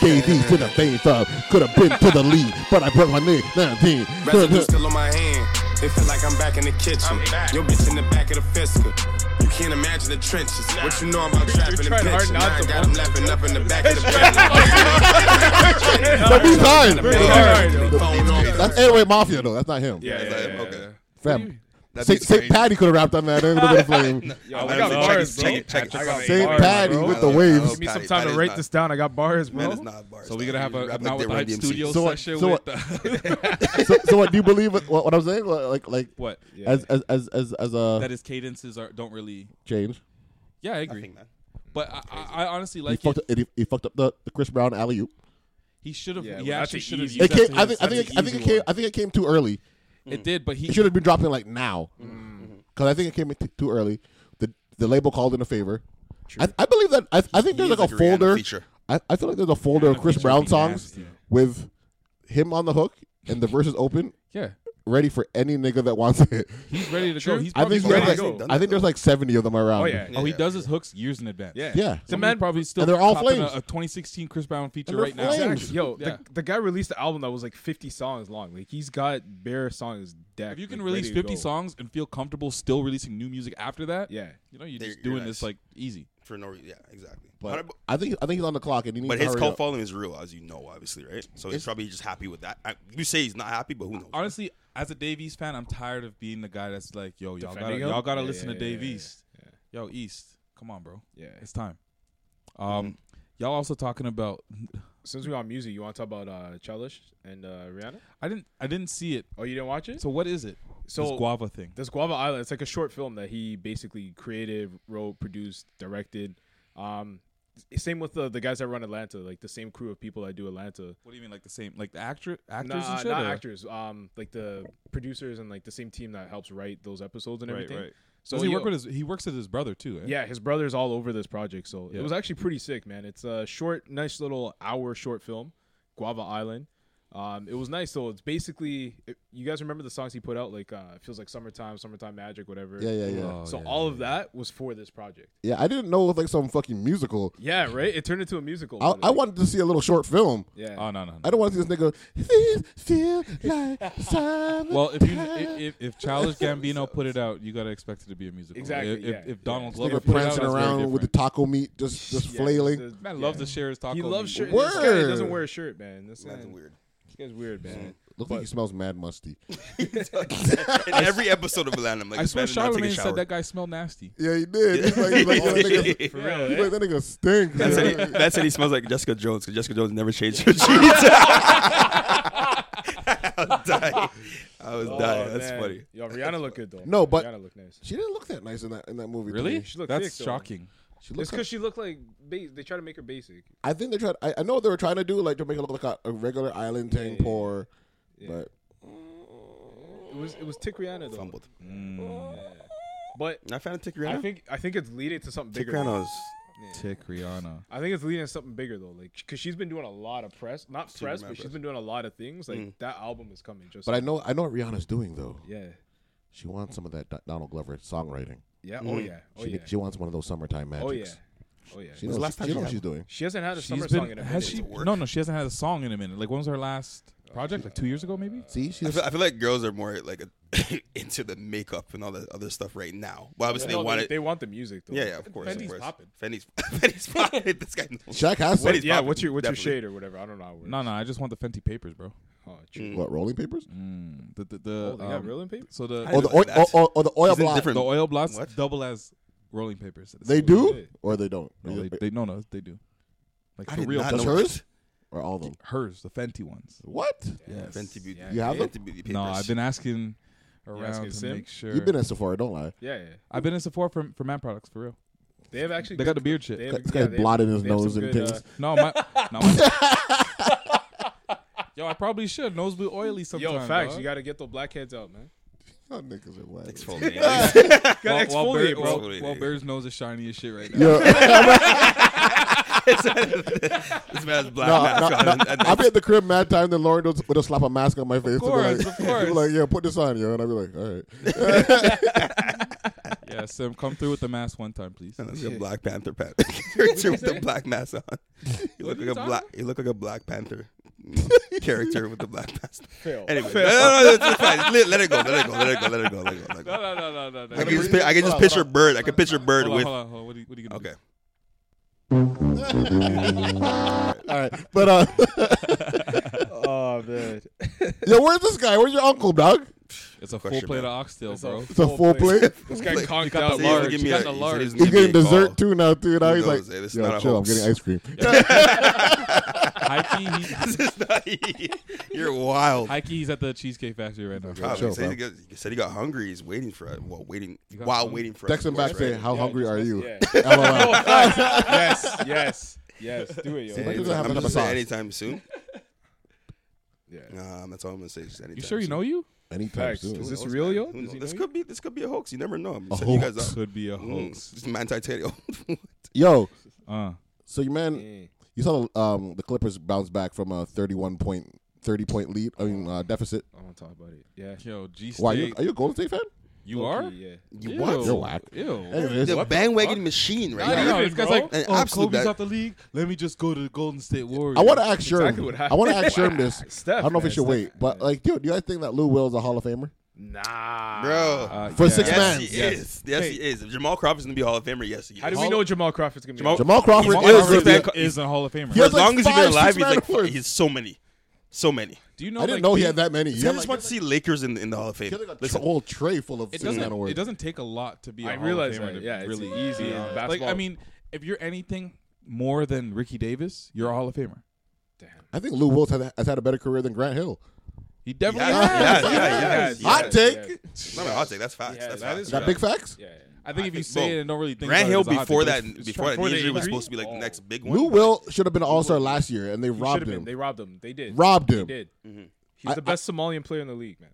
[SPEAKER 6] though.
[SPEAKER 1] Dave East to the same thug. Could have been to the lead, but I broke my name 19.
[SPEAKER 11] Residue still on my hand. It feel like I'm back in the kitchen. Your bitch in the back of the fiscal. You can't imagine the trenches. What you know about trapping and
[SPEAKER 3] tried hard
[SPEAKER 11] pitching?
[SPEAKER 3] not
[SPEAKER 11] Now I
[SPEAKER 3] to
[SPEAKER 11] got him laughing up in the back of the
[SPEAKER 1] But be fine.
[SPEAKER 11] bed.
[SPEAKER 1] That's Airway Mafia, though. That's not him.
[SPEAKER 3] Yeah, yeah, yeah,
[SPEAKER 4] okay.
[SPEAKER 3] yeah.
[SPEAKER 1] Fam.
[SPEAKER 4] That
[SPEAKER 1] St.
[SPEAKER 4] beat's
[SPEAKER 1] St.
[SPEAKER 4] crazy.
[SPEAKER 1] Patty could have rapped on that. Ain't gonna be the flame.
[SPEAKER 3] Yo, I
[SPEAKER 4] I
[SPEAKER 3] got
[SPEAKER 4] got
[SPEAKER 3] bars,
[SPEAKER 4] check it,
[SPEAKER 3] bro.
[SPEAKER 4] check it, check
[SPEAKER 3] I
[SPEAKER 4] it.
[SPEAKER 3] got
[SPEAKER 1] St.
[SPEAKER 3] bars,
[SPEAKER 1] Patty
[SPEAKER 3] bro.
[SPEAKER 1] with the waves.
[SPEAKER 3] Give me
[SPEAKER 4] Patty-
[SPEAKER 3] some time
[SPEAKER 4] Patty's
[SPEAKER 3] to write
[SPEAKER 4] not-
[SPEAKER 3] this down. I got bars, bro.
[SPEAKER 4] Man, it's not bars.
[SPEAKER 6] So we're gonna have a
[SPEAKER 4] Rap
[SPEAKER 6] I'm
[SPEAKER 4] like
[SPEAKER 6] out with
[SPEAKER 4] they
[SPEAKER 6] the
[SPEAKER 4] run
[SPEAKER 6] hype
[SPEAKER 4] DMC.
[SPEAKER 6] studio
[SPEAKER 1] So what-
[SPEAKER 6] session
[SPEAKER 1] so what-
[SPEAKER 6] with the
[SPEAKER 1] so, so what do you believe? What, what I'm saying? Like, like
[SPEAKER 6] what?
[SPEAKER 1] as as as as as uh, a
[SPEAKER 6] That his cadences are don't really.
[SPEAKER 1] change.
[SPEAKER 6] Yeah, I agree.
[SPEAKER 4] man.
[SPEAKER 6] But I, I, I honestly
[SPEAKER 1] He
[SPEAKER 6] like
[SPEAKER 1] fucked,
[SPEAKER 6] it.
[SPEAKER 1] up, he, he fucked up the, the Chris Brown alley oop.
[SPEAKER 6] He should have.
[SPEAKER 3] Yeah,
[SPEAKER 6] Yeah,
[SPEAKER 3] well,
[SPEAKER 6] he
[SPEAKER 3] that's
[SPEAKER 6] actually
[SPEAKER 3] an
[SPEAKER 6] should have.
[SPEAKER 3] easy-
[SPEAKER 1] It came. I
[SPEAKER 3] his-
[SPEAKER 1] think. I
[SPEAKER 3] that's
[SPEAKER 1] think.
[SPEAKER 3] an
[SPEAKER 1] I think it
[SPEAKER 3] easy
[SPEAKER 1] came.
[SPEAKER 3] one.
[SPEAKER 1] I think it came too early.
[SPEAKER 6] It did, but he
[SPEAKER 1] It should have been dropping like now.
[SPEAKER 4] Mm-hmm.
[SPEAKER 1] Because I think it came t- too early. The the label called in a favor. I, I believe that. I, I think there's
[SPEAKER 4] is
[SPEAKER 1] like,
[SPEAKER 4] like
[SPEAKER 1] a
[SPEAKER 4] a Rihanna
[SPEAKER 1] folder.
[SPEAKER 4] feature.
[SPEAKER 1] I, I feel like there's a folder of Chris
[SPEAKER 6] feature would
[SPEAKER 1] Brown
[SPEAKER 6] be
[SPEAKER 1] songs
[SPEAKER 6] nasty.
[SPEAKER 1] with him on the hook and the verse is open,
[SPEAKER 6] Yeah,
[SPEAKER 1] ready for any nigga that wants it.
[SPEAKER 6] he's ready to
[SPEAKER 3] True.
[SPEAKER 6] go. He's
[SPEAKER 1] I
[SPEAKER 6] probably
[SPEAKER 1] think
[SPEAKER 4] he's
[SPEAKER 1] there's
[SPEAKER 4] ready
[SPEAKER 1] like,
[SPEAKER 4] to go.
[SPEAKER 1] I think there's like 70 of them around.
[SPEAKER 3] Oh yeah,
[SPEAKER 6] Oh, he does his hooks years in advance.
[SPEAKER 3] yeah,
[SPEAKER 1] Yeah.
[SPEAKER 6] So
[SPEAKER 3] man-
[SPEAKER 6] man probably still
[SPEAKER 1] And they're all
[SPEAKER 6] popping a,
[SPEAKER 1] flames.
[SPEAKER 6] a 2016 Chris Brown feature
[SPEAKER 1] And they're
[SPEAKER 6] right now.
[SPEAKER 1] flames.
[SPEAKER 3] Exactly. Yo,
[SPEAKER 6] Yeah.
[SPEAKER 3] the, the guy released the album that was like 50 songs long. Like he's got bare songs decked.
[SPEAKER 6] If you can
[SPEAKER 3] like,
[SPEAKER 6] release
[SPEAKER 3] ready to
[SPEAKER 6] 50
[SPEAKER 3] go.
[SPEAKER 6] songs and feel comfortable still releasing new music after that,
[SPEAKER 3] yeah.
[SPEAKER 6] you know, you're
[SPEAKER 4] There-
[SPEAKER 6] just
[SPEAKER 4] you're
[SPEAKER 6] doing
[SPEAKER 4] nice.
[SPEAKER 6] this like easy.
[SPEAKER 4] for no reason. Yeah, exactly.
[SPEAKER 1] But
[SPEAKER 4] Hundred-
[SPEAKER 1] I think I think he's on the clock and he needs
[SPEAKER 4] But
[SPEAKER 1] to
[SPEAKER 4] his
[SPEAKER 1] hurry
[SPEAKER 4] cult
[SPEAKER 1] up.
[SPEAKER 4] following is real, as you know, obviously, right? So he's probably just happy with that. I, you say he's not happy, but who knows?
[SPEAKER 6] honestly, as a Dave East fan, I'm tired of being the guy that's like, yo, y'all
[SPEAKER 3] Defending
[SPEAKER 6] gotta,
[SPEAKER 3] him?
[SPEAKER 6] y'all gotta
[SPEAKER 3] Yeah,
[SPEAKER 6] listen
[SPEAKER 3] yeah,
[SPEAKER 6] to
[SPEAKER 3] yeah,
[SPEAKER 6] Dave
[SPEAKER 3] yeah,
[SPEAKER 6] East. Yo, East, come on, bro.
[SPEAKER 3] Yeah. Mm-hmm.
[SPEAKER 6] it's time. Um, y'all also talking about.
[SPEAKER 3] Since we're on music, you want to talk about uh Childish and uh Rihanna?
[SPEAKER 6] I didn't, I didn't see it.
[SPEAKER 3] Oh, you didn't watch it?
[SPEAKER 6] So what is it?
[SPEAKER 3] So-
[SPEAKER 6] this guava thing.
[SPEAKER 3] This Guava Island, it's like a short film that he basically created, wrote, produced, directed. Um same with the, the guys that run Atlanta, like the same crew of people that do Atlanta.
[SPEAKER 6] What do you mean, like the same, like the actor, actors
[SPEAKER 3] Nah,
[SPEAKER 6] and shit?
[SPEAKER 3] not
[SPEAKER 6] or-
[SPEAKER 3] actors. Um, like the producers and like the same team that helps write those episodes and
[SPEAKER 6] Right,
[SPEAKER 3] everything.
[SPEAKER 6] right.
[SPEAKER 3] So
[SPEAKER 6] Does he work
[SPEAKER 3] yo-
[SPEAKER 6] with his? He works with his brother too. Eh?
[SPEAKER 3] Yeah, his brother's all over this project, so
[SPEAKER 6] Yeah.
[SPEAKER 3] it was actually pretty sick, man. It's a short, nice little hour short film, Guava Island. Um, it was nice, so it's basically it- you guys remember the songs he put out, like uh, it feels like summertime, summertime magic, whatever.
[SPEAKER 1] Yeah, yeah, yeah.
[SPEAKER 6] Oh,
[SPEAKER 3] So
[SPEAKER 6] yeah,
[SPEAKER 3] all of that was for this project.
[SPEAKER 1] Yeah, I didn't know it was like some fucking musical.
[SPEAKER 3] Yeah, right. It turned into a musical.
[SPEAKER 1] I,
[SPEAKER 3] but,
[SPEAKER 1] I
[SPEAKER 3] like,
[SPEAKER 1] wanted to see a little short film.
[SPEAKER 3] Yeah.
[SPEAKER 6] Oh no, no. no.
[SPEAKER 1] I don't want to see this nigga "Things feel like summer."
[SPEAKER 6] Well, if you if, if Childish Gambino put it out, you gotta expect it to be a musical.
[SPEAKER 3] Exactly,
[SPEAKER 6] If, if-
[SPEAKER 3] yeah,
[SPEAKER 6] if Donald
[SPEAKER 1] Nigga
[SPEAKER 6] Glover put it out,
[SPEAKER 1] prancing
[SPEAKER 6] that's very
[SPEAKER 1] around with the
[SPEAKER 6] different.
[SPEAKER 1] taco meat, just just
[SPEAKER 3] Yeah,
[SPEAKER 1] flailing.
[SPEAKER 3] it's a-
[SPEAKER 6] man
[SPEAKER 3] yeah.
[SPEAKER 6] loves to share his taco.
[SPEAKER 3] He loves
[SPEAKER 6] meat.
[SPEAKER 3] shirt. This guy
[SPEAKER 1] Word.
[SPEAKER 3] doesn't wear a shirt, man. This
[SPEAKER 4] that's
[SPEAKER 3] man-
[SPEAKER 4] weird.
[SPEAKER 3] This guy's weird, man.
[SPEAKER 1] Looks like he smells mad musty.
[SPEAKER 4] In every episode of Atlanta, I'm like,
[SPEAKER 6] I
[SPEAKER 4] this man
[SPEAKER 6] swear,
[SPEAKER 4] did not take a
[SPEAKER 6] Charlemagne
[SPEAKER 4] shower.
[SPEAKER 6] said that guy smelled nasty.
[SPEAKER 1] Yeah, he did. He's like, he's like, "Oh, that nigga-
[SPEAKER 3] For real,
[SPEAKER 1] he's
[SPEAKER 3] eh?
[SPEAKER 1] like, that nigga stinks.
[SPEAKER 4] That's
[SPEAKER 1] yeah."
[SPEAKER 4] it. That's it. He smells like Jessica Jones because Jessica Jones never changed her jeans. I was dying. I was
[SPEAKER 3] Oh,
[SPEAKER 4] dying. That's
[SPEAKER 3] man.
[SPEAKER 4] funny.
[SPEAKER 3] Yo, Rihanna looked good though.
[SPEAKER 1] No, but
[SPEAKER 3] Rihanna looked nice.
[SPEAKER 1] she didn't look that nice in that in that movie. to me.
[SPEAKER 3] She looked thick, though.
[SPEAKER 1] She looked.
[SPEAKER 3] it's because she looked like ba- they try to make her basic.
[SPEAKER 1] I think they tried. I, I know what they were trying to do like to make it look like a, a regular island thing, poor, but
[SPEAKER 3] It was it was Tick Rihanna though.
[SPEAKER 4] Fumbled.
[SPEAKER 3] Yeah. But
[SPEAKER 4] I found Tick
[SPEAKER 3] I
[SPEAKER 4] Rihanna.
[SPEAKER 3] think I think it's leading to something
[SPEAKER 4] Tick
[SPEAKER 3] bigger.
[SPEAKER 4] Rihanna was-
[SPEAKER 6] Tick Rihanna.
[SPEAKER 3] I think it's leading to something bigger though, like because she's been doing a lot of press, not
[SPEAKER 4] She
[SPEAKER 3] press, but
[SPEAKER 4] remembers.
[SPEAKER 3] she's been doing a lot of things. Like
[SPEAKER 4] Mm.
[SPEAKER 3] that album is coming. Just
[SPEAKER 1] but I know I know what Rihanna's doing though.
[SPEAKER 3] Yeah.
[SPEAKER 1] She wants some of that Do- Donald Glover songwriting.
[SPEAKER 3] Yeah, oh Mm. yeah, oh
[SPEAKER 1] she,
[SPEAKER 3] yeah.
[SPEAKER 1] she wants one of those summertime magics.
[SPEAKER 3] Oh yeah, oh yeah.
[SPEAKER 1] She knows, last time she knows what she's doing.
[SPEAKER 3] She hasn't had a
[SPEAKER 6] She's been-
[SPEAKER 3] summer song in a minute. Oh,
[SPEAKER 6] has she? No, no, she hasn't had a song in a minute. Like when was her last project? Like two years ago, maybe.
[SPEAKER 1] See,
[SPEAKER 4] I feel, I feel like girls are more like a, into the makeup and all that other stuff right now. Well, obviously
[SPEAKER 3] No,
[SPEAKER 4] they want it.
[SPEAKER 3] They want the music though.
[SPEAKER 4] Yeah, yeah, of course,
[SPEAKER 3] Fendi's
[SPEAKER 4] of course.
[SPEAKER 3] popping.
[SPEAKER 4] Fendi's, Fendi's popping. This guy. knows.
[SPEAKER 1] Shaq has
[SPEAKER 4] Fendi's
[SPEAKER 1] some. Yeah,
[SPEAKER 4] popping,
[SPEAKER 1] what's your- what's your
[SPEAKER 4] definitely.
[SPEAKER 3] shade or whatever. I don't know. How it works.
[SPEAKER 6] No, no, I just want the Fenty papers, bro.
[SPEAKER 3] Oh,
[SPEAKER 4] Mm.
[SPEAKER 1] What rolling papers?
[SPEAKER 6] Mm, the the, the
[SPEAKER 3] Oh, they got
[SPEAKER 6] um,
[SPEAKER 3] rolling papers?
[SPEAKER 6] So the
[SPEAKER 1] I Oh, didn't the know oil- that. oh, oh, oh, the oil
[SPEAKER 6] Is it
[SPEAKER 1] blot.
[SPEAKER 6] different? The oil blots
[SPEAKER 1] What?
[SPEAKER 6] double as rolling papers. That's
[SPEAKER 1] They
[SPEAKER 6] what
[SPEAKER 1] do?
[SPEAKER 6] did.
[SPEAKER 1] Or they don't?
[SPEAKER 6] No, they, they no no they do. Like
[SPEAKER 1] I
[SPEAKER 6] the
[SPEAKER 1] did
[SPEAKER 6] real
[SPEAKER 1] not know
[SPEAKER 6] papers.
[SPEAKER 1] that. Or all of them?
[SPEAKER 6] Hers, the Fenty ones.
[SPEAKER 1] What?
[SPEAKER 6] Yes.
[SPEAKER 4] Fenty Beauty.
[SPEAKER 1] You have them?
[SPEAKER 4] Fenty Beauty
[SPEAKER 6] No,
[SPEAKER 4] papers.
[SPEAKER 6] I've been asking
[SPEAKER 3] asking
[SPEAKER 6] around to
[SPEAKER 3] Sim?
[SPEAKER 6] make sure.
[SPEAKER 1] You've been in Sephora, don't lie.
[SPEAKER 3] Yeah, yeah.
[SPEAKER 6] I've been in Sephora for for man products for real.
[SPEAKER 3] They have actually
[SPEAKER 6] They
[SPEAKER 3] good-
[SPEAKER 6] got the beard shit.
[SPEAKER 3] they have-
[SPEAKER 1] This guy's
[SPEAKER 3] they have-
[SPEAKER 1] blotting his
[SPEAKER 3] they have some
[SPEAKER 1] nose and
[SPEAKER 3] good,
[SPEAKER 1] things.
[SPEAKER 6] No, my, no, my- Yo, I probably should. Nose be oily sometimes.
[SPEAKER 3] uh, Yo, facts.
[SPEAKER 6] dog.
[SPEAKER 3] You got to get the blackheads out, man.
[SPEAKER 1] Y'all niggas are whack.
[SPEAKER 4] Exfoliate.
[SPEAKER 6] While-
[SPEAKER 3] Gotta
[SPEAKER 6] while
[SPEAKER 3] exfoliate,
[SPEAKER 6] Bear-
[SPEAKER 3] bro.
[SPEAKER 6] while- While Bear's nose is shiny as shit right now.
[SPEAKER 1] Yo.
[SPEAKER 4] this man's black mask on. and- and-
[SPEAKER 1] I'll be at the crib mad time, then Lauren will, will just slap a mask on my face. and be
[SPEAKER 6] course,
[SPEAKER 1] like,
[SPEAKER 6] of
[SPEAKER 1] she'll
[SPEAKER 6] course.
[SPEAKER 1] Be like, yeah, put this on, yo. And I'll be like, all right.
[SPEAKER 6] yeah, Sim, come through with the mask one time, please.
[SPEAKER 4] And that's a Black Panther pant. character with the black mask on. You look
[SPEAKER 6] What are you
[SPEAKER 4] like a
[SPEAKER 6] talking
[SPEAKER 4] black. You look like a Black Panther character with the black mask.
[SPEAKER 3] Fail.
[SPEAKER 4] Anyway,
[SPEAKER 3] Fail.
[SPEAKER 4] no, no, no, it's fine. Let, let it go. Let it go. Let it go. Let it go. Let it go. Let it go.
[SPEAKER 6] No, no, no, no, no.
[SPEAKER 4] I can just, pi- I can just picture bird. I can picture bird
[SPEAKER 6] Hold on,
[SPEAKER 4] with.
[SPEAKER 6] hold on, hold on. What are you, what are you gonna
[SPEAKER 4] Okay.
[SPEAKER 1] all right. But, uh.
[SPEAKER 3] oh, man.
[SPEAKER 1] yo, where's this guy? Where's your uncle, dog?
[SPEAKER 6] do? It's a full
[SPEAKER 4] Question
[SPEAKER 6] plate of
[SPEAKER 4] mark.
[SPEAKER 6] oxtail,
[SPEAKER 3] It's a
[SPEAKER 6] bro.
[SPEAKER 1] It's a full plate.
[SPEAKER 3] This guy
[SPEAKER 4] Like,
[SPEAKER 3] conked
[SPEAKER 6] got
[SPEAKER 3] out
[SPEAKER 4] He
[SPEAKER 6] the
[SPEAKER 4] was
[SPEAKER 6] large.
[SPEAKER 4] giving
[SPEAKER 6] He
[SPEAKER 4] me
[SPEAKER 6] got
[SPEAKER 4] a-
[SPEAKER 6] the
[SPEAKER 4] he said
[SPEAKER 6] large.
[SPEAKER 4] he was
[SPEAKER 1] He's
[SPEAKER 4] giving
[SPEAKER 1] getting
[SPEAKER 4] me a
[SPEAKER 1] dessert
[SPEAKER 4] call.
[SPEAKER 1] too now, too. Now
[SPEAKER 4] Who
[SPEAKER 1] he's
[SPEAKER 4] knows?
[SPEAKER 1] like,
[SPEAKER 4] Hey, this is
[SPEAKER 1] yo,
[SPEAKER 4] not a
[SPEAKER 1] chill. I'm
[SPEAKER 4] hoax.
[SPEAKER 1] getting ice cream.
[SPEAKER 6] Hikey, he,
[SPEAKER 4] This is not- You're wild.
[SPEAKER 6] Hikey, he's at the Cheesecake Factory right now. bro.
[SPEAKER 4] Probably.
[SPEAKER 1] Chill,
[SPEAKER 4] He said, he
[SPEAKER 1] bro.
[SPEAKER 4] got- he said he got hungry. He's waiting for it. Well, waiting
[SPEAKER 6] got
[SPEAKER 4] while
[SPEAKER 6] hungry?
[SPEAKER 4] waiting for us,
[SPEAKER 1] Text him
[SPEAKER 4] of course,
[SPEAKER 1] back saying,
[SPEAKER 4] right?
[SPEAKER 1] how hungry are you?
[SPEAKER 3] Yeah.
[SPEAKER 1] LOL.
[SPEAKER 3] Oh, facts. yes, yes, yes. Do it, yo.
[SPEAKER 1] See,
[SPEAKER 4] Anytime-
[SPEAKER 1] Doesn't have
[SPEAKER 4] I'm
[SPEAKER 1] enough
[SPEAKER 4] just saying
[SPEAKER 1] sauce.
[SPEAKER 4] anytime soon.
[SPEAKER 3] Yeah.
[SPEAKER 4] Um, that's all I'm gonna say. Just anytime
[SPEAKER 6] You sure you
[SPEAKER 4] soon.
[SPEAKER 6] know you?
[SPEAKER 1] Anytime
[SPEAKER 3] Facts.
[SPEAKER 1] soon.
[SPEAKER 3] Is this
[SPEAKER 4] knows,
[SPEAKER 3] real,
[SPEAKER 4] man? Who
[SPEAKER 3] yo? Does
[SPEAKER 4] knows?
[SPEAKER 3] he
[SPEAKER 4] This
[SPEAKER 3] know
[SPEAKER 4] could be this could be a hoax. You never know. I'm
[SPEAKER 1] A
[SPEAKER 4] setting you
[SPEAKER 1] hoax.
[SPEAKER 4] guys up.
[SPEAKER 6] Could be a
[SPEAKER 4] Mm,
[SPEAKER 6] hoax.
[SPEAKER 4] This man Titanium.
[SPEAKER 1] Yo,
[SPEAKER 6] Uh,
[SPEAKER 1] so your man,
[SPEAKER 3] Mm.
[SPEAKER 1] you saw the, um, the Clippers bounce back from a 31 point, 30 point lead, I mean, uh, deficit.
[SPEAKER 3] I want to talk about it. Yeah.
[SPEAKER 6] yo, G State.
[SPEAKER 1] Why, are you, are you a Golden State fan?
[SPEAKER 6] you
[SPEAKER 3] Low-key,
[SPEAKER 6] are?
[SPEAKER 3] Yeah.
[SPEAKER 4] you
[SPEAKER 6] Ew.
[SPEAKER 4] what?
[SPEAKER 1] You're whack.
[SPEAKER 6] Ew.
[SPEAKER 1] Anyways,
[SPEAKER 4] The bandwagon
[SPEAKER 6] fuck?
[SPEAKER 4] machine right
[SPEAKER 6] I don't
[SPEAKER 4] now.
[SPEAKER 6] know.
[SPEAKER 3] even,
[SPEAKER 6] This guy's
[SPEAKER 3] bro.
[SPEAKER 6] like,
[SPEAKER 4] An
[SPEAKER 6] oh,
[SPEAKER 4] absolute
[SPEAKER 6] Kobe's
[SPEAKER 4] bad-
[SPEAKER 6] out the league. Let me just go to the Golden State Warriors.
[SPEAKER 1] I want to ask Sherm.
[SPEAKER 3] exactly what
[SPEAKER 1] I want to ask Sherm
[SPEAKER 3] happened.
[SPEAKER 1] this.
[SPEAKER 3] Steph,
[SPEAKER 1] I don't know if
[SPEAKER 3] man,
[SPEAKER 1] it should
[SPEAKER 3] Steph.
[SPEAKER 1] wait, but like, dude, do you guys think that Lou Will is a Hall of Famer?
[SPEAKER 3] Nah,
[SPEAKER 4] Bro.
[SPEAKER 6] Uh,
[SPEAKER 1] For six
[SPEAKER 4] yes,
[SPEAKER 1] man.
[SPEAKER 4] he
[SPEAKER 6] Yes.
[SPEAKER 4] is. Yes, he is. If Jamal Crawford's gonna be a Hall of Famer, yes, he is.
[SPEAKER 3] How do we know Jamal Crawford's gonna be?
[SPEAKER 4] Jamal-
[SPEAKER 1] Jamal Crawford
[SPEAKER 4] Jamal
[SPEAKER 1] is.
[SPEAKER 4] Crawford
[SPEAKER 1] gonna be a-
[SPEAKER 4] back-
[SPEAKER 6] is a Hall of Famer.
[SPEAKER 1] He has
[SPEAKER 4] as
[SPEAKER 1] like
[SPEAKER 4] long as he's
[SPEAKER 1] five,
[SPEAKER 4] been alive,
[SPEAKER 1] six
[SPEAKER 4] he's like
[SPEAKER 1] man awards.
[SPEAKER 4] he's so many, so many.
[SPEAKER 6] Do you know?
[SPEAKER 1] I didn't
[SPEAKER 6] like,
[SPEAKER 1] know he
[SPEAKER 6] being-
[SPEAKER 1] had that many. He
[SPEAKER 4] See, I
[SPEAKER 1] had
[SPEAKER 4] just
[SPEAKER 1] like,
[SPEAKER 4] want to see Lakers in, in the Hall of Fame.
[SPEAKER 1] he had like a
[SPEAKER 4] Listen,
[SPEAKER 1] whole tray full of
[SPEAKER 6] It
[SPEAKER 1] six man
[SPEAKER 6] doesn't. It
[SPEAKER 1] awards.
[SPEAKER 6] doesn't take a lot to be. I
[SPEAKER 3] I
[SPEAKER 6] realize
[SPEAKER 3] realize
[SPEAKER 6] Hall of Famer
[SPEAKER 3] that.
[SPEAKER 6] to
[SPEAKER 3] Yeah, it's
[SPEAKER 6] really
[SPEAKER 3] easy
[SPEAKER 6] be
[SPEAKER 3] in
[SPEAKER 6] honest.
[SPEAKER 3] basketball.
[SPEAKER 6] Like, I mean, if you're anything more than Ricky Davis, you're a Hall of Famer.
[SPEAKER 1] I think Lou Will has, has had a better career than Grant Hill.
[SPEAKER 6] He definitely
[SPEAKER 4] Yes, yes,
[SPEAKER 6] has.
[SPEAKER 4] yes, yes, yes.
[SPEAKER 1] Hot take.
[SPEAKER 4] it's not a hot take. That's facts.
[SPEAKER 3] Yeah,
[SPEAKER 4] that's
[SPEAKER 3] that
[SPEAKER 4] facts.
[SPEAKER 3] is
[SPEAKER 1] Is that big facts?
[SPEAKER 3] Yeah.
[SPEAKER 6] I think if you
[SPEAKER 4] think-
[SPEAKER 6] say
[SPEAKER 4] bro,
[SPEAKER 6] it and don't really think
[SPEAKER 4] Grant
[SPEAKER 6] about
[SPEAKER 4] Hill
[SPEAKER 6] it, it's a hot
[SPEAKER 4] before
[SPEAKER 6] take,
[SPEAKER 4] that
[SPEAKER 6] it's- it's
[SPEAKER 4] before that
[SPEAKER 3] before
[SPEAKER 4] knee
[SPEAKER 3] the
[SPEAKER 4] injury was
[SPEAKER 3] injury?
[SPEAKER 4] supposed to be like the next big one.
[SPEAKER 1] Lou Will should have been an All Star last year, and they
[SPEAKER 3] He
[SPEAKER 1] robbed
[SPEAKER 3] should've been.
[SPEAKER 1] him.
[SPEAKER 3] They robbed him. They did.
[SPEAKER 1] Robbed him.
[SPEAKER 3] They did. He's the best Somalian player in the league, man.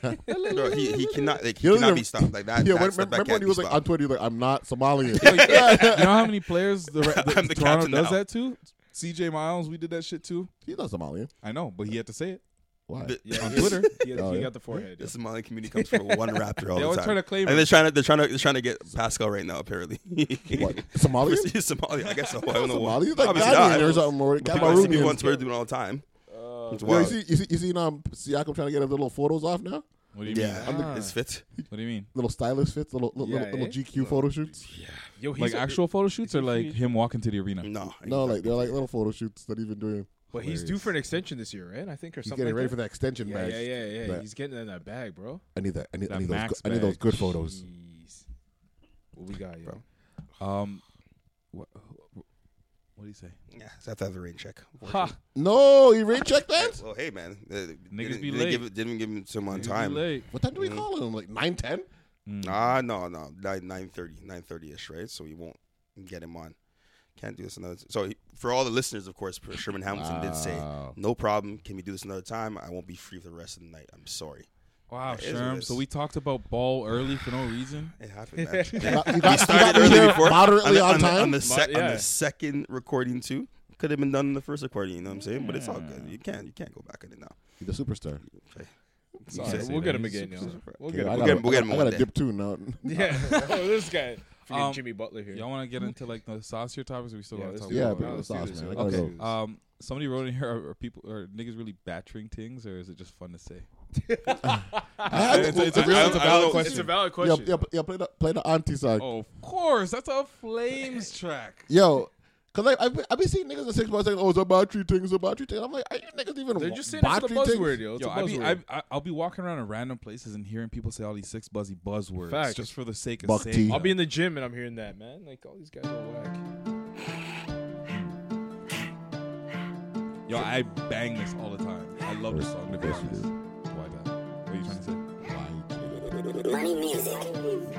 [SPEAKER 4] Bro, he, he cannot like,
[SPEAKER 1] He
[SPEAKER 4] he
[SPEAKER 1] doesn't
[SPEAKER 4] cannot
[SPEAKER 1] even-
[SPEAKER 4] be stopped like that.
[SPEAKER 1] Yeah, when,
[SPEAKER 4] that's, that
[SPEAKER 1] remember when
[SPEAKER 4] can't
[SPEAKER 1] he
[SPEAKER 4] be
[SPEAKER 1] was like on
[SPEAKER 4] stopped.
[SPEAKER 1] Twitter, he was like, "I'm not
[SPEAKER 6] Yo,
[SPEAKER 1] Somalian."
[SPEAKER 6] you you know how many players the, the,
[SPEAKER 4] I'm the
[SPEAKER 6] Toronto
[SPEAKER 4] captain
[SPEAKER 6] does
[SPEAKER 4] now.
[SPEAKER 6] that to? C.J. Miles, we did that shit too.
[SPEAKER 1] He's not Somalian.
[SPEAKER 6] I know, but he had to say it.
[SPEAKER 1] Why?
[SPEAKER 4] The-
[SPEAKER 3] Yeah,
[SPEAKER 6] On
[SPEAKER 3] he-
[SPEAKER 6] Twitter.
[SPEAKER 3] he,
[SPEAKER 1] Oh,
[SPEAKER 3] he
[SPEAKER 1] yeah.
[SPEAKER 3] got the forehead.
[SPEAKER 4] the Somali community comes from one raptor all
[SPEAKER 6] They
[SPEAKER 4] the
[SPEAKER 6] always
[SPEAKER 4] time.
[SPEAKER 6] try to claim
[SPEAKER 4] and
[SPEAKER 6] it.
[SPEAKER 4] they're trying to they're trying to they're trying to get Pascal right now apparently.
[SPEAKER 1] What? Somalian?
[SPEAKER 4] He's Somali. I guess so. I don't know why.
[SPEAKER 1] Somalian? He's like
[SPEAKER 4] Obviously not.
[SPEAKER 1] Ghanaian or something, or
[SPEAKER 4] But people- I see people on
[SPEAKER 1] Cameroonian.
[SPEAKER 4] Twitter doing it all the time. It's
[SPEAKER 1] Yo, you
[SPEAKER 4] wild.
[SPEAKER 1] see, you see, you seen um, Siakam trying to get his little photos off now.
[SPEAKER 6] What do you
[SPEAKER 4] Yeah,
[SPEAKER 6] mean?
[SPEAKER 4] it's fit.
[SPEAKER 6] What do you mean?
[SPEAKER 1] Little stylist fits, little little,
[SPEAKER 3] Yeah,
[SPEAKER 1] little,
[SPEAKER 3] eh?
[SPEAKER 1] GQ photo shoots.
[SPEAKER 3] Yo, he's
[SPEAKER 6] Like
[SPEAKER 3] a-
[SPEAKER 6] actual photo shoots or like him walking to the arena?
[SPEAKER 4] No,
[SPEAKER 1] No, like they're like little photo shoots that he's been doing.
[SPEAKER 3] but he's due for an extension this year, right? I think or
[SPEAKER 1] He's
[SPEAKER 3] something.
[SPEAKER 1] getting
[SPEAKER 3] like
[SPEAKER 1] ready
[SPEAKER 3] that.
[SPEAKER 1] for that extension
[SPEAKER 3] Yeah,
[SPEAKER 1] match.
[SPEAKER 3] yeah, yeah, yeah.
[SPEAKER 1] But
[SPEAKER 3] He's getting in that bag, bro.
[SPEAKER 1] I need that. I need, I
[SPEAKER 6] That
[SPEAKER 1] need those.
[SPEAKER 6] max
[SPEAKER 1] Good, I need those
[SPEAKER 6] bag.
[SPEAKER 1] good photos.
[SPEAKER 3] Jeez. What we got, yo?
[SPEAKER 6] Um, wha- What do you say?
[SPEAKER 4] Yeah, so I have to have a rain check.
[SPEAKER 6] Ha.
[SPEAKER 1] No, you rain check that?
[SPEAKER 4] Well, hey man, uh,
[SPEAKER 1] Niggas
[SPEAKER 4] didn't,
[SPEAKER 1] be
[SPEAKER 4] didn't
[SPEAKER 1] late.
[SPEAKER 4] Give it, didn't give him some on
[SPEAKER 1] Niggas be
[SPEAKER 4] time.
[SPEAKER 1] late. What time do we call him? Like nine ten?
[SPEAKER 4] Ah, no, no, nine nine thirty, nine thirty ish, right? So we won't get him on. Can't do this another. So he- for all the listeners, of course, Sherman Hamilton did say,
[SPEAKER 6] Wow.
[SPEAKER 4] "No problem. Can we do this another time? I won't be free for the rest of the night. I'm sorry."
[SPEAKER 6] Wow,
[SPEAKER 4] That is what it
[SPEAKER 6] Sherm.
[SPEAKER 4] is.
[SPEAKER 6] So we talked about ball early for no reason.
[SPEAKER 4] It happened. Man.
[SPEAKER 6] You
[SPEAKER 1] got- you
[SPEAKER 4] we
[SPEAKER 1] got- you
[SPEAKER 4] started
[SPEAKER 1] got me
[SPEAKER 4] early
[SPEAKER 1] here
[SPEAKER 4] before
[SPEAKER 1] moderately
[SPEAKER 4] the-
[SPEAKER 1] on
[SPEAKER 4] the-
[SPEAKER 1] time?
[SPEAKER 4] on the, sec-
[SPEAKER 1] Mod-
[SPEAKER 4] on
[SPEAKER 1] yeah.
[SPEAKER 4] the second recording too. Could have been done in the first recording. You know what I'm saying? But it's all good. You can't. You can't go back in it now.
[SPEAKER 1] He's the superstar.
[SPEAKER 4] Okay.
[SPEAKER 3] It's all right. We'll get him again, yo. We'll
[SPEAKER 1] Okay,
[SPEAKER 3] get him.
[SPEAKER 1] I
[SPEAKER 3] We'll
[SPEAKER 1] gotta-
[SPEAKER 3] get him. We'll get
[SPEAKER 1] I
[SPEAKER 3] him
[SPEAKER 1] gotta
[SPEAKER 3] one day.
[SPEAKER 1] dip too now.
[SPEAKER 3] Yeah. oh, this guy. Freaking
[SPEAKER 6] Um,
[SPEAKER 3] Jimmy Butler here.
[SPEAKER 6] Y'all want to get into like the saucier topics? Or we still
[SPEAKER 3] Yeah,
[SPEAKER 6] want to
[SPEAKER 3] let's
[SPEAKER 6] talk
[SPEAKER 3] do Yeah,
[SPEAKER 6] about
[SPEAKER 3] it. let's do
[SPEAKER 6] sauce,
[SPEAKER 3] this.
[SPEAKER 6] man.
[SPEAKER 3] Let's
[SPEAKER 6] Okay.
[SPEAKER 3] do this.
[SPEAKER 6] Um, somebody wrote in here: are, are people are niggas really battering things, or is it just fun to say?
[SPEAKER 1] I-
[SPEAKER 6] it's, a- it's a real, it's a valid question.
[SPEAKER 1] Yeah, yeah, yeah play, the, play the auntie song.
[SPEAKER 6] Oh, of course, that's a Flames track.
[SPEAKER 1] Yo, because I, I've, been- I've been seeing niggas in six months saying, oh, it's a battery thing, it's a battery thing. I'm like, are you niggas even
[SPEAKER 3] They're just saying it's
[SPEAKER 1] battery
[SPEAKER 3] the
[SPEAKER 1] things?
[SPEAKER 3] buzzword, yo. It's a
[SPEAKER 6] I be,
[SPEAKER 3] buzzword.
[SPEAKER 6] I, I- I'll be walking around in random places and hearing people say all these six buzzy buzzwords
[SPEAKER 3] Facts.
[SPEAKER 6] just for the sake of
[SPEAKER 1] Buck
[SPEAKER 6] saying.
[SPEAKER 1] tea.
[SPEAKER 3] I'll be in the gym and I'm hearing that, man. Like all these guys are whack.
[SPEAKER 6] Yo, I bang this all the time. I love this song. To be honest. Why that? What are you trying to say?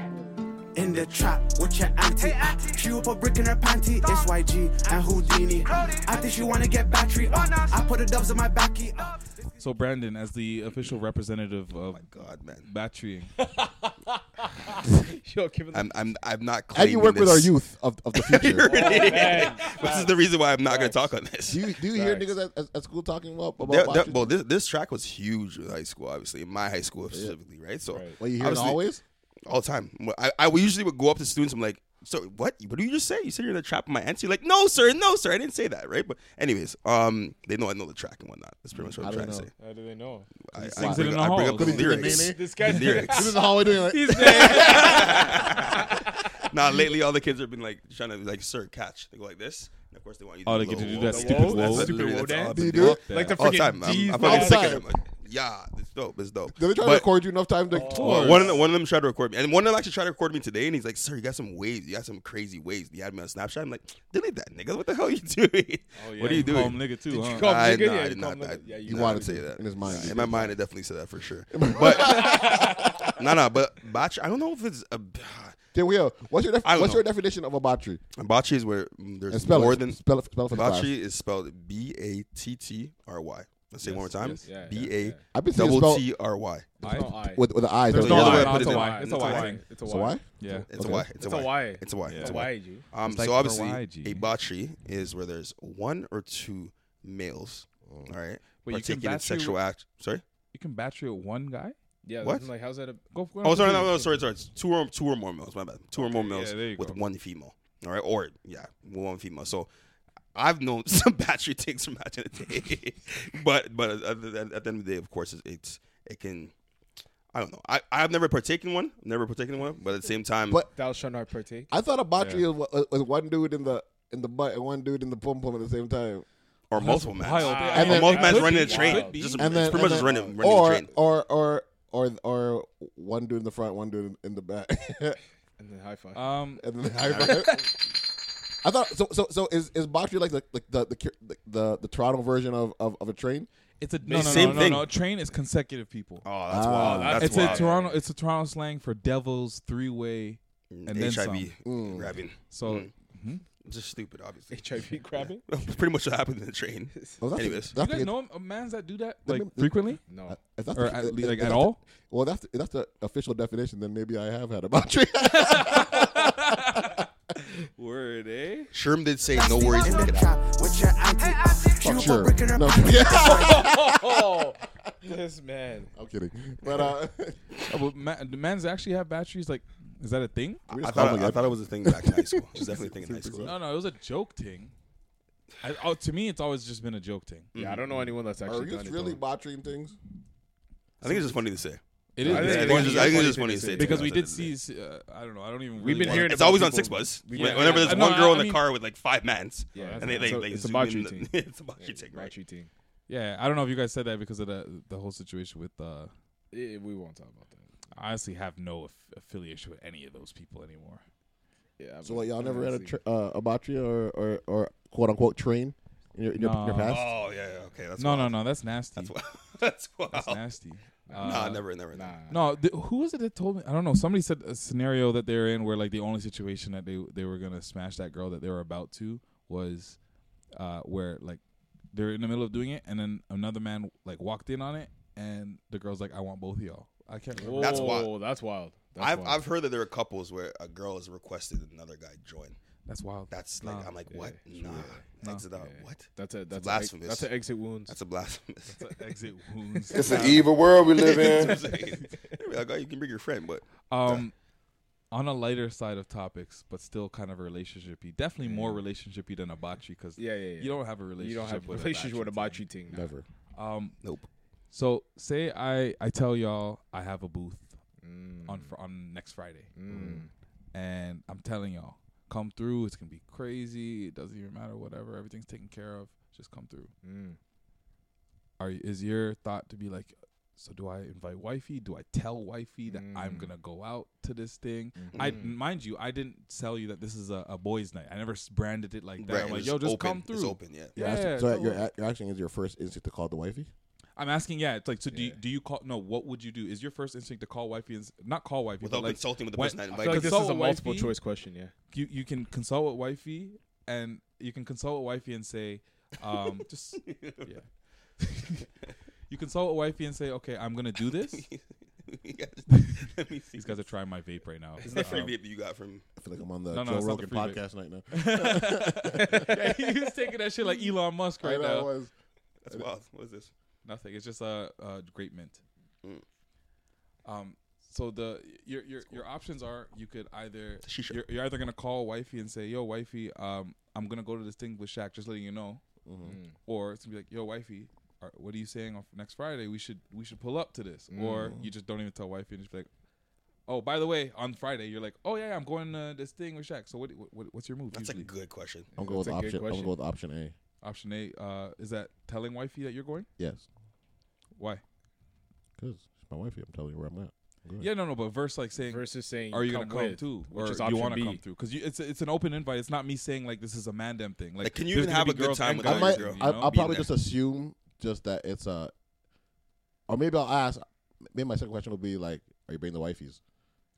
[SPEAKER 12] In the trap with your auntie. She up a brick in her panty. It's YG and Houdini. I think she wanna get battery up. I put the doves in my backy. up.
[SPEAKER 6] So Brandon, as the official representative of Oh, my
[SPEAKER 4] Oh God, man,
[SPEAKER 6] batterying.
[SPEAKER 3] Yo, give it
[SPEAKER 4] I'm, I'm, I'm not.
[SPEAKER 1] And you work
[SPEAKER 4] claiming
[SPEAKER 1] with our
[SPEAKER 4] this.
[SPEAKER 1] youth of- of the future.
[SPEAKER 4] Really?
[SPEAKER 1] Facts.
[SPEAKER 4] this is the reason why I'm not going to talk on this.
[SPEAKER 1] Do you, do you hear niggas at, at, at school talking about, about
[SPEAKER 4] There- there-
[SPEAKER 1] battery?
[SPEAKER 4] well, this this track was huge in high school, obviously in my high school specifically, right? So,
[SPEAKER 1] Right. Well, you hear it
[SPEAKER 4] obviously-
[SPEAKER 1] always?
[SPEAKER 4] all the time. Well, I, I would usually would go up to students. I'm like, so what? What did you just say? You said you're in the trap of my auntie. You're like, no, sir, no, sir, I didn't say that, right? But anyways, um, they know I know the track and whatnot. That's pretty much what
[SPEAKER 3] How
[SPEAKER 4] I'm
[SPEAKER 3] do they
[SPEAKER 4] trying to
[SPEAKER 3] know?
[SPEAKER 4] say.
[SPEAKER 3] How do they know?
[SPEAKER 4] I,
[SPEAKER 3] 'Cause he
[SPEAKER 4] I
[SPEAKER 3] sings it
[SPEAKER 4] bring,
[SPEAKER 3] in the
[SPEAKER 4] I bring
[SPEAKER 3] hall.
[SPEAKER 4] up the
[SPEAKER 3] Could he do the
[SPEAKER 4] lyrics.
[SPEAKER 3] nene? This guy's-
[SPEAKER 4] The lyrics.
[SPEAKER 3] He's in the hallway doing like- He's
[SPEAKER 4] Now lately, all the kids have been like trying to like, sir, catch. They go like this. And of course, they want you. To
[SPEAKER 6] Oh,
[SPEAKER 4] do
[SPEAKER 6] they get
[SPEAKER 4] the
[SPEAKER 6] to do
[SPEAKER 4] whoa,
[SPEAKER 6] that
[SPEAKER 4] the
[SPEAKER 6] stupid
[SPEAKER 4] whoa.
[SPEAKER 6] whoa.
[SPEAKER 4] That's
[SPEAKER 6] Stupid
[SPEAKER 4] literally-
[SPEAKER 6] whoa
[SPEAKER 4] that's all I've
[SPEAKER 6] dance?
[SPEAKER 4] been
[SPEAKER 6] They do
[SPEAKER 4] doing.
[SPEAKER 6] it? Like the
[SPEAKER 4] All
[SPEAKER 6] freaking
[SPEAKER 4] time. I'm,
[SPEAKER 6] D's
[SPEAKER 4] I'm fucking sick of
[SPEAKER 6] outside.
[SPEAKER 4] them. Like, yeah, it's dope. It's dope.
[SPEAKER 1] Did they try to
[SPEAKER 4] But-
[SPEAKER 1] record you enough times? Like,
[SPEAKER 6] Oh.
[SPEAKER 4] well, one of the, one of them tried to record me, and one of them actually tried to record me today. And he's like, "Sir, you got some waves. You got some crazy waves." He had me on Snapchat. I'm like, "Delete that, nigga. What the hell are you doing?
[SPEAKER 6] Oh, yeah,
[SPEAKER 4] what are
[SPEAKER 6] you
[SPEAKER 4] you
[SPEAKER 6] call
[SPEAKER 4] doing,
[SPEAKER 6] him nigga, too, Did you huh?
[SPEAKER 4] I,
[SPEAKER 6] call him
[SPEAKER 4] Nah,
[SPEAKER 6] nigga? Yeah,
[SPEAKER 4] I
[SPEAKER 6] you
[SPEAKER 4] did
[SPEAKER 6] call
[SPEAKER 4] not.
[SPEAKER 6] him
[SPEAKER 4] that.
[SPEAKER 6] nigga. Yeah, you
[SPEAKER 4] you
[SPEAKER 6] call him
[SPEAKER 4] want to say
[SPEAKER 6] nigga.
[SPEAKER 4] that
[SPEAKER 6] In his mind,
[SPEAKER 4] Nah,
[SPEAKER 6] you
[SPEAKER 4] in my
[SPEAKER 6] did.
[SPEAKER 4] mind, I definitely said that for sure. But no, no, but botch. I don't know if it's uh, a.
[SPEAKER 1] There we go. What's your def-
[SPEAKER 4] I don't
[SPEAKER 1] what's your
[SPEAKER 4] know.
[SPEAKER 1] definition of a battery?
[SPEAKER 4] Bocce is where mm,
[SPEAKER 1] And
[SPEAKER 4] there's
[SPEAKER 1] spell it.
[SPEAKER 4] more than
[SPEAKER 1] Spell it- spell it for the class.
[SPEAKER 4] Bocce is spelled B A T T R Y. Let's say it one more
[SPEAKER 1] Yes,
[SPEAKER 4] time.
[SPEAKER 1] yes, yeah, yeah,
[SPEAKER 4] B A
[SPEAKER 1] I've been seeing it
[SPEAKER 4] double
[SPEAKER 1] spelled-
[SPEAKER 4] T R Y.
[SPEAKER 1] There's no I. With- with the I's, There's
[SPEAKER 4] The
[SPEAKER 1] no
[SPEAKER 4] other way
[SPEAKER 1] I.
[SPEAKER 4] I put
[SPEAKER 1] It's
[SPEAKER 4] it
[SPEAKER 1] a
[SPEAKER 4] is-
[SPEAKER 1] Y. It's a Y thing. It's a It's a Y. Y? Yeah.
[SPEAKER 4] It's a
[SPEAKER 1] Okay.
[SPEAKER 4] Y. It's a Y. It's a Y.
[SPEAKER 3] Yeah.
[SPEAKER 4] It's a
[SPEAKER 3] Yeah.
[SPEAKER 4] Y.
[SPEAKER 3] It's
[SPEAKER 4] Um.
[SPEAKER 3] like
[SPEAKER 4] So obviously,
[SPEAKER 3] for YG.
[SPEAKER 4] a bocce is where there's one or two males. All right.
[SPEAKER 6] Wait, you can
[SPEAKER 4] Partaking in
[SPEAKER 6] battery
[SPEAKER 4] sexual
[SPEAKER 6] with-
[SPEAKER 4] act. Sorry.
[SPEAKER 6] You can battery with one guy.
[SPEAKER 3] Yeah,
[SPEAKER 4] What?
[SPEAKER 3] Like, how's that? A,
[SPEAKER 6] go.
[SPEAKER 4] Oh, sorry, no, no, sorry, sorry. It's two or two or more males. My bad. Two or more males
[SPEAKER 6] yeah, there you
[SPEAKER 4] with one female. All right, or yeah, one female. So I've known some battery things from back in the day, but but at the, at the end of the day, of course, it's, it's it can. I don't know. I I've never partaken in one. Never partaken in one. But at the same time,
[SPEAKER 1] But-
[SPEAKER 3] Thou shalt not partake.
[SPEAKER 1] I thought a battery was, was- was one dude in the in the butt and one dude in the pum pum at the same time.
[SPEAKER 4] Or That's multiple men. wild. Yeah, or multiple men running a train. Could be. Just- it's pretty much just running- running a
[SPEAKER 1] or,
[SPEAKER 4] train.
[SPEAKER 1] Or or or or one dude in the front, one dude in, in the back.
[SPEAKER 3] And then high five.
[SPEAKER 6] Um,
[SPEAKER 1] and then high five. I thought so. So so is is battery like the like the the the, the, the Toronto version of, of, of a train?
[SPEAKER 6] It's a no, no, no, no, no. Train is consecutive people.
[SPEAKER 4] Oh,
[SPEAKER 1] that's Ah. wild. That's
[SPEAKER 6] uh, it's
[SPEAKER 1] wild.
[SPEAKER 6] a Toronto. It's a Toronto slang for devils, three way, and then some.
[SPEAKER 4] HIV grabbing.
[SPEAKER 6] So
[SPEAKER 4] Mm.
[SPEAKER 6] Mhm.
[SPEAKER 4] just stupid, obviously.
[SPEAKER 3] HIV grabbing.
[SPEAKER 4] pretty much what happened in the train.
[SPEAKER 1] Oh, that's- that's-
[SPEAKER 4] Anyways,
[SPEAKER 1] uh,
[SPEAKER 6] you guys know a man's that do that
[SPEAKER 1] Let
[SPEAKER 6] like
[SPEAKER 1] me-
[SPEAKER 6] frequently.
[SPEAKER 3] No.
[SPEAKER 1] If that's
[SPEAKER 6] or
[SPEAKER 1] the-
[SPEAKER 6] at,
[SPEAKER 1] if-
[SPEAKER 6] le-
[SPEAKER 1] if
[SPEAKER 6] like
[SPEAKER 1] that's
[SPEAKER 6] at
[SPEAKER 1] the-
[SPEAKER 6] all.
[SPEAKER 1] well, that's the, that's the official definition. Then maybe I have had a battery.
[SPEAKER 6] Word, eh?
[SPEAKER 4] Sherm did say no worries.
[SPEAKER 12] In
[SPEAKER 4] Look
[SPEAKER 12] the
[SPEAKER 4] it
[SPEAKER 12] trap
[SPEAKER 4] up.
[SPEAKER 12] with your auntie. She
[SPEAKER 1] Fuck
[SPEAKER 12] up a
[SPEAKER 1] sure.
[SPEAKER 12] brick in her
[SPEAKER 1] No.
[SPEAKER 3] Oh, this man.
[SPEAKER 1] I'm kidding. But uh,
[SPEAKER 6] Oh, but ma- do men's actually have batteries? Like, is that a thing?
[SPEAKER 4] I- I thought, I thought it was a thing back in high school. It was definitely a thing in high school.
[SPEAKER 6] No, no, it was a joke thing. I, oh, to me, it's always just been a joke thing.
[SPEAKER 3] Yeah, I don't know anyone that's
[SPEAKER 1] are
[SPEAKER 3] actually
[SPEAKER 1] you
[SPEAKER 3] done it.
[SPEAKER 1] really
[SPEAKER 3] though.
[SPEAKER 1] botching things?
[SPEAKER 4] I think it's just funny to say.
[SPEAKER 6] It is.
[SPEAKER 4] I think
[SPEAKER 6] Yeah,
[SPEAKER 4] it's just- I think it's just funny to say.
[SPEAKER 6] because
[SPEAKER 4] to
[SPEAKER 6] we
[SPEAKER 4] be honest.
[SPEAKER 6] did see. Uh, I don't know. I don't even.
[SPEAKER 4] We've
[SPEAKER 6] really
[SPEAKER 4] been
[SPEAKER 6] wanna-
[SPEAKER 4] hearing It's about always on people- Six Bus. We've been- whenever there's
[SPEAKER 6] I-
[SPEAKER 4] one girl in the
[SPEAKER 6] mean-
[SPEAKER 4] car with, like, five mans,
[SPEAKER 6] Yeah,
[SPEAKER 4] and they,
[SPEAKER 6] that's-
[SPEAKER 4] like,
[SPEAKER 6] so
[SPEAKER 4] they
[SPEAKER 6] it's
[SPEAKER 4] zoom
[SPEAKER 6] a
[SPEAKER 4] in
[SPEAKER 6] bocce
[SPEAKER 4] the-
[SPEAKER 6] team.
[SPEAKER 4] it's a bocce team, right?
[SPEAKER 3] Bocce team.
[SPEAKER 6] Yeah, I don't know if you guys said that because of the the whole situation with. Uh,
[SPEAKER 3] Eh, we won't talk about that.
[SPEAKER 6] I honestly have no aff- affiliation with any of those people anymore.
[SPEAKER 3] Yeah,
[SPEAKER 1] So like, y'all
[SPEAKER 3] I'm
[SPEAKER 1] never
[SPEAKER 3] gonna
[SPEAKER 1] read a
[SPEAKER 3] see.
[SPEAKER 1] tr uh, a batria or, or or quote unquote train in your in your, in your
[SPEAKER 6] No.
[SPEAKER 1] past?
[SPEAKER 4] Oh yeah, yeah, okay. That's
[SPEAKER 6] no,
[SPEAKER 4] wild.
[SPEAKER 6] no, no. That's nasty. That's,
[SPEAKER 4] That's wild.
[SPEAKER 6] nasty.
[SPEAKER 4] nah, never, never, nah. never.
[SPEAKER 6] No, th- who was it that told me? I don't know. Somebody said a scenario that they're in where like the only situation that they they were gonna smash that girl that they were about to was uh where like they're in the middle of doing it and then another man like walked in on it and the girl's like, I want both of y'all. I can't remember.
[SPEAKER 4] That's wild.
[SPEAKER 3] That's wild. That's
[SPEAKER 4] I've
[SPEAKER 3] wild.
[SPEAKER 4] I've heard that there are couples where a girl has requested another guy join.
[SPEAKER 6] That's wild.
[SPEAKER 4] That's like
[SPEAKER 3] Nah.
[SPEAKER 4] I'm like
[SPEAKER 3] Yeah,
[SPEAKER 4] what?
[SPEAKER 3] it's
[SPEAKER 4] nah,
[SPEAKER 3] weird. Nah.
[SPEAKER 4] exit out.
[SPEAKER 3] Yeah.
[SPEAKER 4] What?
[SPEAKER 3] That's a-
[SPEAKER 4] It's
[SPEAKER 3] that's a ex-
[SPEAKER 4] blasphemous.
[SPEAKER 3] that's a exit wounds.
[SPEAKER 4] That's a blasphemous.
[SPEAKER 6] That's a exit wounds.
[SPEAKER 2] It's an evil world we live in.
[SPEAKER 4] That's what I'm saying. Yeah, like, you can bring your friend, but
[SPEAKER 6] Um, on a lighter side of topics, but still kind of relationshipy. Definitely more relationshipy than a bocce because
[SPEAKER 3] Yeah, yeah, yeah.
[SPEAKER 6] you don't have a relationship.
[SPEAKER 3] You don't have a
[SPEAKER 6] with
[SPEAKER 3] relationship with a
[SPEAKER 6] bocce
[SPEAKER 3] bocce team.
[SPEAKER 1] Never.
[SPEAKER 6] Um,
[SPEAKER 4] nope.
[SPEAKER 6] So say I I tell y'all I have a booth
[SPEAKER 4] Mm.
[SPEAKER 6] on fr- on next Friday, and I'm telling y'all come through. It's gonna be crazy. It doesn't even matter. Whatever. Everything's taken care of. Just come through.
[SPEAKER 4] Mm.
[SPEAKER 6] Are you- is your thought to be like? So do I invite wifey? Do I tell wifey that
[SPEAKER 4] Mm.
[SPEAKER 6] I'm gonna go out to this thing? I
[SPEAKER 4] Mhm.
[SPEAKER 6] mind you, I didn't sell you that this is a, a boys' night. I never s- branded it like that.
[SPEAKER 4] Right,
[SPEAKER 6] I'm
[SPEAKER 4] it
[SPEAKER 6] like,
[SPEAKER 4] was
[SPEAKER 6] yo, just
[SPEAKER 4] open.
[SPEAKER 6] come
[SPEAKER 4] It's
[SPEAKER 6] through.
[SPEAKER 4] open, yeah.
[SPEAKER 1] You're asking- so
[SPEAKER 6] it's
[SPEAKER 1] you're,
[SPEAKER 6] open.
[SPEAKER 1] a- you're asking is your first instinct to call the wifey?
[SPEAKER 6] I'm asking, yeah. It's like, so do you, do you call? No, what would you do? Is your first instinct to call wifey and s- not call wifey
[SPEAKER 4] Without
[SPEAKER 6] but like,
[SPEAKER 4] consulting with the
[SPEAKER 6] when-
[SPEAKER 4] person that
[SPEAKER 6] I feel
[SPEAKER 4] invited
[SPEAKER 6] like
[SPEAKER 4] you.
[SPEAKER 3] This is a
[SPEAKER 6] consult with
[SPEAKER 3] multiple
[SPEAKER 6] wifey,
[SPEAKER 3] choice question. Yeah.
[SPEAKER 6] You you can consult with wifey and you can consult with wifey and say, um, just yeah. you consult with wifey and say, okay, I'm gonna do this. These guys are trying my vape right now.
[SPEAKER 4] It's the free
[SPEAKER 6] Um,
[SPEAKER 4] vape you got from.
[SPEAKER 1] I feel like I'm on the
[SPEAKER 6] No, no,
[SPEAKER 1] Joe
[SPEAKER 6] it's not the
[SPEAKER 1] Rogan
[SPEAKER 6] free vape.
[SPEAKER 1] podcast right now.
[SPEAKER 6] yeah, he was taking that shit like Elon Musk
[SPEAKER 1] I
[SPEAKER 6] right
[SPEAKER 1] know,
[SPEAKER 6] now.
[SPEAKER 1] I was-
[SPEAKER 4] That's wild. What is this?
[SPEAKER 6] Nothing. It's just a, a great mint.
[SPEAKER 4] Mm.
[SPEAKER 6] Um. So the your your your options are you could either
[SPEAKER 4] Shisha.
[SPEAKER 6] you're, you're either gonna call wifey and say yo wifey um I'm gonna go to this thing with Shaq just letting you know,
[SPEAKER 4] Mm-hmm.
[SPEAKER 6] or it's gonna be like yo wifey are, what are you saying on next Friday we should we should pull up to this or
[SPEAKER 4] Mm.
[SPEAKER 6] you just don't even tell wifey and just be like oh by the way on Friday you're like oh yeah I'm going to this thing with Shaq so what, what what's your move
[SPEAKER 4] That's
[SPEAKER 6] usually
[SPEAKER 4] a good question.
[SPEAKER 1] I'm going with
[SPEAKER 3] That's
[SPEAKER 1] option.
[SPEAKER 3] a good
[SPEAKER 1] I'm going
[SPEAKER 3] question.
[SPEAKER 1] with option A.
[SPEAKER 6] option A uh is that telling wifey that you're going
[SPEAKER 1] Yes,
[SPEAKER 6] why
[SPEAKER 1] because it's my wifey. I'm telling you where I'm at. Good.
[SPEAKER 6] yeah no no but verse like saying
[SPEAKER 3] Versus saying,
[SPEAKER 6] are you
[SPEAKER 3] come
[SPEAKER 6] gonna come
[SPEAKER 3] with,
[SPEAKER 6] too,
[SPEAKER 3] which
[SPEAKER 6] or
[SPEAKER 3] is
[SPEAKER 6] do you
[SPEAKER 3] option
[SPEAKER 6] want to
[SPEAKER 3] B.
[SPEAKER 6] come through? Because it's it's an open invite. It's not me saying like this is a man damn thing. Like,
[SPEAKER 4] Like, can you
[SPEAKER 6] there's
[SPEAKER 4] even
[SPEAKER 6] gonna
[SPEAKER 4] have
[SPEAKER 6] be
[SPEAKER 4] a good
[SPEAKER 6] girls
[SPEAKER 4] time
[SPEAKER 6] and
[SPEAKER 4] with
[SPEAKER 1] I
[SPEAKER 4] Guys,
[SPEAKER 1] might.
[SPEAKER 6] guys,
[SPEAKER 4] girl.
[SPEAKER 6] you
[SPEAKER 1] I,
[SPEAKER 6] know?
[SPEAKER 1] I'll probably
[SPEAKER 4] there.
[SPEAKER 1] just assume just that it's a, or maybe I'll ask. Maybe my second question will be like, "Are you bringing the wifeys?"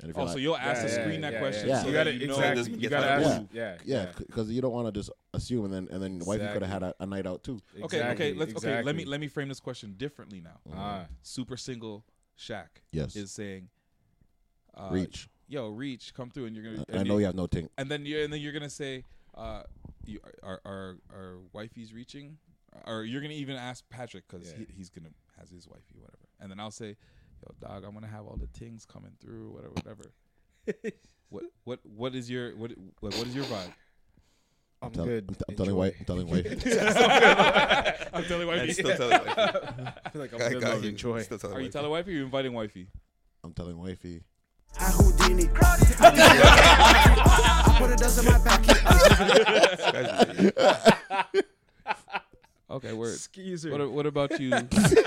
[SPEAKER 1] And if
[SPEAKER 6] Oh,
[SPEAKER 1] you're
[SPEAKER 6] so
[SPEAKER 1] not-
[SPEAKER 6] you'll ask
[SPEAKER 3] Yeah,
[SPEAKER 6] to
[SPEAKER 3] yeah,
[SPEAKER 6] screen
[SPEAKER 3] yeah,
[SPEAKER 6] that
[SPEAKER 3] yeah,
[SPEAKER 6] question.
[SPEAKER 1] yeah.
[SPEAKER 6] so
[SPEAKER 3] You
[SPEAKER 1] You
[SPEAKER 6] that
[SPEAKER 3] gotta
[SPEAKER 6] you know-
[SPEAKER 3] exactly.
[SPEAKER 4] get
[SPEAKER 3] You gotta
[SPEAKER 4] that
[SPEAKER 3] ask.
[SPEAKER 1] out.
[SPEAKER 3] Yeah.
[SPEAKER 1] yeah, because you don't want to just assume and then and then wifey could
[SPEAKER 3] Exactly.
[SPEAKER 1] have had a, a night out too.
[SPEAKER 6] Okay, okay,
[SPEAKER 3] Exactly,
[SPEAKER 6] let's okay. Let me
[SPEAKER 3] exactly.
[SPEAKER 6] let me frame this question differently now.
[SPEAKER 3] Ah.
[SPEAKER 6] Super single Shaq
[SPEAKER 1] Yes.
[SPEAKER 6] is saying, uh,
[SPEAKER 1] Reach.
[SPEAKER 6] yo, reach, come through, and you're gonna.
[SPEAKER 1] I- I know you have no tink.
[SPEAKER 6] And then you're and then you're gonna say, uh, you are are are wifey's reaching, or you're gonna even ask Patrick because
[SPEAKER 3] Yeah.
[SPEAKER 6] he, he's gonna has his wifey whatever, and then I'll say, yo, dog, I'm gonna have all the things coming through, whatever, whatever. what what what is your what what what is your vibe?
[SPEAKER 3] I'm
[SPEAKER 1] Tell-
[SPEAKER 3] good.
[SPEAKER 1] I'm, t- I'm telling wife. I'm telling wife.
[SPEAKER 6] I'm telling
[SPEAKER 4] And
[SPEAKER 6] wifey.
[SPEAKER 4] still telling wifey.
[SPEAKER 3] I feel like I'm
[SPEAKER 4] Guy-
[SPEAKER 3] good.
[SPEAKER 4] guy,
[SPEAKER 3] love,
[SPEAKER 4] you
[SPEAKER 3] Enjoy.
[SPEAKER 4] Still telling
[SPEAKER 6] Are you
[SPEAKER 4] wifey.
[SPEAKER 6] telling wifey? or Are you inviting wifey?
[SPEAKER 1] I'm telling wifey.
[SPEAKER 12] I Houdini. I put a dozen in my back.
[SPEAKER 6] Okay, word.
[SPEAKER 3] Skeezer.
[SPEAKER 6] What, a- what about you, Pastor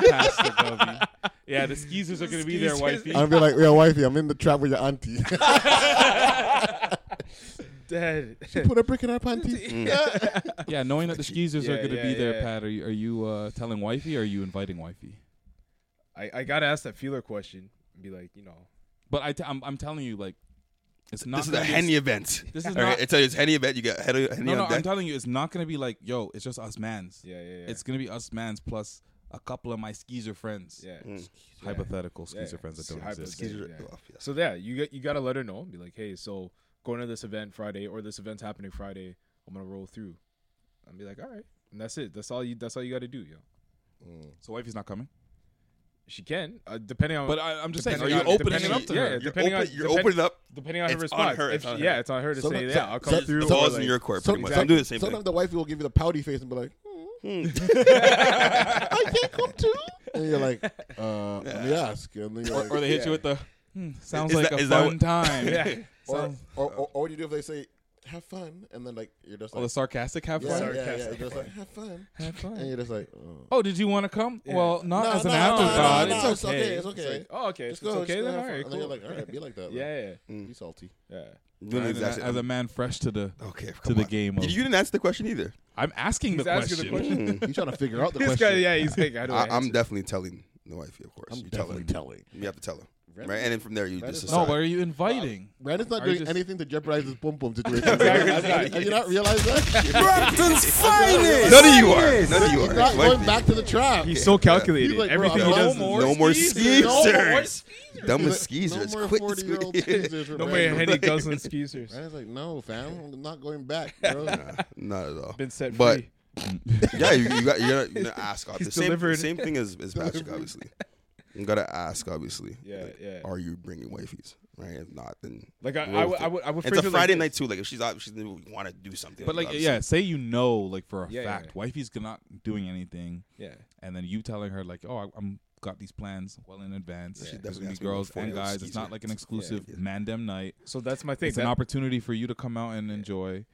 [SPEAKER 6] Dovey? Yeah, the skeezers are going to be there, wifey.
[SPEAKER 3] Skeezers.
[SPEAKER 1] I'm gonna be like, "Yo, wifey, I'm in the trap with your auntie.
[SPEAKER 3] Dead.
[SPEAKER 1] Put a brick in her panty."
[SPEAKER 6] Yeah, knowing that the skeezers are
[SPEAKER 3] Yeah,
[SPEAKER 6] going to
[SPEAKER 3] yeah,
[SPEAKER 6] be there,
[SPEAKER 3] yeah.
[SPEAKER 6] Pat, are you, are you uh, telling wifey or are you inviting wifey?
[SPEAKER 3] I, I gotta ask that feeler question and be like, you know,
[SPEAKER 6] But I t- I'm, I'm telling you, like, it's not.
[SPEAKER 4] This is a
[SPEAKER 6] gonna be-
[SPEAKER 4] Henny event.
[SPEAKER 6] This is
[SPEAKER 4] All right,
[SPEAKER 6] not-
[SPEAKER 4] I tell you, it's Henny event. You got Henny, Henny
[SPEAKER 6] No, no,
[SPEAKER 4] on
[SPEAKER 6] I'm
[SPEAKER 4] deck.
[SPEAKER 6] telling you, it's not going to be like, yo, it's just us mans.
[SPEAKER 3] yeah, yeah, yeah.
[SPEAKER 6] It's going to be us mans plus a couple of my skeezer friends.
[SPEAKER 3] yeah.
[SPEAKER 6] Hypothetical
[SPEAKER 3] Yeah,
[SPEAKER 6] skeezer
[SPEAKER 3] yeah.
[SPEAKER 6] friends that don't
[SPEAKER 3] Hypo-
[SPEAKER 6] exist.
[SPEAKER 3] skeezer-
[SPEAKER 4] Yeah.
[SPEAKER 3] yeah.
[SPEAKER 4] Oh, yeah.
[SPEAKER 3] So yeah, you got you gotta let her know and be like, hey, so going to this event Friday or this event's happening Friday, I'm gonna roll through. And be like, all right, and that's it. That's all you. That's all you gotta do, yo.
[SPEAKER 6] So wifey's not coming.
[SPEAKER 3] She can, uh, depending on.
[SPEAKER 6] But I, I'm just saying, are
[SPEAKER 3] Depending
[SPEAKER 6] you
[SPEAKER 3] on-
[SPEAKER 6] opening
[SPEAKER 3] depending
[SPEAKER 6] it up
[SPEAKER 3] on-
[SPEAKER 6] to
[SPEAKER 3] yeah,
[SPEAKER 6] her?
[SPEAKER 4] You're,
[SPEAKER 3] depending
[SPEAKER 4] open,
[SPEAKER 3] on-
[SPEAKER 4] you're
[SPEAKER 3] depend-
[SPEAKER 4] opening up.
[SPEAKER 3] depending on her
[SPEAKER 4] It's on
[SPEAKER 3] response.
[SPEAKER 4] her,
[SPEAKER 3] If-
[SPEAKER 4] it's on her.
[SPEAKER 3] yeah, it's on her to
[SPEAKER 1] Some-
[SPEAKER 3] say,
[SPEAKER 1] some-
[SPEAKER 3] yeah, I'll come
[SPEAKER 1] some-
[SPEAKER 3] through.
[SPEAKER 4] The
[SPEAKER 1] some-
[SPEAKER 3] or,
[SPEAKER 4] ball's in
[SPEAKER 3] like-
[SPEAKER 4] your court,
[SPEAKER 1] some-
[SPEAKER 4] pretty much. I'm doing the same
[SPEAKER 1] Sometimes
[SPEAKER 4] thing.
[SPEAKER 1] the wifey will give you the pouty face and be like, "Hmm." "I can't come too." And you're like, uh, "Let me ask." And then you're like,
[SPEAKER 6] Or they hit
[SPEAKER 3] Yeah.
[SPEAKER 6] you with the, hmm, sounds
[SPEAKER 4] Is
[SPEAKER 6] like
[SPEAKER 4] that-
[SPEAKER 6] a
[SPEAKER 4] is that
[SPEAKER 6] fun
[SPEAKER 4] what-
[SPEAKER 6] time.
[SPEAKER 3] Yeah.
[SPEAKER 1] or, or, or, or what do you do if they say, have fun, and then like you're just
[SPEAKER 6] Oh,
[SPEAKER 1] like,
[SPEAKER 6] the sarcastic have
[SPEAKER 1] yeah,
[SPEAKER 6] fun?
[SPEAKER 1] Yeah, yeah,
[SPEAKER 6] Sarcastic
[SPEAKER 1] you're just
[SPEAKER 6] have
[SPEAKER 1] like have fun,
[SPEAKER 6] Have fun.
[SPEAKER 1] and you're just like,
[SPEAKER 6] Oh, did you want to come?
[SPEAKER 1] Yeah.
[SPEAKER 6] Well, not
[SPEAKER 1] No,
[SPEAKER 6] as an
[SPEAKER 1] no, no,
[SPEAKER 6] afterthought.
[SPEAKER 1] no, no,
[SPEAKER 6] it's,
[SPEAKER 1] it's
[SPEAKER 6] okay.
[SPEAKER 1] okay, it's okay.
[SPEAKER 3] It's like, oh, okay.
[SPEAKER 1] Just
[SPEAKER 3] so it's
[SPEAKER 1] go,
[SPEAKER 3] okay
[SPEAKER 1] just go
[SPEAKER 3] then.
[SPEAKER 1] have
[SPEAKER 3] All
[SPEAKER 1] fun.
[SPEAKER 3] right,
[SPEAKER 1] And then
[SPEAKER 3] cool.
[SPEAKER 1] you're like, all right, be like that, like,
[SPEAKER 3] yeah, yeah.
[SPEAKER 1] be salty.
[SPEAKER 3] Yeah.
[SPEAKER 4] Doing
[SPEAKER 6] As an-
[SPEAKER 4] exactly-
[SPEAKER 6] As a man fresh to the
[SPEAKER 4] Okay,
[SPEAKER 6] to
[SPEAKER 4] come
[SPEAKER 6] the
[SPEAKER 4] on.
[SPEAKER 6] game. Of,
[SPEAKER 4] You- you didn't answer the question either.
[SPEAKER 6] I'm asking
[SPEAKER 3] He's
[SPEAKER 6] the
[SPEAKER 3] asking the
[SPEAKER 6] question.
[SPEAKER 3] question.
[SPEAKER 1] He's trying to figure out the
[SPEAKER 3] This
[SPEAKER 1] question.
[SPEAKER 3] guy, yeah, he's like, how do I
[SPEAKER 4] am
[SPEAKER 3] answer?
[SPEAKER 4] definitely telling the wifey, of course.
[SPEAKER 1] I'm
[SPEAKER 4] You tell her.
[SPEAKER 1] definitely telling.
[SPEAKER 4] You have to tell her,
[SPEAKER 1] Reddit-
[SPEAKER 4] right? And then from there, you
[SPEAKER 1] Reddit
[SPEAKER 4] just
[SPEAKER 1] is-
[SPEAKER 4] decide.
[SPEAKER 6] but are you inviting?
[SPEAKER 1] Brandon's not
[SPEAKER 6] Are you
[SPEAKER 1] doing
[SPEAKER 6] just-
[SPEAKER 1] anything to jeopardize his pom pom situation. Have you not realized that?
[SPEAKER 2] Brampton's finest.
[SPEAKER 4] None of you are. None of you
[SPEAKER 1] He's
[SPEAKER 4] are.
[SPEAKER 1] not
[SPEAKER 4] Wifey.
[SPEAKER 1] going back to the trap.
[SPEAKER 3] He's so calculated.
[SPEAKER 1] He's like, bro,
[SPEAKER 3] Everything
[SPEAKER 1] I'm
[SPEAKER 3] he
[SPEAKER 1] not-
[SPEAKER 3] does.
[SPEAKER 4] No more
[SPEAKER 1] skeezers. No more
[SPEAKER 4] skeezers.
[SPEAKER 1] skeezers.
[SPEAKER 4] Dumbest
[SPEAKER 1] He's like,
[SPEAKER 4] skeezers.
[SPEAKER 1] No more
[SPEAKER 4] Quit
[SPEAKER 1] 40 year old
[SPEAKER 4] squeezing.
[SPEAKER 1] skeezers.
[SPEAKER 3] No more
[SPEAKER 1] Brandon.
[SPEAKER 3] Henny Guzzling skeezers.
[SPEAKER 1] Brandon's like, no, fam, I'm not going back, bro.
[SPEAKER 4] Not at all.
[SPEAKER 3] Been set
[SPEAKER 4] but
[SPEAKER 3] free.
[SPEAKER 4] yeah, you, you got you gotta, you gotta ask.
[SPEAKER 3] He's
[SPEAKER 4] Obviously. Same,
[SPEAKER 3] delivered.
[SPEAKER 4] same thing as, as Patrick,
[SPEAKER 1] Delivered.
[SPEAKER 4] obviously. You gotta ask, obviously.
[SPEAKER 3] Yeah,
[SPEAKER 4] like,
[SPEAKER 3] yeah.
[SPEAKER 4] Are you bringing wifeys? Right? If not, then
[SPEAKER 3] Like, I-
[SPEAKER 4] roll
[SPEAKER 3] I
[SPEAKER 4] with
[SPEAKER 3] would-
[SPEAKER 4] it.
[SPEAKER 3] I would- I would
[SPEAKER 4] It's a
[SPEAKER 3] phrase it like
[SPEAKER 4] Friday
[SPEAKER 3] this.
[SPEAKER 4] night too. Like if she's out, she's gonna want to do something.
[SPEAKER 6] But like,
[SPEAKER 4] obviously.
[SPEAKER 6] yeah, say you know, like for a
[SPEAKER 3] Yeah, yeah,
[SPEAKER 6] fact,
[SPEAKER 3] yeah.
[SPEAKER 6] wifey's not doing anything.
[SPEAKER 3] Yeah.
[SPEAKER 6] and then you telling her like, oh, I, I'm got these plans well in advance.
[SPEAKER 4] She definitely
[SPEAKER 6] There's gonna be
[SPEAKER 4] has to be
[SPEAKER 6] girls
[SPEAKER 4] before
[SPEAKER 6] and
[SPEAKER 4] those
[SPEAKER 6] guys. It's
[SPEAKER 4] skis
[SPEAKER 6] not
[SPEAKER 4] are-
[SPEAKER 6] like an exclusive
[SPEAKER 4] yeah.
[SPEAKER 6] mandem night.
[SPEAKER 3] So that's my thing.
[SPEAKER 6] It's
[SPEAKER 3] That-
[SPEAKER 6] an opportunity for you to come out and enjoy.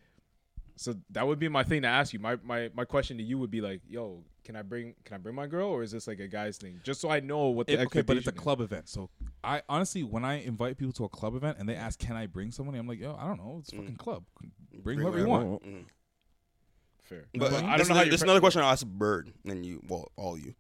[SPEAKER 3] So that would be my thing to ask you. My my my question to you would be like, yo, can I bring can I bring my girl or is this like a guy's thing? Just so I know what the
[SPEAKER 6] It- okay, but it's a
[SPEAKER 3] expectation is.
[SPEAKER 6] club event, so I honestly, when I invite people to a club event and they ask, "Can I bring somebody?" I'm like, "Yo, I don't know.
[SPEAKER 3] Mm.
[SPEAKER 6] It's a fucking club. Bring, whoever you
[SPEAKER 4] whatever.
[SPEAKER 6] want."
[SPEAKER 4] Mm.
[SPEAKER 3] Fair.
[SPEAKER 4] But
[SPEAKER 3] I don't
[SPEAKER 4] there's
[SPEAKER 3] know how
[SPEAKER 4] another,
[SPEAKER 3] you
[SPEAKER 4] there's
[SPEAKER 3] pre-
[SPEAKER 4] another question I asked Bird and you, well, all you.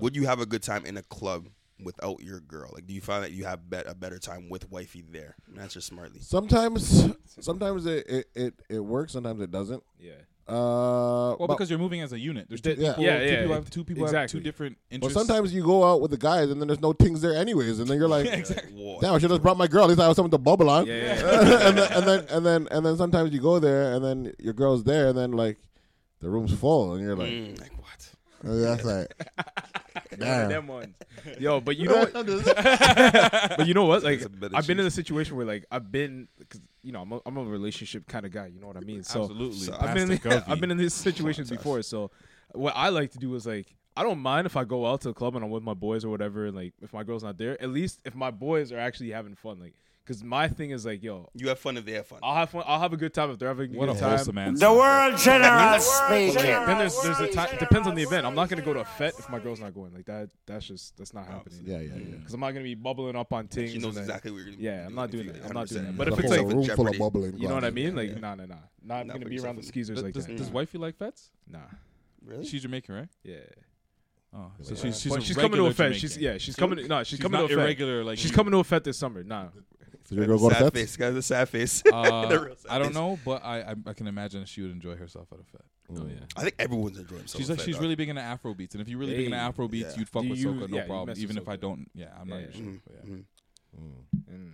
[SPEAKER 4] Would you have a good time in a club without your girl? Like, do you find that you have bet, a better time with wifey there? Answer smartly.
[SPEAKER 1] Sometimes, sometimes it, it, it, it works. Sometimes it doesn't.
[SPEAKER 3] Yeah.
[SPEAKER 1] Uh,
[SPEAKER 6] Well,
[SPEAKER 1] but-
[SPEAKER 6] because you're moving as a unit. There's two
[SPEAKER 3] Th- yeah,
[SPEAKER 6] people.
[SPEAKER 3] yeah,
[SPEAKER 6] two
[SPEAKER 3] yeah,
[SPEAKER 6] people
[SPEAKER 3] it-
[SPEAKER 6] have two people have two
[SPEAKER 3] exactly.
[SPEAKER 6] different
[SPEAKER 1] Well,
[SPEAKER 6] interests.
[SPEAKER 1] sometimes you go out with the guys and then there's no things there anyways, and then you're like,
[SPEAKER 6] exactly.
[SPEAKER 4] Whoa.
[SPEAKER 1] damn, I should have brought my girl. At least I have something to bubble on.
[SPEAKER 3] Yeah, yeah,
[SPEAKER 1] and, then, and then and then and then sometimes you go there and then your girl's there and then like the room's full and you're like,
[SPEAKER 4] Mm, like what?
[SPEAKER 1] and that's like,
[SPEAKER 3] One of
[SPEAKER 1] damn.
[SPEAKER 3] them ones. Yo, but you know what? but you know what? Like,
[SPEAKER 4] That's a better
[SPEAKER 3] I've been in
[SPEAKER 4] choice.
[SPEAKER 3] a situation where like I've been, cause, you know, I'm a, I'm a relationship kind of guy. You know what I mean? So
[SPEAKER 6] Absolutely.
[SPEAKER 4] So
[SPEAKER 3] I've been
[SPEAKER 6] Pastor
[SPEAKER 3] in,
[SPEAKER 6] Covey.
[SPEAKER 3] I've been in these situations before. So what I like to do is like I don't mind if I go out to the club and I'm with my boys or whatever. And like if my girl's not there, at least if my boys are actually having fun, like because my thing is like, yo,
[SPEAKER 4] You have fun if they have fun.
[SPEAKER 3] I'll have fun. I'll have a good time if they're having a
[SPEAKER 6] What a
[SPEAKER 3] good time.
[SPEAKER 6] wholesome answer.
[SPEAKER 12] The world general
[SPEAKER 3] Then
[SPEAKER 12] speaking.
[SPEAKER 3] there's there's a time. Depends on the event. I'm not gonna go to a fet if my girl's not going. Like that. That's just that's not happening.
[SPEAKER 1] Yeah, yeah, yeah.
[SPEAKER 3] Because I'm not gonna be bubbling up on things.
[SPEAKER 4] She knows
[SPEAKER 3] and then-
[SPEAKER 4] exactly what you're gonna
[SPEAKER 3] Yeah,
[SPEAKER 4] be
[SPEAKER 3] I'm not doing
[SPEAKER 4] if you-
[SPEAKER 3] that. I'm not doing
[SPEAKER 4] 100%.
[SPEAKER 3] that. But
[SPEAKER 1] The
[SPEAKER 3] if it's
[SPEAKER 1] whole
[SPEAKER 3] like,
[SPEAKER 1] room full of
[SPEAKER 4] Jeopardy.
[SPEAKER 1] bubbling,
[SPEAKER 3] you know what I
[SPEAKER 1] glasses.
[SPEAKER 3] mean? Like, nah, nah, nah.
[SPEAKER 4] Not
[SPEAKER 3] Not gonna
[SPEAKER 4] put
[SPEAKER 3] be around
[SPEAKER 4] yourself
[SPEAKER 3] the
[SPEAKER 4] in-
[SPEAKER 3] skeezers
[SPEAKER 6] Does,
[SPEAKER 3] like
[SPEAKER 6] does,
[SPEAKER 3] that.
[SPEAKER 6] does
[SPEAKER 3] Nah.
[SPEAKER 6] wifey like fets?
[SPEAKER 3] Nah.
[SPEAKER 4] Really?
[SPEAKER 6] She's Jamaican, right?
[SPEAKER 3] Yeah.
[SPEAKER 6] Oh, so
[SPEAKER 1] But
[SPEAKER 6] she's she's,
[SPEAKER 3] But
[SPEAKER 6] a
[SPEAKER 3] she's coming to a
[SPEAKER 6] regular
[SPEAKER 3] fest. She's
[SPEAKER 6] Jamaican.
[SPEAKER 3] yeah. She's coming. to- No, she's,
[SPEAKER 6] She's
[SPEAKER 3] coming
[SPEAKER 6] not
[SPEAKER 3] to a fest.
[SPEAKER 6] irregular, like
[SPEAKER 3] she's
[SPEAKER 6] you.
[SPEAKER 3] coming to a fest this summer. Nah.
[SPEAKER 1] Did your girl go
[SPEAKER 4] sad
[SPEAKER 1] to
[SPEAKER 4] face.
[SPEAKER 1] fest?
[SPEAKER 4] Guys, a sad face. The
[SPEAKER 6] Uh,
[SPEAKER 4] real sad
[SPEAKER 6] I don't
[SPEAKER 4] face.
[SPEAKER 6] know, but I, I I can imagine she would enjoy herself at a fet.
[SPEAKER 3] Oh yeah.
[SPEAKER 4] I think everyone's enjoying themselves. uh,
[SPEAKER 6] She's like
[SPEAKER 4] at
[SPEAKER 6] she's
[SPEAKER 4] that.
[SPEAKER 6] really big into Afro beats, and if you're really big into
[SPEAKER 3] Hey,
[SPEAKER 6] Afro beats,
[SPEAKER 4] yeah.
[SPEAKER 6] you'd fuck
[SPEAKER 3] Do
[SPEAKER 6] with
[SPEAKER 3] you-
[SPEAKER 6] Soka, no
[SPEAKER 3] yeah, you
[SPEAKER 6] problem.
[SPEAKER 3] mess with
[SPEAKER 6] Even if I
[SPEAKER 3] Soca.
[SPEAKER 6] don't, yeah, I'm not
[SPEAKER 3] Yeah,
[SPEAKER 6] even
[SPEAKER 3] yeah.
[SPEAKER 6] sure. but yeah.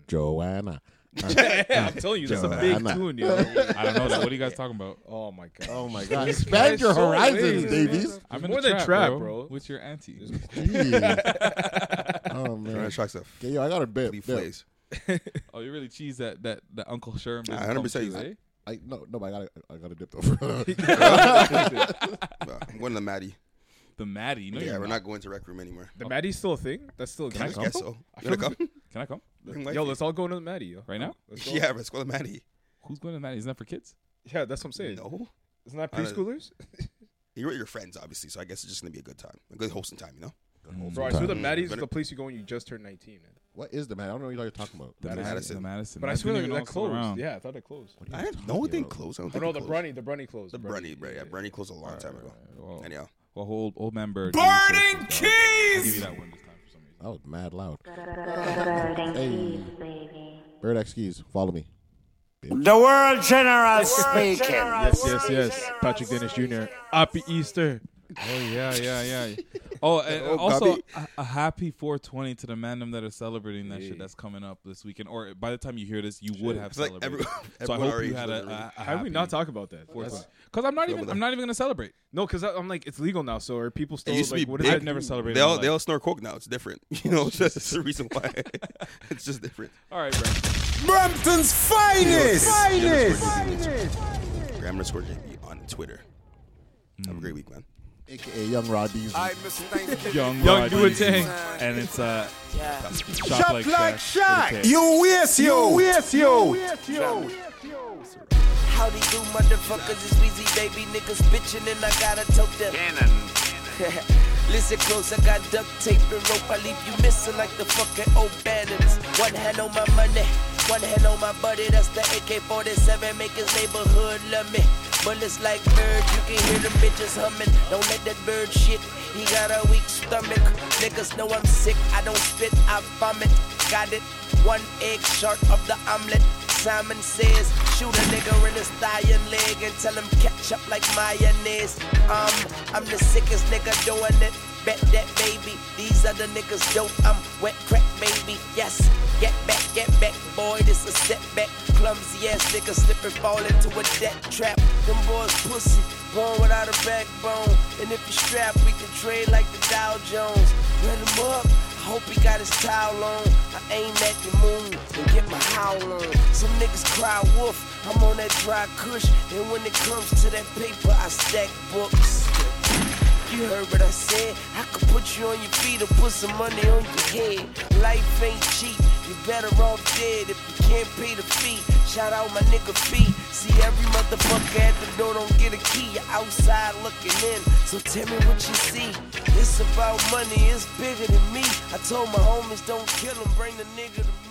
[SPEAKER 1] Joanna.
[SPEAKER 3] Yeah, I'm telling you, that's a big
[SPEAKER 1] Joanna.
[SPEAKER 3] tune, yo.
[SPEAKER 6] I don't know. That. What are you guys talking about?
[SPEAKER 3] Oh my god.
[SPEAKER 1] Oh my God!
[SPEAKER 3] guys
[SPEAKER 1] Expand your
[SPEAKER 3] so
[SPEAKER 1] horizons,
[SPEAKER 3] lazy,
[SPEAKER 1] Davies.
[SPEAKER 6] I'm
[SPEAKER 3] More
[SPEAKER 6] in the
[SPEAKER 3] than trap, bro.
[SPEAKER 6] With your auntie.
[SPEAKER 1] Jeez. Oh man.
[SPEAKER 4] Joanna Shock's a
[SPEAKER 1] Okay, yo, I got a bit.
[SPEAKER 4] complete
[SPEAKER 1] bit.
[SPEAKER 4] place.
[SPEAKER 6] Oh, you really cheese that that that Uncle Sherm.
[SPEAKER 4] Nah,
[SPEAKER 6] didn't come
[SPEAKER 4] 100%
[SPEAKER 6] through,
[SPEAKER 4] he's-
[SPEAKER 6] eh?
[SPEAKER 1] I no, no, but I gotta, I gotta dip though.
[SPEAKER 4] Nah, I'm going to Maddie.
[SPEAKER 6] The Maddie. No,
[SPEAKER 4] Yeah,
[SPEAKER 6] you're
[SPEAKER 4] we're
[SPEAKER 6] not.
[SPEAKER 4] not going to rec room anymore.
[SPEAKER 3] The Maddie's still a thing. That's still.
[SPEAKER 4] I
[SPEAKER 3] gangsta?
[SPEAKER 4] guess so. You wanna come?
[SPEAKER 6] Can I come
[SPEAKER 4] Bring
[SPEAKER 3] Yo,
[SPEAKER 4] wifey.
[SPEAKER 3] let's all go to the Maddie, yo.
[SPEAKER 6] right now?
[SPEAKER 3] Let's go.
[SPEAKER 4] Yeah, let's go to Maddie.
[SPEAKER 6] Who's going to Maddie? Isn't that for kids?
[SPEAKER 3] Yeah, that's what I'm saying.
[SPEAKER 4] No.
[SPEAKER 3] Isn't that
[SPEAKER 4] I don't-
[SPEAKER 3] preschoolers?
[SPEAKER 4] You're with your friends, obviously, so I guess it's just gonna be a good time, a good hosting time, you know.
[SPEAKER 3] Bro, I swear the
[SPEAKER 4] Mm.
[SPEAKER 3] Maddie's is
[SPEAKER 4] Better-
[SPEAKER 3] the place you go when you just turned 19, man.
[SPEAKER 1] what is the man? I don't know what you're talking about.
[SPEAKER 6] The
[SPEAKER 4] Maddie- Madison.
[SPEAKER 6] The Madison.
[SPEAKER 3] But I,
[SPEAKER 6] didn't
[SPEAKER 3] swear
[SPEAKER 6] even
[SPEAKER 3] that
[SPEAKER 6] know
[SPEAKER 3] that
[SPEAKER 6] it's still
[SPEAKER 3] closed.
[SPEAKER 6] around.
[SPEAKER 3] Yeah, I thought it closed.
[SPEAKER 4] I didn't know it didn't close. I don't
[SPEAKER 3] Oh
[SPEAKER 4] think
[SPEAKER 3] no,
[SPEAKER 4] it
[SPEAKER 3] the
[SPEAKER 4] closed.
[SPEAKER 3] Brunny, the Brunny closed.
[SPEAKER 4] the Brunny, right? Yeah, Brunny closed a long time ago.
[SPEAKER 6] Well,
[SPEAKER 4] Anyhow,
[SPEAKER 6] well, old old man Bird.
[SPEAKER 2] Burning
[SPEAKER 6] Give me
[SPEAKER 2] keys.
[SPEAKER 6] that one this time for some reason.
[SPEAKER 1] That was mad loud.
[SPEAKER 13] Birding
[SPEAKER 1] Hey.
[SPEAKER 13] keys, baby.
[SPEAKER 1] Bird X keys, follow me.
[SPEAKER 12] The world general speaking.
[SPEAKER 3] Yes, yes, yes. Patrick Dennis Jr. Happy Easter.
[SPEAKER 6] Oh yeah, yeah, yeah. Oh, and
[SPEAKER 4] Oh,
[SPEAKER 6] also
[SPEAKER 4] Gabby.
[SPEAKER 6] a, a happy 420 to the mandem that are celebrating that shit
[SPEAKER 3] Yeah.
[SPEAKER 6] that's coming up this weekend. Or by the time you hear this, you would have
[SPEAKER 4] It's like
[SPEAKER 6] celebrated.
[SPEAKER 4] every-
[SPEAKER 6] so I
[SPEAKER 4] everyone
[SPEAKER 6] hope
[SPEAKER 4] already
[SPEAKER 6] you had a, a,
[SPEAKER 4] celebrated.
[SPEAKER 6] a
[SPEAKER 3] How did we not
[SPEAKER 6] happy
[SPEAKER 3] talk about that? That's-
[SPEAKER 6] 420. Cause I'm not even
[SPEAKER 4] Over
[SPEAKER 6] I'm not even gonna celebrate.
[SPEAKER 3] No, because I'm like, it's legal now. So are people still
[SPEAKER 4] it used to be
[SPEAKER 3] like, what is
[SPEAKER 4] big.
[SPEAKER 3] that?
[SPEAKER 6] I've never
[SPEAKER 3] do?
[SPEAKER 6] celebrated
[SPEAKER 4] They
[SPEAKER 6] in my
[SPEAKER 4] all they
[SPEAKER 6] life.
[SPEAKER 4] all snort coke now. It's different, you know. That's the reason why. it's just different.
[SPEAKER 6] All right, bro.
[SPEAKER 2] Brampton's finest.
[SPEAKER 4] Finest. Graham underscore JB on Twitter. Have a great week, man.
[SPEAKER 1] AKA Young Rod Diesel.
[SPEAKER 6] Young
[SPEAKER 3] Young do a
[SPEAKER 6] Rodney,
[SPEAKER 3] thing.
[SPEAKER 6] and it's uh, shop
[SPEAKER 2] Shop
[SPEAKER 6] like
[SPEAKER 2] like
[SPEAKER 6] Shaq with a
[SPEAKER 2] Shaq.
[SPEAKER 6] K.
[SPEAKER 2] You waste yo. You waste yo.
[SPEAKER 12] Yo.
[SPEAKER 9] How do you motherfuckers? It's Weezy baby niggas bitching and I gotta tote them. Listen close, I got duct tape and rope. I leave you missing like the fucking old bandits. One hand on my money, one hand on my buddy. That's the AK-47, make his neighborhood love me. Bullets like birds, you can hear them bitches humming. Don't let that bird shit, he got a weak stomach. Niggas know I'm sick, I don't spit, I vomit. Got it, one egg short of the omelet. Simon says, shoot a nigga in his thigh and leg and tell him catch up like mayonnaise. Um, I'm the sickest nigga doing it. Bet that baby, these other niggas dope. I'm wet crack baby. Yes, get back, get back, boy. This a setback. Clumsy ass nigga slip and fall into a debt trap. Them boys pussy, born without a backbone. And if you strap, we can trade like the Dow Jones. Run him up. I hope he got his towel on. I aim at the moon and get my howl on. Some niggas cry wolf. I'm on that dry cush, and when it comes to that paper, I stack books. You heard what I said. I could put you on your feet or put some money on your head. Life ain't cheap. You better off dead if you can't pay the fee. Shout out my nigga fee. See every motherfucker at the door don't get a key. You're outside looking in. So tell me what you see. It's about money. It's bigger than me. I told my homies don't kill 'em, Bring the nigga to me.